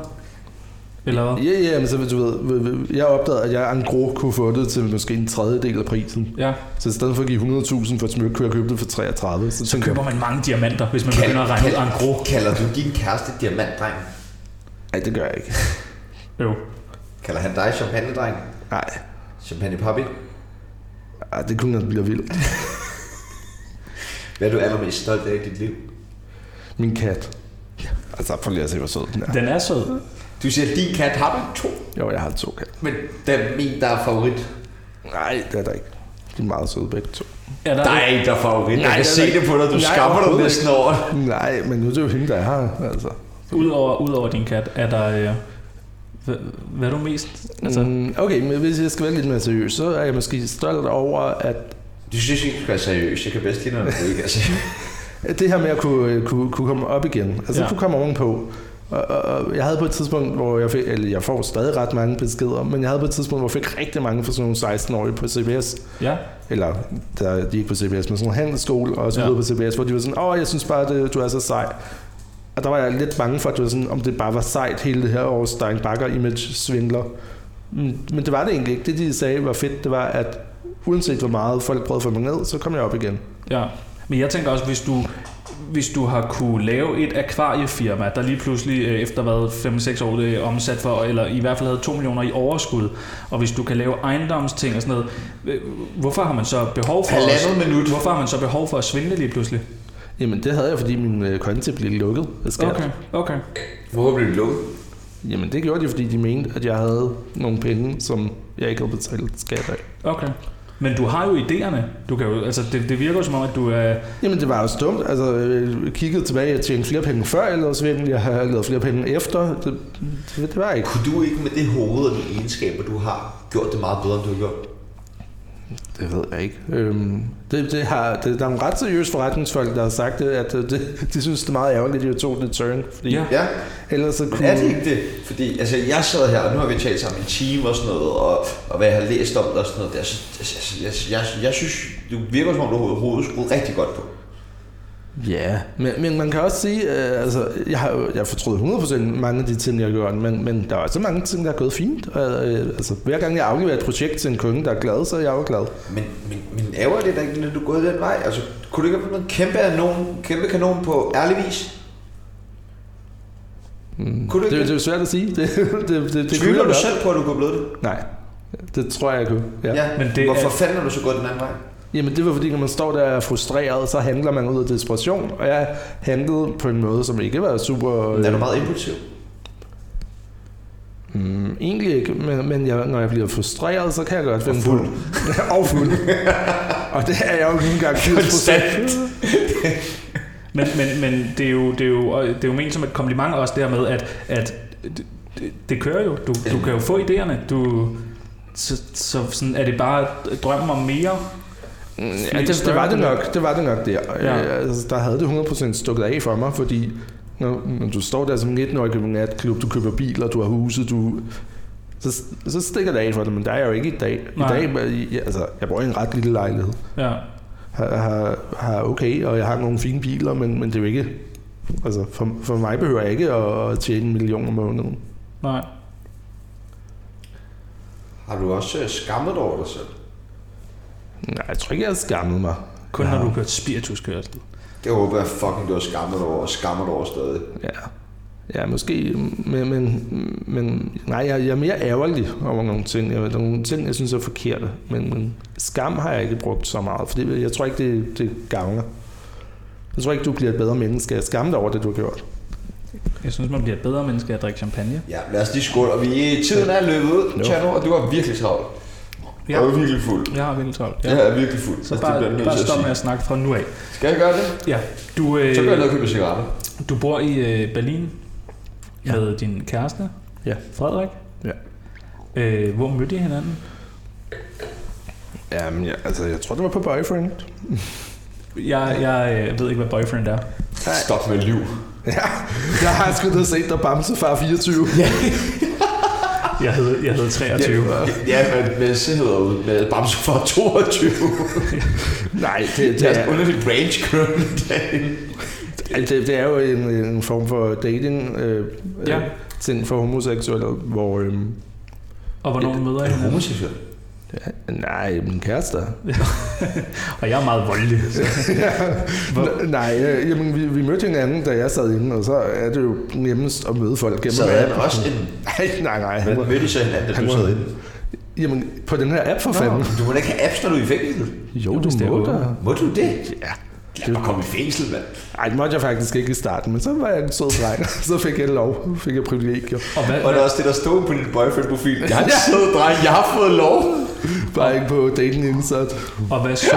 [SPEAKER 3] Eller hvad?
[SPEAKER 2] Ja, ja, men så du ved, jeg opdagede, at jeg en gros kunne få det til måske en tredjedel af prisen.
[SPEAKER 3] Ja,
[SPEAKER 2] Så i stedet for at give 100.000 for et smykke, kunne jeg købe det for 33. Så,
[SPEAKER 3] så
[SPEAKER 2] tænkte
[SPEAKER 3] køber
[SPEAKER 2] jeg,
[SPEAKER 3] man mange diamanter, hvis man begynder at regne ud en gro.
[SPEAKER 1] kalder du din kæreste diamantdreng?
[SPEAKER 2] Nej, det gør jeg ikke.
[SPEAKER 3] Jo.
[SPEAKER 1] Kalder han dig champagnedreng?
[SPEAKER 2] Nej,
[SPEAKER 1] Champagne papi?
[SPEAKER 2] Ej, det kunne nok blive vildt.
[SPEAKER 1] Hvad er du allermest stolt af i dit liv?
[SPEAKER 2] Min kat. Altså, prøv lige at se, hvor sød den er.
[SPEAKER 3] Den er sød.
[SPEAKER 1] Du siger, din kat har du to,
[SPEAKER 2] Jo, jeg har to katte.
[SPEAKER 1] men den min, der er favorit.
[SPEAKER 2] Nej, det er der ikke. De er meget søde begge to.
[SPEAKER 3] Er der,
[SPEAKER 1] Der er en, der er favorit. Nej, jeg kan
[SPEAKER 2] det er
[SPEAKER 1] se
[SPEAKER 2] der-
[SPEAKER 1] det på dig. Du
[SPEAKER 2] Nej,
[SPEAKER 1] skammer dig
[SPEAKER 2] overhovedet
[SPEAKER 1] næsten over. det.
[SPEAKER 2] Nej, men nu er det jo hende, der er her, altså.
[SPEAKER 3] Udover, udover din kat, er der... Øh, hvad, hvad er du mest... Altså, mm.
[SPEAKER 2] Mm, okay, men hvis jeg skal være lidt mere seriøs, så er jeg måske stolt over, at
[SPEAKER 1] Du synes ikke, du skal være seriøs. Jeg kan bedst lide, når du ikke er seriøs.
[SPEAKER 2] at det her med at kunne, øh, kunne, kunne komme op igen, altså
[SPEAKER 3] Ja.
[SPEAKER 2] ja. kunne komme ovenpå. Og, og, og jeg havde på et tidspunkt, hvor jeg fik, eller jeg får stadig ret mange beskeder, men jeg havde på et tidspunkt, hvor jeg fik rigtig mange fra sådan nogle 16-årige på CBS,
[SPEAKER 3] ja,
[SPEAKER 2] eller der, de er ikke på CBS, men sådan nogle handelsskole og så
[SPEAKER 3] Ja.
[SPEAKER 2] videre på CBS, hvor de var sådan, åh, jeg synes bare, at du er så sej. Og der var jeg lidt bange for, at det var sådan, om det bare var sejt hele det her års Stein Bakker image svindler. Men men det var det egentlig ikke. Det, de sagde var fedt, det var, at uanset hvor meget folk prøvede at få mig ned, så kom jeg op igen.
[SPEAKER 3] Ja, men jeg tænker også, hvis du, hvis du har kunne lave et akvariefirma, der lige pludselig øh, efter hvad, 5-6 år det er omsat for, eller i hvert fald havde 2 millioner i overskud, og hvis du kan lave ejendomsting og sådan noget, øh, hvorfor har man så behov for
[SPEAKER 1] Halvandet
[SPEAKER 3] at,
[SPEAKER 1] minut.
[SPEAKER 3] Hvorfor har man så behov for at svindle lige pludselig?
[SPEAKER 2] Jamen, det havde jeg, fordi min øh, konti blev lukket af skat.
[SPEAKER 3] Okay, okay.
[SPEAKER 1] Hvorfor blev du lukket?
[SPEAKER 2] Jamen, det gjorde de, fordi de mente, at jeg havde nogle penge, som jeg ikke havde betalt skat af.
[SPEAKER 3] okay. Men du har jo idéerne. Du kan jo, altså det, det virker jo som om, at du er...
[SPEAKER 2] Jamen, det var jo dumt. Altså, øh, kiggede tilbage, jeg tjente flere penge før, jeg lavede svindel, jeg har lavet flere penge efter. Det, det, det var ikke.
[SPEAKER 1] Kunne du ikke med det hoved og de egenskaber, du har, gjort det meget bedre, end du har gjort?
[SPEAKER 2] Det ved jeg ikke. Øhm, det, det har, det, der er nogle ret seriøse forretningsfolk, der har sagt det, at øh, det, de synes, det er meget ærgerligt, at jeg tog det turn. Fordi
[SPEAKER 3] Ja.
[SPEAKER 1] Ja,
[SPEAKER 2] ellers så
[SPEAKER 1] men
[SPEAKER 2] kunne...
[SPEAKER 1] er det ikke det? Fordi altså, jeg sad her, og nu har vi talt sammen i en time og sådan noget, og, og hvad jeg har læst om dig og sådan noget. Jeg, jeg, altså, jeg, jeg, jeg synes, du virker som om, du har hovedet skruet rigtig godt på.
[SPEAKER 2] Ja, men, men man kan også sige, øh, altså, jeg har jo- jeg fortrød 100% mange af de ting, jeg har gjort, men, men der er også mange ting, der er gået fint. Og, øh, altså, hver gang jeg afleverer et projekt til en kunde, der er glad, så er jeg jo glad.
[SPEAKER 1] Men, men, men ærger det dig ikke, når du er gået den vej? Altså, kunne du ikke have fået en kæmpe, kanon, kæmpe kanon på ærlig vis?
[SPEAKER 2] Mm.
[SPEAKER 1] Kunne du
[SPEAKER 2] det,
[SPEAKER 1] ikke
[SPEAKER 2] det, er jo svært at sige. Det, det, det, det
[SPEAKER 1] Tvivler du
[SPEAKER 2] kunne jeg
[SPEAKER 1] selv på, at du kunne blive det?
[SPEAKER 2] godt. Nej, det tror jeg, jeg kunne. Ja. Ja.
[SPEAKER 3] Men det
[SPEAKER 1] Hvorfor
[SPEAKER 3] er-
[SPEAKER 1] fanden er du så gået den anden vej?
[SPEAKER 2] Jamen det var fordi, når man står der og er frustreret, så handler man ud af desperation. Og jeg Øh. handlede på en måde, som ikke var super...
[SPEAKER 1] Er du
[SPEAKER 2] Øh,
[SPEAKER 1] meget impulsiv?
[SPEAKER 2] Mm, egentlig ikke, men, men jeg, når jeg bliver frustreret, så kan jeg godt finde
[SPEAKER 1] fuld.
[SPEAKER 2] på- og fuld. og det er jeg jo ikke engang 80
[SPEAKER 3] Konstant. men men, men det, er jo, det, er jo, og det er jo ment som et kompliment også dermed, at, at det, det- det kører jo. Du, du kan jo få idéerne. Du, så, så sådan, er det bare drømmen om mere?
[SPEAKER 2] Mm, Ja, det, det, var det, nok, det var det nok der. Ja.
[SPEAKER 3] Ja.
[SPEAKER 2] Altså, der havde det 100% stukket af for mig, fordi når, når du står der som 19-årig i en natklub, du køber biler, du har huse, du... Så, så stikker det af for dig, men der er jeg jo ikke i dag. I
[SPEAKER 3] Nej.
[SPEAKER 2] dag, jeg, altså, jeg bor i en ret lille lejlighed.
[SPEAKER 3] Ja.
[SPEAKER 2] Har, har, har okay, og jeg har nogle fine biler, men, men det er jo ikke... Altså, for, for mig behøver jeg ikke at tjene en million om måneden.
[SPEAKER 3] Nej.
[SPEAKER 1] Har du også øh, skammet dig over dig selv?
[SPEAKER 2] Nej, jeg tror ikke, jeg har skammet mig.
[SPEAKER 3] Kun
[SPEAKER 2] Ja.
[SPEAKER 3] når du har kørt spirituskørsel.
[SPEAKER 1] Det håber jeg fucking, du har skammet dig over, og skammer dig over stadig.
[SPEAKER 2] Ja, ja måske, men, men, men nej, jeg, jeg er mere ærgerlig over nogle ting. Jeg, der er nogle ting, jeg synes er forkerte, men, men skam har jeg ikke brugt så meget, for det, jeg tror ikke, det, det gavner. Jeg tror ikke, du bliver et bedre menneske af at skamme dig over det, du har gjort.
[SPEAKER 3] Jeg synes, man bliver et bedre menneske af at drikke champagne.
[SPEAKER 1] Ja, lad os lige skåle, og vi, tiden er løbet ud,
[SPEAKER 2] Jo.
[SPEAKER 1] Tjerno, og du var virkelig travlt. Ja.
[SPEAKER 3] Ja.
[SPEAKER 1] Jeg er virkelig fuld.
[SPEAKER 3] Jeg har virkelig travlt.
[SPEAKER 1] Ja.
[SPEAKER 3] Ja.
[SPEAKER 1] Jeg er virkelig fuld.
[SPEAKER 3] Så
[SPEAKER 1] Altså, det bliver jeg
[SPEAKER 3] bare,
[SPEAKER 1] nødt
[SPEAKER 3] bare
[SPEAKER 1] til at
[SPEAKER 3] stop
[SPEAKER 1] sige.
[SPEAKER 3] med at snakke fra nu af.
[SPEAKER 1] Skal jeg gøre det?
[SPEAKER 3] Ja, du,
[SPEAKER 1] Så går jeg ned
[SPEAKER 3] øh,
[SPEAKER 1] og køber cigaretter.
[SPEAKER 3] du bor i øh, Berlin
[SPEAKER 2] Ja.
[SPEAKER 3] med din kæreste,
[SPEAKER 2] Ja.
[SPEAKER 3] Frederik.
[SPEAKER 2] Ja.
[SPEAKER 3] Øh, hvor mødte I hinanden?
[SPEAKER 2] Jamen, jeg, altså, jeg tror, det var på Boyfriend.
[SPEAKER 3] Jeg, jeg øh, ved ikke, hvad boyfriend er.
[SPEAKER 1] Stop med liv.
[SPEAKER 2] Ja, jeg har sgu da set dig bamse far 24.
[SPEAKER 3] Ja. jeg, hed, jeg hed 23.
[SPEAKER 2] Ja.
[SPEAKER 1] Ja, men Messe hedder ud med Bamse fra 22.
[SPEAKER 2] Nej,
[SPEAKER 1] Det
[SPEAKER 2] det, det,
[SPEAKER 1] er sådan
[SPEAKER 2] er, altså,
[SPEAKER 1] underligt range kørende derinde.
[SPEAKER 2] det, det er jo en, en form for dating øh,
[SPEAKER 3] Ja.
[SPEAKER 2] ja. ting for homoseksuelle, hvor... Øh,
[SPEAKER 3] Og hvornår møder I hinanden?
[SPEAKER 1] homoseksuel?
[SPEAKER 2] Nej, min kæreste.
[SPEAKER 3] Og jeg er meget voldelig.
[SPEAKER 2] N- Nej, øh, jamen, vi, vi mødte hinanden, da jeg sad inde, og så er det jo nemmest at møde folk gennem
[SPEAKER 1] Så
[SPEAKER 2] en
[SPEAKER 1] er
[SPEAKER 2] app.
[SPEAKER 1] han også en...
[SPEAKER 2] Nej, nej, nej.
[SPEAKER 1] Men
[SPEAKER 2] Han var,
[SPEAKER 1] mødte I så hinanden, da
[SPEAKER 2] han
[SPEAKER 1] du
[SPEAKER 2] må-
[SPEAKER 1] sad inde?
[SPEAKER 2] jamen, på den her app for fanden.
[SPEAKER 1] Du må da ikke have apps, når du er i fængsel.
[SPEAKER 2] Jo,
[SPEAKER 3] hvis
[SPEAKER 2] du
[SPEAKER 3] det er
[SPEAKER 2] må
[SPEAKER 3] åbent.
[SPEAKER 2] da.
[SPEAKER 1] Må du det?
[SPEAKER 2] Ja.
[SPEAKER 1] Lad mig komme i fængsel, mand.
[SPEAKER 2] Ej, det måtte jeg faktisk ikke i starten, men så var jeg en sød dreng, så fik jeg lov, fik jeg privilegier.
[SPEAKER 3] Og
[SPEAKER 1] Og
[SPEAKER 3] hvad,
[SPEAKER 1] det
[SPEAKER 3] hvad,
[SPEAKER 1] er også det, der stod på din boyfriend-profil. Jeg er en sød dreng, jeg har fået lov.
[SPEAKER 2] Bare ikke på dating indsat.
[SPEAKER 3] og hvad, så,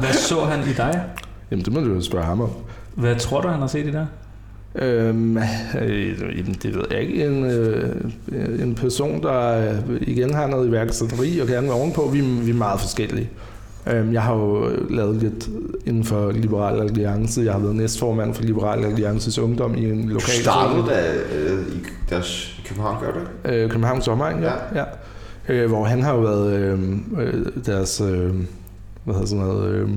[SPEAKER 3] hvad så han i dig?
[SPEAKER 2] Jamen, det må du jo spørge ham om.
[SPEAKER 3] Hvad tror du, han har set i dig?
[SPEAKER 2] Øhm, øh, jamen, det ved jeg ikke. En, øh, en person, der øh, igen har noget iværksætteri og gerne vil ovenpå, vi, vi er meget forskellige. Øhm, jeg har jo lavet lidt inden for Liberal Alliance. Jeg har været næstformand for Liberal Alliances Ungdom i en
[SPEAKER 1] Du
[SPEAKER 2] lokal...
[SPEAKER 1] startede da øh, i deres i København, gør du ikke?
[SPEAKER 2] Øh, Københavns Omegn, ja. ja. Øh, hvor han har jo været øh, øh, deres... Øh, hvad hedder sådan noget... Øh,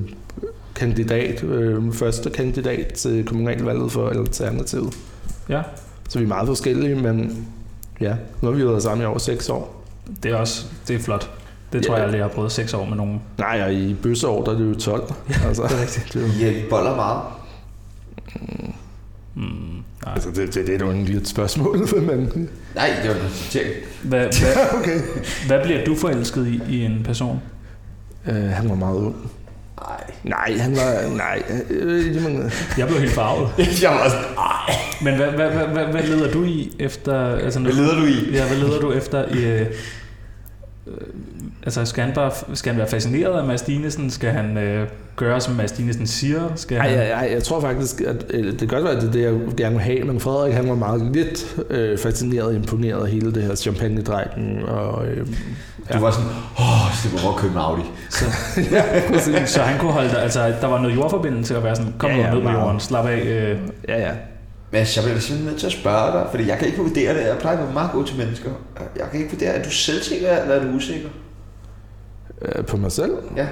[SPEAKER 2] kandidat, øh, første kandidat til kommunalvalget for Alternativet.
[SPEAKER 3] Ja,
[SPEAKER 2] Så vi er meget forskellige, men ja, nu har vi jo været sammen i over 6 år.
[SPEAKER 3] det er også det er flot. Det tror
[SPEAKER 2] Ja.
[SPEAKER 3] jeg aldrig, jeg har prøvet seks år med nogen.
[SPEAKER 2] Nej, og i bøsseår, der er det jo 12. Altså, det er rigtigt. Det, er jo-
[SPEAKER 1] Ja, vi øh, boller meget.
[SPEAKER 3] Mm, nej.
[SPEAKER 2] altså, det, det, det er jo egentlig et spørgsmål, men...
[SPEAKER 1] Nej, det var en konstatering.
[SPEAKER 3] Hvad, hvad,
[SPEAKER 2] Okay.
[SPEAKER 3] hvad bliver du forelsket i, i en person?
[SPEAKER 2] Øh, han var meget ung.
[SPEAKER 1] Nej.
[SPEAKER 2] Nej, han var... Nej, øh, jamen,
[SPEAKER 3] Jeg blev helt farvet.
[SPEAKER 1] Jeg var sådan, ej.
[SPEAKER 3] Men hvad, hvad, hvad, hvad, hvad leder du i efter... Altså,
[SPEAKER 1] Hvad leder du i?
[SPEAKER 3] Ja, hvad leder du efter i... Øh, øh, altså, skal han, bare, skal han være fascineret af Mads Dinesen? Skal han øh, gøre, som Mads Dinesen siger? Skal
[SPEAKER 2] ej,
[SPEAKER 3] han...
[SPEAKER 2] ej, ej, jeg tror faktisk, at øh, det kan godt være, at det er det, jeg gerne vil have, men Frederik, han var meget lidt øh, fascineret og imponeret af hele det her champagne-drengen, og... Øh,
[SPEAKER 1] Du var sådan, åh, så må godt købe en Audi.
[SPEAKER 3] Så, ja, så han kunne holde dig... Altså, der var noget jordforbindelse at være sådan, kom
[SPEAKER 2] Ja,
[SPEAKER 3] ja, ja,
[SPEAKER 2] ja,
[SPEAKER 3] ned på
[SPEAKER 2] meget.
[SPEAKER 3] jorden, slap af. Øh,
[SPEAKER 2] ja, ja.
[SPEAKER 1] Mads, jeg bliver simpelthen nødt til at spørge dig, fordi jeg kan ikke vurdere det. Jeg plejer at være meget god til mennesker. Jeg kan ikke vurdere, er du selvsikker, eller er du usikker?
[SPEAKER 2] Øh, på mig selv?
[SPEAKER 1] Ja.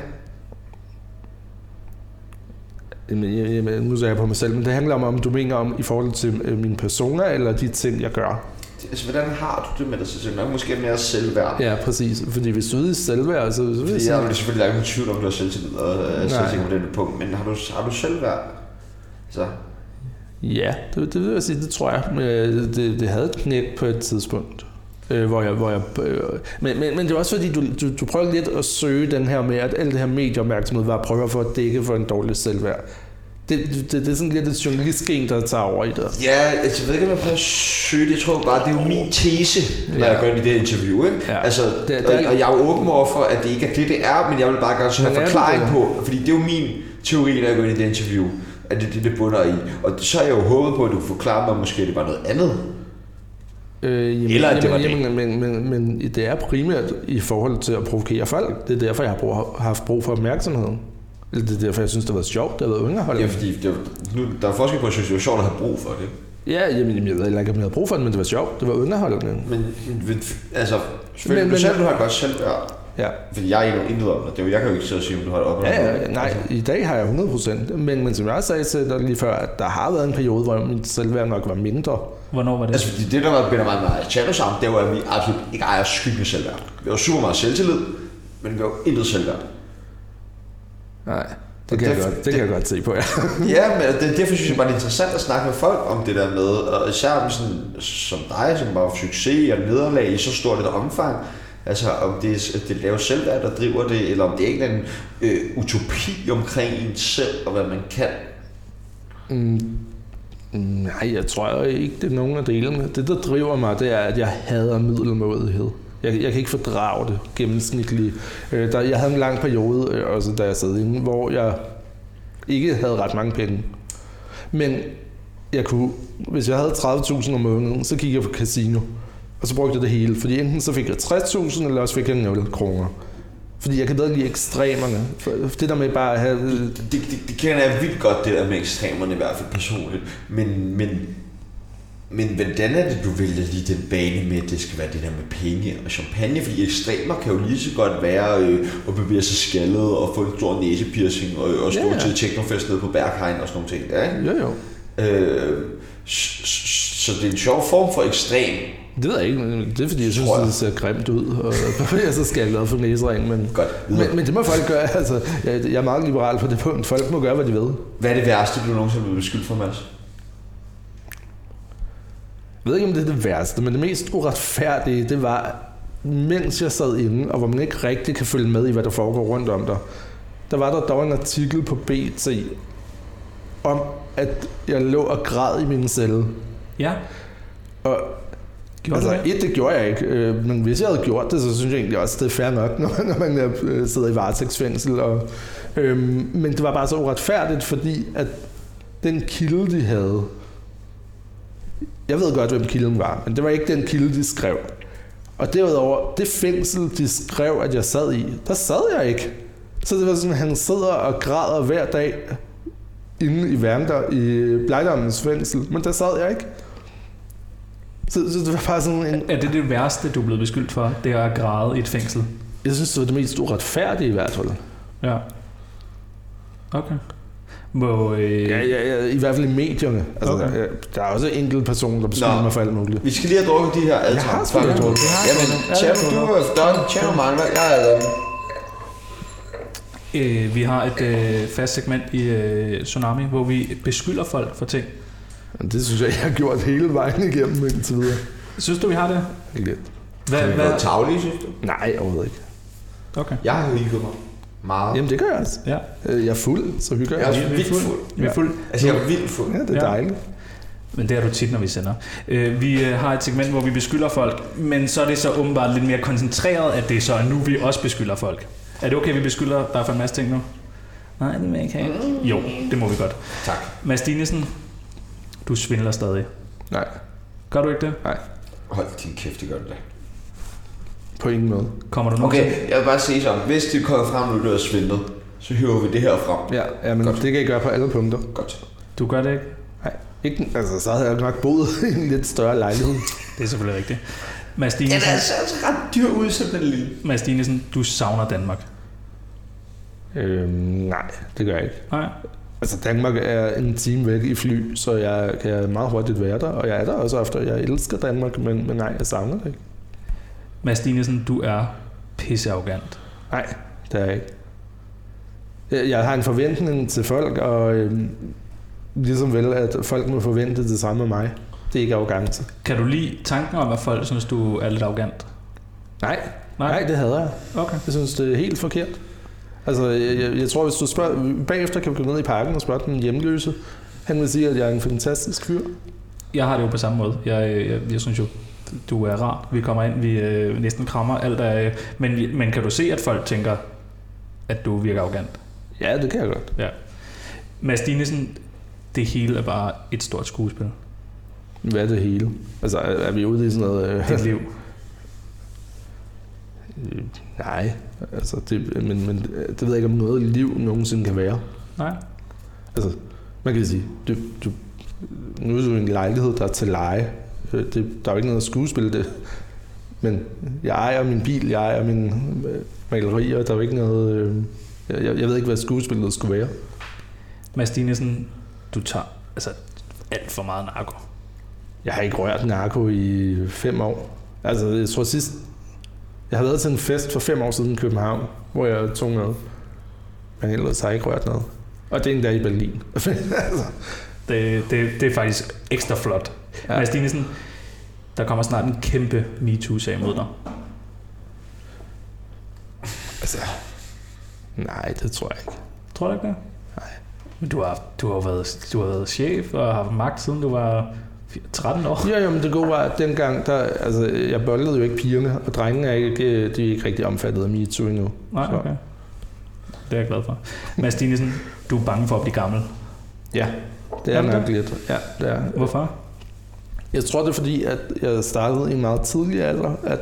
[SPEAKER 2] Jamen, jeg- jeg- nu sagde jeg på mig selv, men det handler om, om du mener om i forhold til øh, mine personer, eller de ting, jeg gør.
[SPEAKER 1] Det- Altså, hvordan har du det med dig selv? Nok måske mere selvværd.
[SPEAKER 2] Ja, præcis. Fordi hvis du er ude i selvværd, så, så vil jeg
[SPEAKER 1] Fordi jeg er
[SPEAKER 2] sige,
[SPEAKER 1] jo selvfølgelig ikke nogen tvivl om, at du har selvtillid og øh,
[SPEAKER 2] Nej.
[SPEAKER 1] selvsikker på denne punkt, men har du, har du selvværd? Så,
[SPEAKER 2] ja, det, det vil jeg sige, det tror jeg. Men, øh, det, det havde et knæk på et tidspunkt. Øh, hvor jeg, hvor jeg, øh, men, men, men det er også fordi, du, du, du prøver lidt at søge den her med, at alt det her medieopmærksomhed var at prøve at få at dække for en dårlig selvværd. Det, det, det, er sådan lidt et journalistgen, der tager over i det.
[SPEAKER 1] Ja, altså, jeg ved ikke, om jeg prøver at søge det. Jeg tror bare, det er jo min tese, når
[SPEAKER 2] Ja.
[SPEAKER 1] jeg går ind i det her interview. Ikke?
[SPEAKER 3] Ja.
[SPEAKER 1] Altså,
[SPEAKER 2] Det-
[SPEAKER 1] og,
[SPEAKER 2] det-
[SPEAKER 1] og jeg er jo åben over for, at det ikke er det, det er, men jeg vil bare gerne sådan
[SPEAKER 2] Men
[SPEAKER 1] have
[SPEAKER 2] er det
[SPEAKER 1] forklaring
[SPEAKER 2] det?
[SPEAKER 1] på, fordi det er jo min teori, når jeg går ind i det interview, at det er det, det bunder i. Og så har jeg jo håbet på, at du forklarer mig, måske det var noget andet.
[SPEAKER 2] Øh, jamen,
[SPEAKER 1] Eller at det var
[SPEAKER 2] jamen, jamen, men, men, men det er primært i forhold til at provokere folk. Det er derfor, jeg har brug, haft brug for opmærksomheden. Eller det er derfor, jeg synes, det har været sjovt, det har været
[SPEAKER 1] Ja,
[SPEAKER 2] underholdende.
[SPEAKER 1] fordi det, nu, der er forskel på, at jeg synes, det var sjovt at have brug for det.
[SPEAKER 2] Ja, jamen, jamen, jeg ved heller ikke, om jeg havde brug for det, men det var sjovt, det var underholdende.
[SPEAKER 1] Men, men altså, selvfølgelig,
[SPEAKER 2] Men-
[SPEAKER 1] men, du
[SPEAKER 2] men-
[SPEAKER 1] selv du har et godt selvværd.
[SPEAKER 2] Ja.
[SPEAKER 1] Fordi jeg er jo intet om det. Det er jo- Jeg kan jo ikke sidde og sige, om du har et op. Altså,
[SPEAKER 2] Ja, ja, nej, i dag har jeg 100%, men, men som jeg også sagde til dig lige før, at der har været en periode, hvor mit selvværd nok var mindre.
[SPEAKER 3] Hvornår var det?
[SPEAKER 1] Altså, fordi det, der var binder mig meget Chano sammen, det var, at vi absolut ikke ejer skyggen af selvværd. Vi har super meget selvtillid, men vi har jo intet selvværd.
[SPEAKER 2] Nej, det kan,
[SPEAKER 1] Det-
[SPEAKER 2] jeg, godt, det, kan jeg godt se på, ja.
[SPEAKER 1] Ja, men det, derfor synes jeg bare, det er interessant at snakke med folk om det der med, og især med sådan, som dig, som var succes og nederlag i så stort et omfang, altså om det er det lave selvværd, der driver det, eller om det er en eller anden øh, utopi omkring en selv, og hvad man kan.
[SPEAKER 2] Mm, nej, jeg tror ikke, det er nogen af delene. Det, der driver mig, det er, at jeg hader middelmådighed. Jeg, jeg kan ikke fordrage det gennemsnitligt. Øh, der, jeg havde en lang periode, øh, også da jeg sad inde, hvor jeg ikke havde ret mange penge. Men jeg kunne, hvis jeg havde 30.000 om måneden, så gik jeg på casino. Og så brugte jeg det hele, fordi enten så fik jeg 60.000, eller også fik jeg 0 kroner. Fordi jeg kan bedre lide ekstremerne. For- for Det der med bare at have... øh,
[SPEAKER 1] Det, det, det kender jeg vildt godt, det der med ekstremerne, i hvert fald personligt. Men, men, men hvordan er det, du vælger lige den bane med, at det skal være det der med penge og champagne? Fordi ekstremer kan jo lige så godt være øh, at bevæge sig skaldet og få en stor næsepiercing og, og stå
[SPEAKER 2] Ja, ja.
[SPEAKER 1] yeah. til teknofest nede på Berghain og sådan nogle ting. Der, ikke?
[SPEAKER 2] Jo, jo.
[SPEAKER 1] Øh, s- s- så det er en sjov form for ekstrem.
[SPEAKER 2] Det ved jeg ikke, men det er fordi, jeg synes,
[SPEAKER 1] Tror jeg.
[SPEAKER 2] det ser grimt ud, og jeg så skal jeg glad for næsering, men,
[SPEAKER 1] Godt. videre.
[SPEAKER 2] men, men det må folk gøre, altså, jeg, jeg er meget liberal på det punkt, folk må gøre, hvad de vil.
[SPEAKER 1] Hvad er det værste, du nogensinde er blevet beskyldt for, Mads?
[SPEAKER 2] Jeg ved ikke, om det er det værste, men det mest uretfærdige, det var, mens jeg sad inde, og hvor man ikke rigtig kan følge med i, hvad der foregår rundt om dig, der var der dog en artikel på BT om, at jeg lå og græd i min celle.
[SPEAKER 3] Ja.
[SPEAKER 2] Og
[SPEAKER 3] Gjorde
[SPEAKER 2] altså,
[SPEAKER 3] altså, det?
[SPEAKER 2] et, det gjorde jeg ikke, øh, men hvis jeg havde gjort det, så synes jeg egentlig også, det er fair nok, når, når man er, øh, sidder i varetægtsfængsel. Og, øh, men det var bare så uretfærdigt, fordi at den kilde, de havde, jeg ved godt, hvem kilden var, men det var ikke den kilde, de skrev. Og derudover, det fængsel, de skrev, at jeg sad i, der sad jeg ikke. Så det var sådan, at han sidder og græder hver dag inde i Værmter i Blejdommens fængsel, men der sad jeg ikke. Så, så det var bare sådan en...
[SPEAKER 3] Er det det værste, du er blevet beskyldt for? Det er at græde i et fængsel?
[SPEAKER 2] Jeg synes, det var det mest uretfærdige i hvert fald.
[SPEAKER 3] Ja. Okay. Må, øh,
[SPEAKER 2] Ja, ja, ja, I hvert fald i medierne. Altså,
[SPEAKER 3] Okay.
[SPEAKER 2] okay. Der er også enkelte personer, der
[SPEAKER 1] Nå.
[SPEAKER 2] beskylder mig for alt muligt.
[SPEAKER 1] Vi skal lige have drukket de her alle
[SPEAKER 2] Jeg har
[SPEAKER 1] sammen,
[SPEAKER 2] sgu da
[SPEAKER 1] før vi-
[SPEAKER 2] drukket.
[SPEAKER 3] Jeg har sgu
[SPEAKER 1] Jamen,
[SPEAKER 3] da- jeg
[SPEAKER 1] Chano,
[SPEAKER 3] har sgu da
[SPEAKER 1] du
[SPEAKER 3] drukket.
[SPEAKER 1] er done. Chano mangler. Jeg er done.
[SPEAKER 3] Øh, vi har et øh, fast segment i øh, Tsunami, hvor vi beskylder folk for ting.
[SPEAKER 2] Men Det synes jeg, jeg har gjort hele vejen igennem indtil videre.
[SPEAKER 3] Synes du, vi har det?
[SPEAKER 2] Lidt.
[SPEAKER 3] Hvad,
[SPEAKER 1] Har du været
[SPEAKER 3] hvad?
[SPEAKER 1] tavlig, synes du?
[SPEAKER 2] Nej, overhovedet ikke.
[SPEAKER 3] Okay.
[SPEAKER 1] Jeg har hygget mig meget.
[SPEAKER 2] Jamen, det gør jeg også.
[SPEAKER 3] Ja,
[SPEAKER 2] Øh, Jeg er fuld, så
[SPEAKER 1] jeg
[SPEAKER 2] hygger jeg.
[SPEAKER 1] er
[SPEAKER 2] også.
[SPEAKER 1] også vildt fuld.
[SPEAKER 3] vi er
[SPEAKER 2] Ja.
[SPEAKER 3] fuld.
[SPEAKER 1] Altså, jeg er vildt fuld.
[SPEAKER 2] Ja, det er
[SPEAKER 3] Ja.
[SPEAKER 2] dejligt.
[SPEAKER 3] Men det er du tit, når vi sender. Øh, vi øh, har et segment, hvor vi beskylder folk, men så er det så åbenbart lidt mere koncentreret, at det så er nu, vi også beskylder folk. Er det okay, vi beskylder dig for en masse ting nu? Nej, det må jeg ikke have. Jo, det må vi godt.
[SPEAKER 1] Tak.
[SPEAKER 3] Mads Dinesen, du svindler stadig.
[SPEAKER 2] Nej,
[SPEAKER 3] Gør du ikke det?
[SPEAKER 1] Hold din kæft, det gør det da.
[SPEAKER 2] på ingen måde.
[SPEAKER 3] Kommer du nogensinde?
[SPEAKER 1] Okay, jeg vil bare sige så. Hvis det kommer frem nu, du har svindlet, så hiver vi det her frem.
[SPEAKER 2] Ja, ja men
[SPEAKER 1] Godt.
[SPEAKER 2] det kan I gøre på alle punkter.
[SPEAKER 1] Godt.
[SPEAKER 3] Du gør det ikke?
[SPEAKER 2] Nej, ikke, altså, så havde jeg nok boet i en lidt større lejlighed.
[SPEAKER 3] Det er selvfølgelig rigtigt. Mads
[SPEAKER 1] Den
[SPEAKER 3] Dinesen,
[SPEAKER 1] er altså altså ret dyr ud, som den lille.
[SPEAKER 3] Mads Dinesen, du savner Danmark.
[SPEAKER 2] øhm, nej, det gør jeg ikke.
[SPEAKER 3] Nej.
[SPEAKER 2] Altså, Danmark er en time væk i fly, så jeg kan meget hurtigt være der, og jeg er der også ofte. Jeg elsker Danmark, men, men nej, jeg savner det ikke.
[SPEAKER 3] Mads Dinesen, du er pissearrogant.
[SPEAKER 2] Nej, det er jeg ikke. Jeg jeg har en forventning til folk, og øhm, ligesom vel, at folk må forvente det samme af mig. Det er ikke arrogance.
[SPEAKER 3] Kan du lide tanken om, at folk synes, du er lidt arrogant?
[SPEAKER 2] Nej,
[SPEAKER 3] Nej.
[SPEAKER 2] nej, det hader jeg.
[SPEAKER 3] Okay.
[SPEAKER 2] Jeg synes, det er helt forkert. Altså, jeg, jeg, jeg tror, hvis du spørger... Bagefter kan vi gå ned i parken og spørge den hjemløse. Han vil sige, at jeg er en fantastisk fyr.
[SPEAKER 3] Jeg har det jo på samme måde. Jeg, øh, jeg, jeg synes jo, du er rar. Vi kommer ind, vi øh, næsten krammer alt er, øh, men, men kan du se, at folk tænker, at du virker arrogant?
[SPEAKER 2] Ja, det kan jeg godt.
[SPEAKER 3] Ja. Mads Dinesen, det hele er bare et stort skuespil.
[SPEAKER 2] Hvad er det hele? Altså, er, er vi ude i sådan noget... Øh,
[SPEAKER 3] Dit liv.
[SPEAKER 2] øh, nej, altså, det, men, men øh, det ved jeg ikke, om noget liv nogensinde kan være.
[SPEAKER 3] Nej.
[SPEAKER 2] Altså, man kan sige, du, du, nu er du i en lejlighed, der er til leje. Øh, Det, der er jo ikke noget at skuespille det. Men jeg ejer min bil, jeg ejer mine øh, malerier, der er jo ikke noget... Øh, jeg, jeg jeg ved ikke, hvad skuespillet skulle være.
[SPEAKER 3] Mads Dinesen, du tager altså, alt for meget narko.
[SPEAKER 2] Jeg har ikke rørt narko i fem år. Altså, jeg tror sidst... Jeg har været til en fest for fem år siden i København, hvor jeg tog noget. Men ellers har jeg ikke rørt noget. Og det er endda i Berlin. altså,
[SPEAKER 3] Det, det, det er faktisk ekstra flot. Ja.
[SPEAKER 2] ja.
[SPEAKER 3] Mads Dinesen, der kommer snart en kæmpe MeToo-sag mod dig.
[SPEAKER 2] altså, Nej, det tror jeg ikke.
[SPEAKER 3] Tror du ikke det?
[SPEAKER 2] Nej.
[SPEAKER 3] Men du har, du har, været, du har været chef og har haft magt, siden du var 13 år.
[SPEAKER 2] Ja, jo, men det gode var, at dengang, der, altså, jeg bollede jo ikke pigerne, og drengene er ikke, øh, de er ikke rigtig omfattet af MeToo endnu.
[SPEAKER 3] Nej,
[SPEAKER 2] Så-
[SPEAKER 3] okay. Det er jeg glad for. Mads Dinesen, du er bange for at blive gammel.
[SPEAKER 2] Ja, det er
[SPEAKER 3] Er det
[SPEAKER 2] nok lidt. Ja, det er.
[SPEAKER 3] Hvorfor?
[SPEAKER 2] Jeg tror, det er fordi, at jeg startede i en meget tidlig alder, at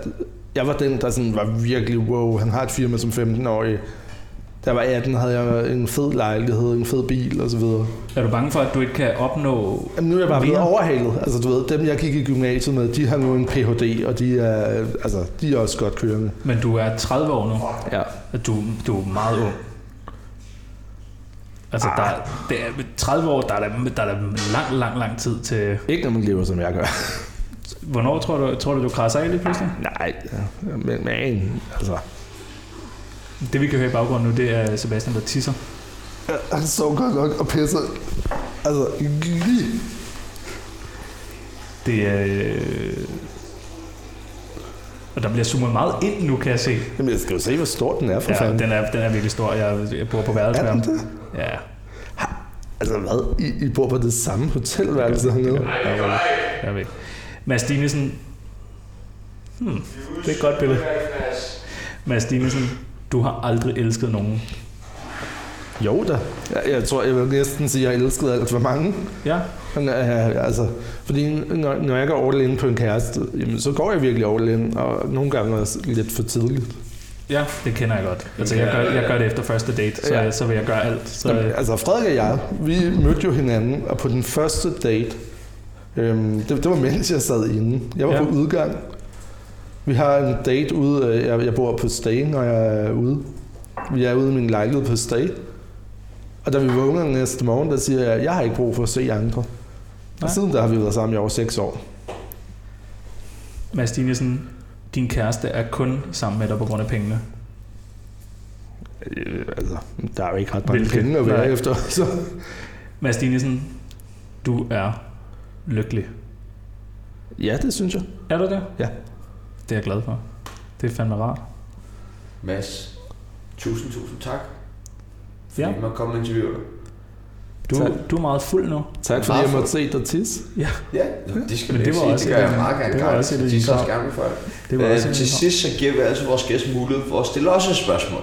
[SPEAKER 2] jeg var den, der sådan var virkelig, wow, han har et firma som 15-årig. Da jeg var 18, havde jeg en fed lejlighed, en fed bil og så videre.
[SPEAKER 3] Er du bange for, at du ikke kan opnå...
[SPEAKER 2] Jamen, nu er jeg bare blevet
[SPEAKER 3] Venner?
[SPEAKER 2] overhalet. Altså, du ved, dem jeg gik i gymnasiet med, de har nu en Ph.D., og de er, øh, altså, de er også godt kørende.
[SPEAKER 3] Men du er 30 år nu.
[SPEAKER 2] Ja.
[SPEAKER 3] at Du, du er meget ung. Altså, der, er- det er, med 30 år, der er der, der er der lang, lang, lang tid til...
[SPEAKER 2] Ikke når man lever, som jeg gør.
[SPEAKER 3] Hvornår tror du, tror du, du krasser af lige pludselig?
[SPEAKER 2] Nej, ja, men man, altså.
[SPEAKER 3] Det, vi kan høre i baggrunden nu, det er Sebastian, der tisser.
[SPEAKER 2] Han så godt nok og pisser. Altså, lige.
[SPEAKER 3] Det er... Øh... Og der bliver zoomet meget ind nu, kan jeg se.
[SPEAKER 2] Jamen, jeg skal jo se, hvor stor den er, for ja,
[SPEAKER 3] Ja,
[SPEAKER 2] fanden. Den...
[SPEAKER 3] den er, den er virkelig stor. Jeg, jeg bor på værelse med
[SPEAKER 2] Er
[SPEAKER 3] ham.
[SPEAKER 2] den det?
[SPEAKER 3] Ja.
[SPEAKER 2] Altså, hvad? I, I bor på det samme hotelværelse hernede?
[SPEAKER 3] Jeg ved, jeg ved. Mads Dinesen. Hmm, det er et godt billede. Mads Dinesen, du har aldrig elsket nogen.
[SPEAKER 2] Jo da. Jeg, jeg tror, jeg vil næsten sige, at jeg elskede alt for mange.
[SPEAKER 3] Ja,
[SPEAKER 2] Men, øh, altså, fordi når, når jeg går all in på en kæreste, jamen, så går jeg virkelig all in, og nogle gange også lidt for tidligt.
[SPEAKER 3] ja, det kender jeg godt. Altså, jeg gør, jeg gør det efter første date, så,
[SPEAKER 2] Ja.
[SPEAKER 3] så vil jeg gøre alt. Så, øh,
[SPEAKER 2] Jamen, altså, Frederik og jeg, vi mødte jo hinanden, og på den første date, øhm, det, det var mens jeg sad inde. Jeg var
[SPEAKER 3] Ja.
[SPEAKER 2] ja. på udgang. Vi har en date ude, øh, jeg, jeg bor på Stay, når jeg er ude. Vi er ude i min lejlighed på Stay. Og da vi vågner næste morgen, der siger jeg, jeg har ikke brug for at se andre.
[SPEAKER 3] Nej.
[SPEAKER 2] Og siden der har vi været sammen i over seks år.
[SPEAKER 3] Mads Dinesen, din kæreste er kun sammen med dig på grund af pengene.
[SPEAKER 2] Øh, altså, der er jo ikke ret mange
[SPEAKER 3] Hvilket-
[SPEAKER 2] penge at være
[SPEAKER 3] nej.
[SPEAKER 2] efter. Så.
[SPEAKER 3] Mads Dinesen, du er lykkelig.
[SPEAKER 2] Ja, det synes jeg.
[SPEAKER 3] Er du det?
[SPEAKER 2] Ja.
[SPEAKER 3] Det er jeg glad for. Det er fandme rart.
[SPEAKER 1] Mads, tusind, tusind tak.
[SPEAKER 3] Ja.
[SPEAKER 1] Ja. Fordi man kom og interviewer dig.
[SPEAKER 3] Du,
[SPEAKER 2] Tak.
[SPEAKER 3] du er meget fuld nu.
[SPEAKER 2] Tak fordi jeg måtte se dig tisse.
[SPEAKER 1] Ja, det skal
[SPEAKER 3] Men
[SPEAKER 1] man
[SPEAKER 3] det
[SPEAKER 1] ikke
[SPEAKER 3] var
[SPEAKER 1] sige.
[SPEAKER 3] også
[SPEAKER 1] Det gør
[SPEAKER 3] et-
[SPEAKER 1] jeg meget gerne.
[SPEAKER 3] det var også et af
[SPEAKER 1] gratis.
[SPEAKER 3] dine
[SPEAKER 1] De er
[SPEAKER 3] krav.
[SPEAKER 1] også gerne med folk.
[SPEAKER 3] Det var også
[SPEAKER 1] øh,
[SPEAKER 3] en
[SPEAKER 1] til
[SPEAKER 3] lille-
[SPEAKER 1] sidst så giver vi altså vores gæst mulighed for at stille os et spørgsmål.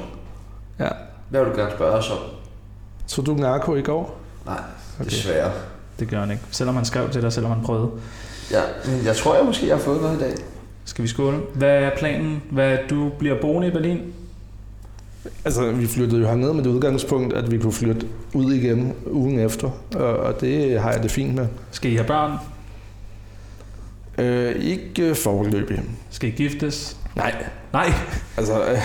[SPEAKER 2] Ja.
[SPEAKER 1] Hvad vil du gerne spørge os om?
[SPEAKER 2] Så du narko i går?
[SPEAKER 1] Nej, desværre.
[SPEAKER 3] Det gør han ikke. Selvom han skrev til dig, selvom han prøvede.
[SPEAKER 1] Ja, men jeg tror jeg måske, jeg har fået noget i dag.
[SPEAKER 3] Skal vi skåle? Hvad er planen? Hvad du bliver boende i Berlin?
[SPEAKER 2] Altså, vi flyttede jo herned med det udgangspunkt, at vi kunne flytte ud igen ugen efter, og, og det har jeg det fint med.
[SPEAKER 3] Skal I have børn?
[SPEAKER 2] Øh, ikke øh, foreløbig.
[SPEAKER 3] Skal I giftes?
[SPEAKER 2] Nej.
[SPEAKER 3] Nej.
[SPEAKER 2] Altså, øh,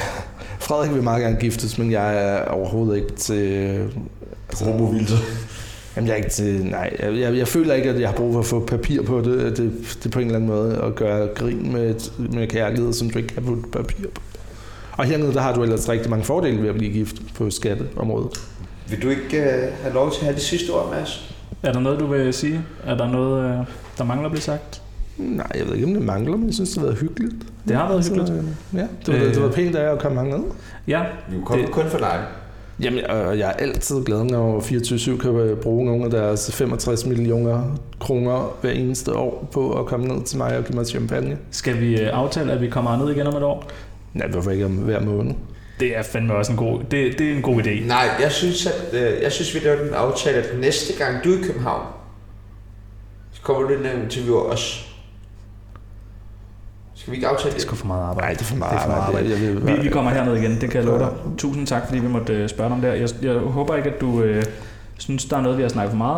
[SPEAKER 2] Frederik vil meget gerne giftes, men jeg er overhovedet ikke til... Altså,
[SPEAKER 1] Homovilse.
[SPEAKER 2] Jamen, jeg er ikke til... Nej, jeg, jeg, jeg føler ikke, at jeg har brug for at få papir på det. at Det, det er på en eller anden måde at gøre grin med, et- med kærlighed, som du ikke kan putte papir på. Og hernede, der har du ellers rigtig mange fordele ved at blive gift på skatteområdet.
[SPEAKER 1] Vil du ikke øh, have lov til at have det sidste ord, Mads?
[SPEAKER 3] Er der noget, du vil sige? Er der noget, øh, der mangler at blive sagt?
[SPEAKER 2] Nej, jeg ved ikke, om det mangler, men jeg synes, det har været hyggeligt.
[SPEAKER 3] Det har været hyggeligt.
[SPEAKER 2] Så, øh, ja, det var, det var pænt af jer at komme herned.
[SPEAKER 3] Ja,
[SPEAKER 1] Vi
[SPEAKER 3] kommer
[SPEAKER 1] kun for dig.
[SPEAKER 2] Jamen, øh, jeg er altid glad, når 24-7 kan øh, bruge nogle af deres 65 millioner kroner hver eneste år på at komme ned til mig og give mig champagne.
[SPEAKER 3] Skal vi øh, aftale, at vi kommer ned igen om et år?
[SPEAKER 2] Nej, hvorfor ikke om hver måned?
[SPEAKER 3] Det er fandme også en god, det, det er en god idé.
[SPEAKER 1] Nej, jeg synes, at, øh, jeg synes vi laver den aftale, at næste gang du er i København, så kommer du ind og interviewer os. Skal vi ikke aftale
[SPEAKER 3] Det er
[SPEAKER 1] det?
[SPEAKER 3] sgu for meget arbejde.
[SPEAKER 2] Nej, det er for meget,
[SPEAKER 3] Det er for meget
[SPEAKER 2] arbejde. Jeg, jeg,
[SPEAKER 3] Vi, vi kommer herned igen, det kan jeg love dig. Tusind tak, fordi vi måtte øh, spørge dig om det her. Jeg, jeg håber ikke, at du øh, synes, der er noget, vi har snakket for meget